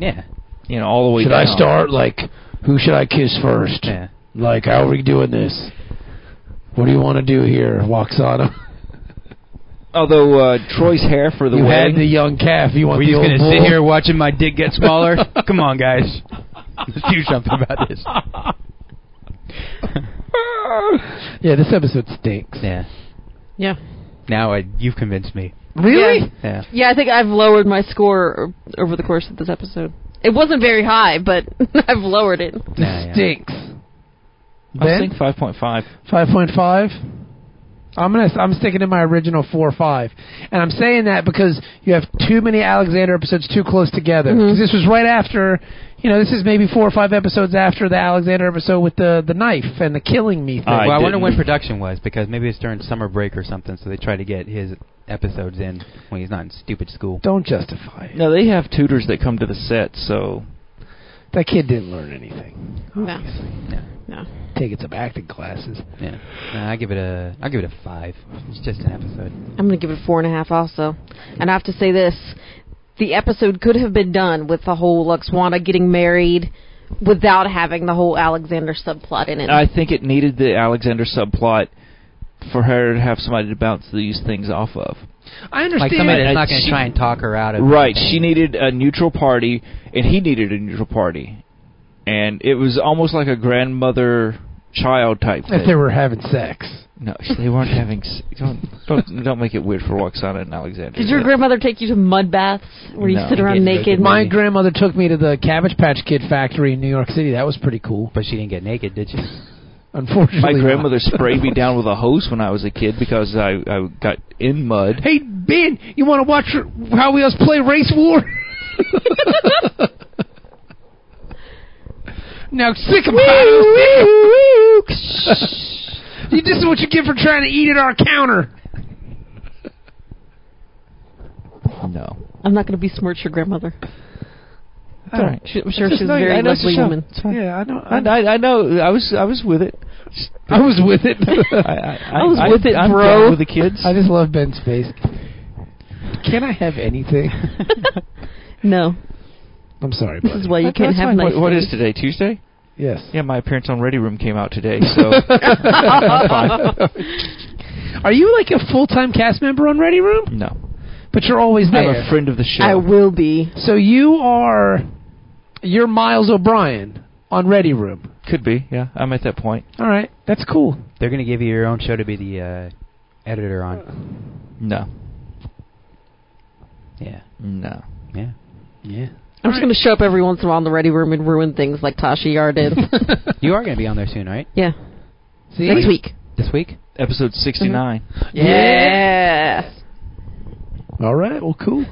Speaker 7: yeah.
Speaker 6: you know, all the way
Speaker 5: Should
Speaker 6: down.
Speaker 5: I start? Like, who should I kiss first?
Speaker 7: Yeah.
Speaker 5: Like, how are we doing this? What do you want to do here, Waxana?
Speaker 6: Although uh, Troy's hair for the
Speaker 5: you
Speaker 6: wedding,
Speaker 5: had the young calf. You want
Speaker 7: We're
Speaker 5: the
Speaker 7: just
Speaker 5: old
Speaker 7: gonna
Speaker 5: bull?
Speaker 7: sit here watching my dick get smaller. Come on, guys. Let's do something about this.
Speaker 5: Yeah, this episode stinks.
Speaker 7: Yeah.
Speaker 4: yeah.
Speaker 7: Now I, you've convinced me.
Speaker 5: Really?
Speaker 7: Yeah.
Speaker 4: Yeah, I think I've lowered my score o- over the course of this episode. It wasn't very high, but I've lowered it.
Speaker 5: This
Speaker 7: Yeah, yeah.
Speaker 5: stinks.
Speaker 6: I
Speaker 5: Ben,
Speaker 6: think five point five.
Speaker 5: five point five. I'm gonna. I'm sticking to my original four or five, and I'm saying that because you have too many Alexander episodes too close together. 'Cause this was right after, you know, this is maybe four or five episodes after the Alexander episode with the the knife and the killing me thing.
Speaker 6: I
Speaker 7: well, I wonder when
Speaker 6: didn't.
Speaker 7: production was because maybe it's during summer break or something, so they try to get his episodes in when he's not in stupid school.
Speaker 5: Don't justify it.
Speaker 6: No, they have tutors that come to the set, so
Speaker 5: That kid didn't learn anything.
Speaker 4: No.
Speaker 5: Obviously.
Speaker 7: Yeah,
Speaker 4: No.
Speaker 5: Taking some acting classes.
Speaker 7: yeah. Nah, I give it a, I give it a five. It's just an episode.
Speaker 4: I'm going to give it a four and a half also. And I have to say this. The episode could have been done with the whole Luxwana getting married without having the whole Alexander subplot in it.
Speaker 6: I think it needed the Alexander subplot for her to have somebody to bounce these things off of.
Speaker 5: I
Speaker 7: Like
Speaker 5: understand.
Speaker 7: somebody that's
Speaker 6: I-
Speaker 7: not going to
Speaker 6: she-
Speaker 7: try and talk her out of
Speaker 6: Right.
Speaker 7: anything.
Speaker 6: She needed a neutral party, and he needed a neutral party, and it was almost like a grandmother child type
Speaker 5: if
Speaker 6: thing.
Speaker 5: they were having sex.
Speaker 6: no, they weren't having. s- Don't don't, don't make it weird for Waxana and Alexander.
Speaker 4: Did your grandmother take you to mud baths where you
Speaker 6: No.
Speaker 4: sit around
Speaker 7: Didn't
Speaker 4: naked?
Speaker 7: go to
Speaker 5: My
Speaker 7: Maybe.
Speaker 5: grandmother took me to the Cabbage Patch Kid factory in New York City. That was pretty cool.
Speaker 7: but she didn't get naked, did she?
Speaker 5: Unfortunately,
Speaker 6: My
Speaker 5: not.
Speaker 6: grandmother sprayed me down with a hose when I was a kid because I, I got in mud.
Speaker 5: Hey Ben, you want to watch how we us play race war? now sick of You This is what you get for trying to eat at our counter.
Speaker 6: No.
Speaker 4: I'm not going to besmirch your grandmother.
Speaker 6: All right.
Speaker 4: I'm sure she's a
Speaker 6: No,
Speaker 4: very
Speaker 6: I know it's a
Speaker 4: lovely
Speaker 6: show.
Speaker 4: woman.
Speaker 6: It's fine.
Speaker 5: Yeah, I don't.
Speaker 6: I, I, I know. I was I was with it.
Speaker 5: I was with it.
Speaker 6: I, I, I,
Speaker 4: was with it,
Speaker 6: I'm
Speaker 4: bro.
Speaker 6: down With the kids.
Speaker 5: I just love Ben's face. Can I have anything?
Speaker 4: No,
Speaker 5: I'm sorry,
Speaker 4: this
Speaker 5: buddy.
Speaker 4: is why you
Speaker 6: That-
Speaker 4: can't
Speaker 6: that's
Speaker 4: have
Speaker 6: fine.
Speaker 4: nice
Speaker 6: What- what
Speaker 4: things.
Speaker 6: is today? Tuesday.
Speaker 5: Yes.
Speaker 6: Yeah, my appearance on Ready Room came out today, so
Speaker 5: Are you like a full time cast member on Ready Room?
Speaker 6: no.
Speaker 5: But you're always
Speaker 6: I'm
Speaker 5: there.
Speaker 6: a friend of the show.
Speaker 4: I will be.
Speaker 5: so you are, you're Miles O'Brien on Ready Room.
Speaker 6: Could be. Yeah, I'm at that point.
Speaker 5: All right, that's cool.
Speaker 7: They're gonna give you your own show to be the uh, editor on.
Speaker 6: No.
Speaker 7: Yeah,
Speaker 6: No.
Speaker 7: yeah.
Speaker 5: Yeah.
Speaker 4: I'm just going to show up every once in a while in the ready room and ruin things like Tasha Yar did.
Speaker 7: You are gonna be on there soon, right?
Speaker 4: yeah,
Speaker 5: See?
Speaker 4: next week.
Speaker 7: This week?
Speaker 6: Episode 69.
Speaker 4: Yeah.
Speaker 5: All right, well, cool.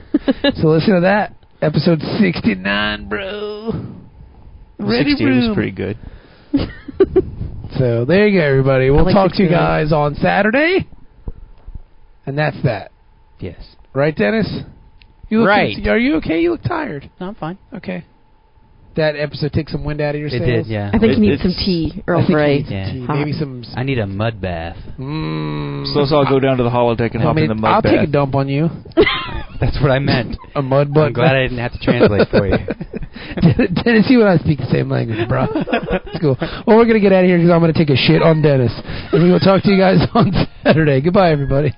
Speaker 5: so listen to that. Episode 69, bro. Ready
Speaker 6: 68 was
Speaker 5: Room.
Speaker 6: pretty good.
Speaker 5: So there you go, everybody. We'll
Speaker 4: like
Speaker 5: talk to you
Speaker 4: 69.
Speaker 5: guys on Saturday. And that's that.
Speaker 7: Yes.
Speaker 5: Right, Dennis? You look
Speaker 7: Right.
Speaker 5: Are you okay? You look tired.
Speaker 7: No, I'm fine.
Speaker 5: Okay. That episode took some wind out of your
Speaker 7: It
Speaker 5: sails?
Speaker 7: did, yeah.
Speaker 4: I think
Speaker 6: It-
Speaker 4: you need some
Speaker 6: it's-
Speaker 4: tea,
Speaker 5: I
Speaker 4: Earl
Speaker 5: think you
Speaker 4: Grey.
Speaker 5: need some
Speaker 7: Yeah.
Speaker 5: tea,
Speaker 4: Hot.
Speaker 5: Maybe some.
Speaker 7: I need a mud bath.
Speaker 5: Mm,
Speaker 6: So let's all go down to the holodeck and
Speaker 5: I
Speaker 6: hop
Speaker 5: mean,
Speaker 6: in the mud
Speaker 5: I'll
Speaker 6: bath.
Speaker 5: take a dump on you.
Speaker 7: That's what I meant.
Speaker 5: A mud butt.
Speaker 7: I'm glad I didn't have to translate for you.
Speaker 5: Dennis, you and I speak the same language, bro. It's cool. Well, we're going to get out of here because I'm going to take a shit on Dennis. And we will talk to you guys on Saturday. Goodbye, everybody.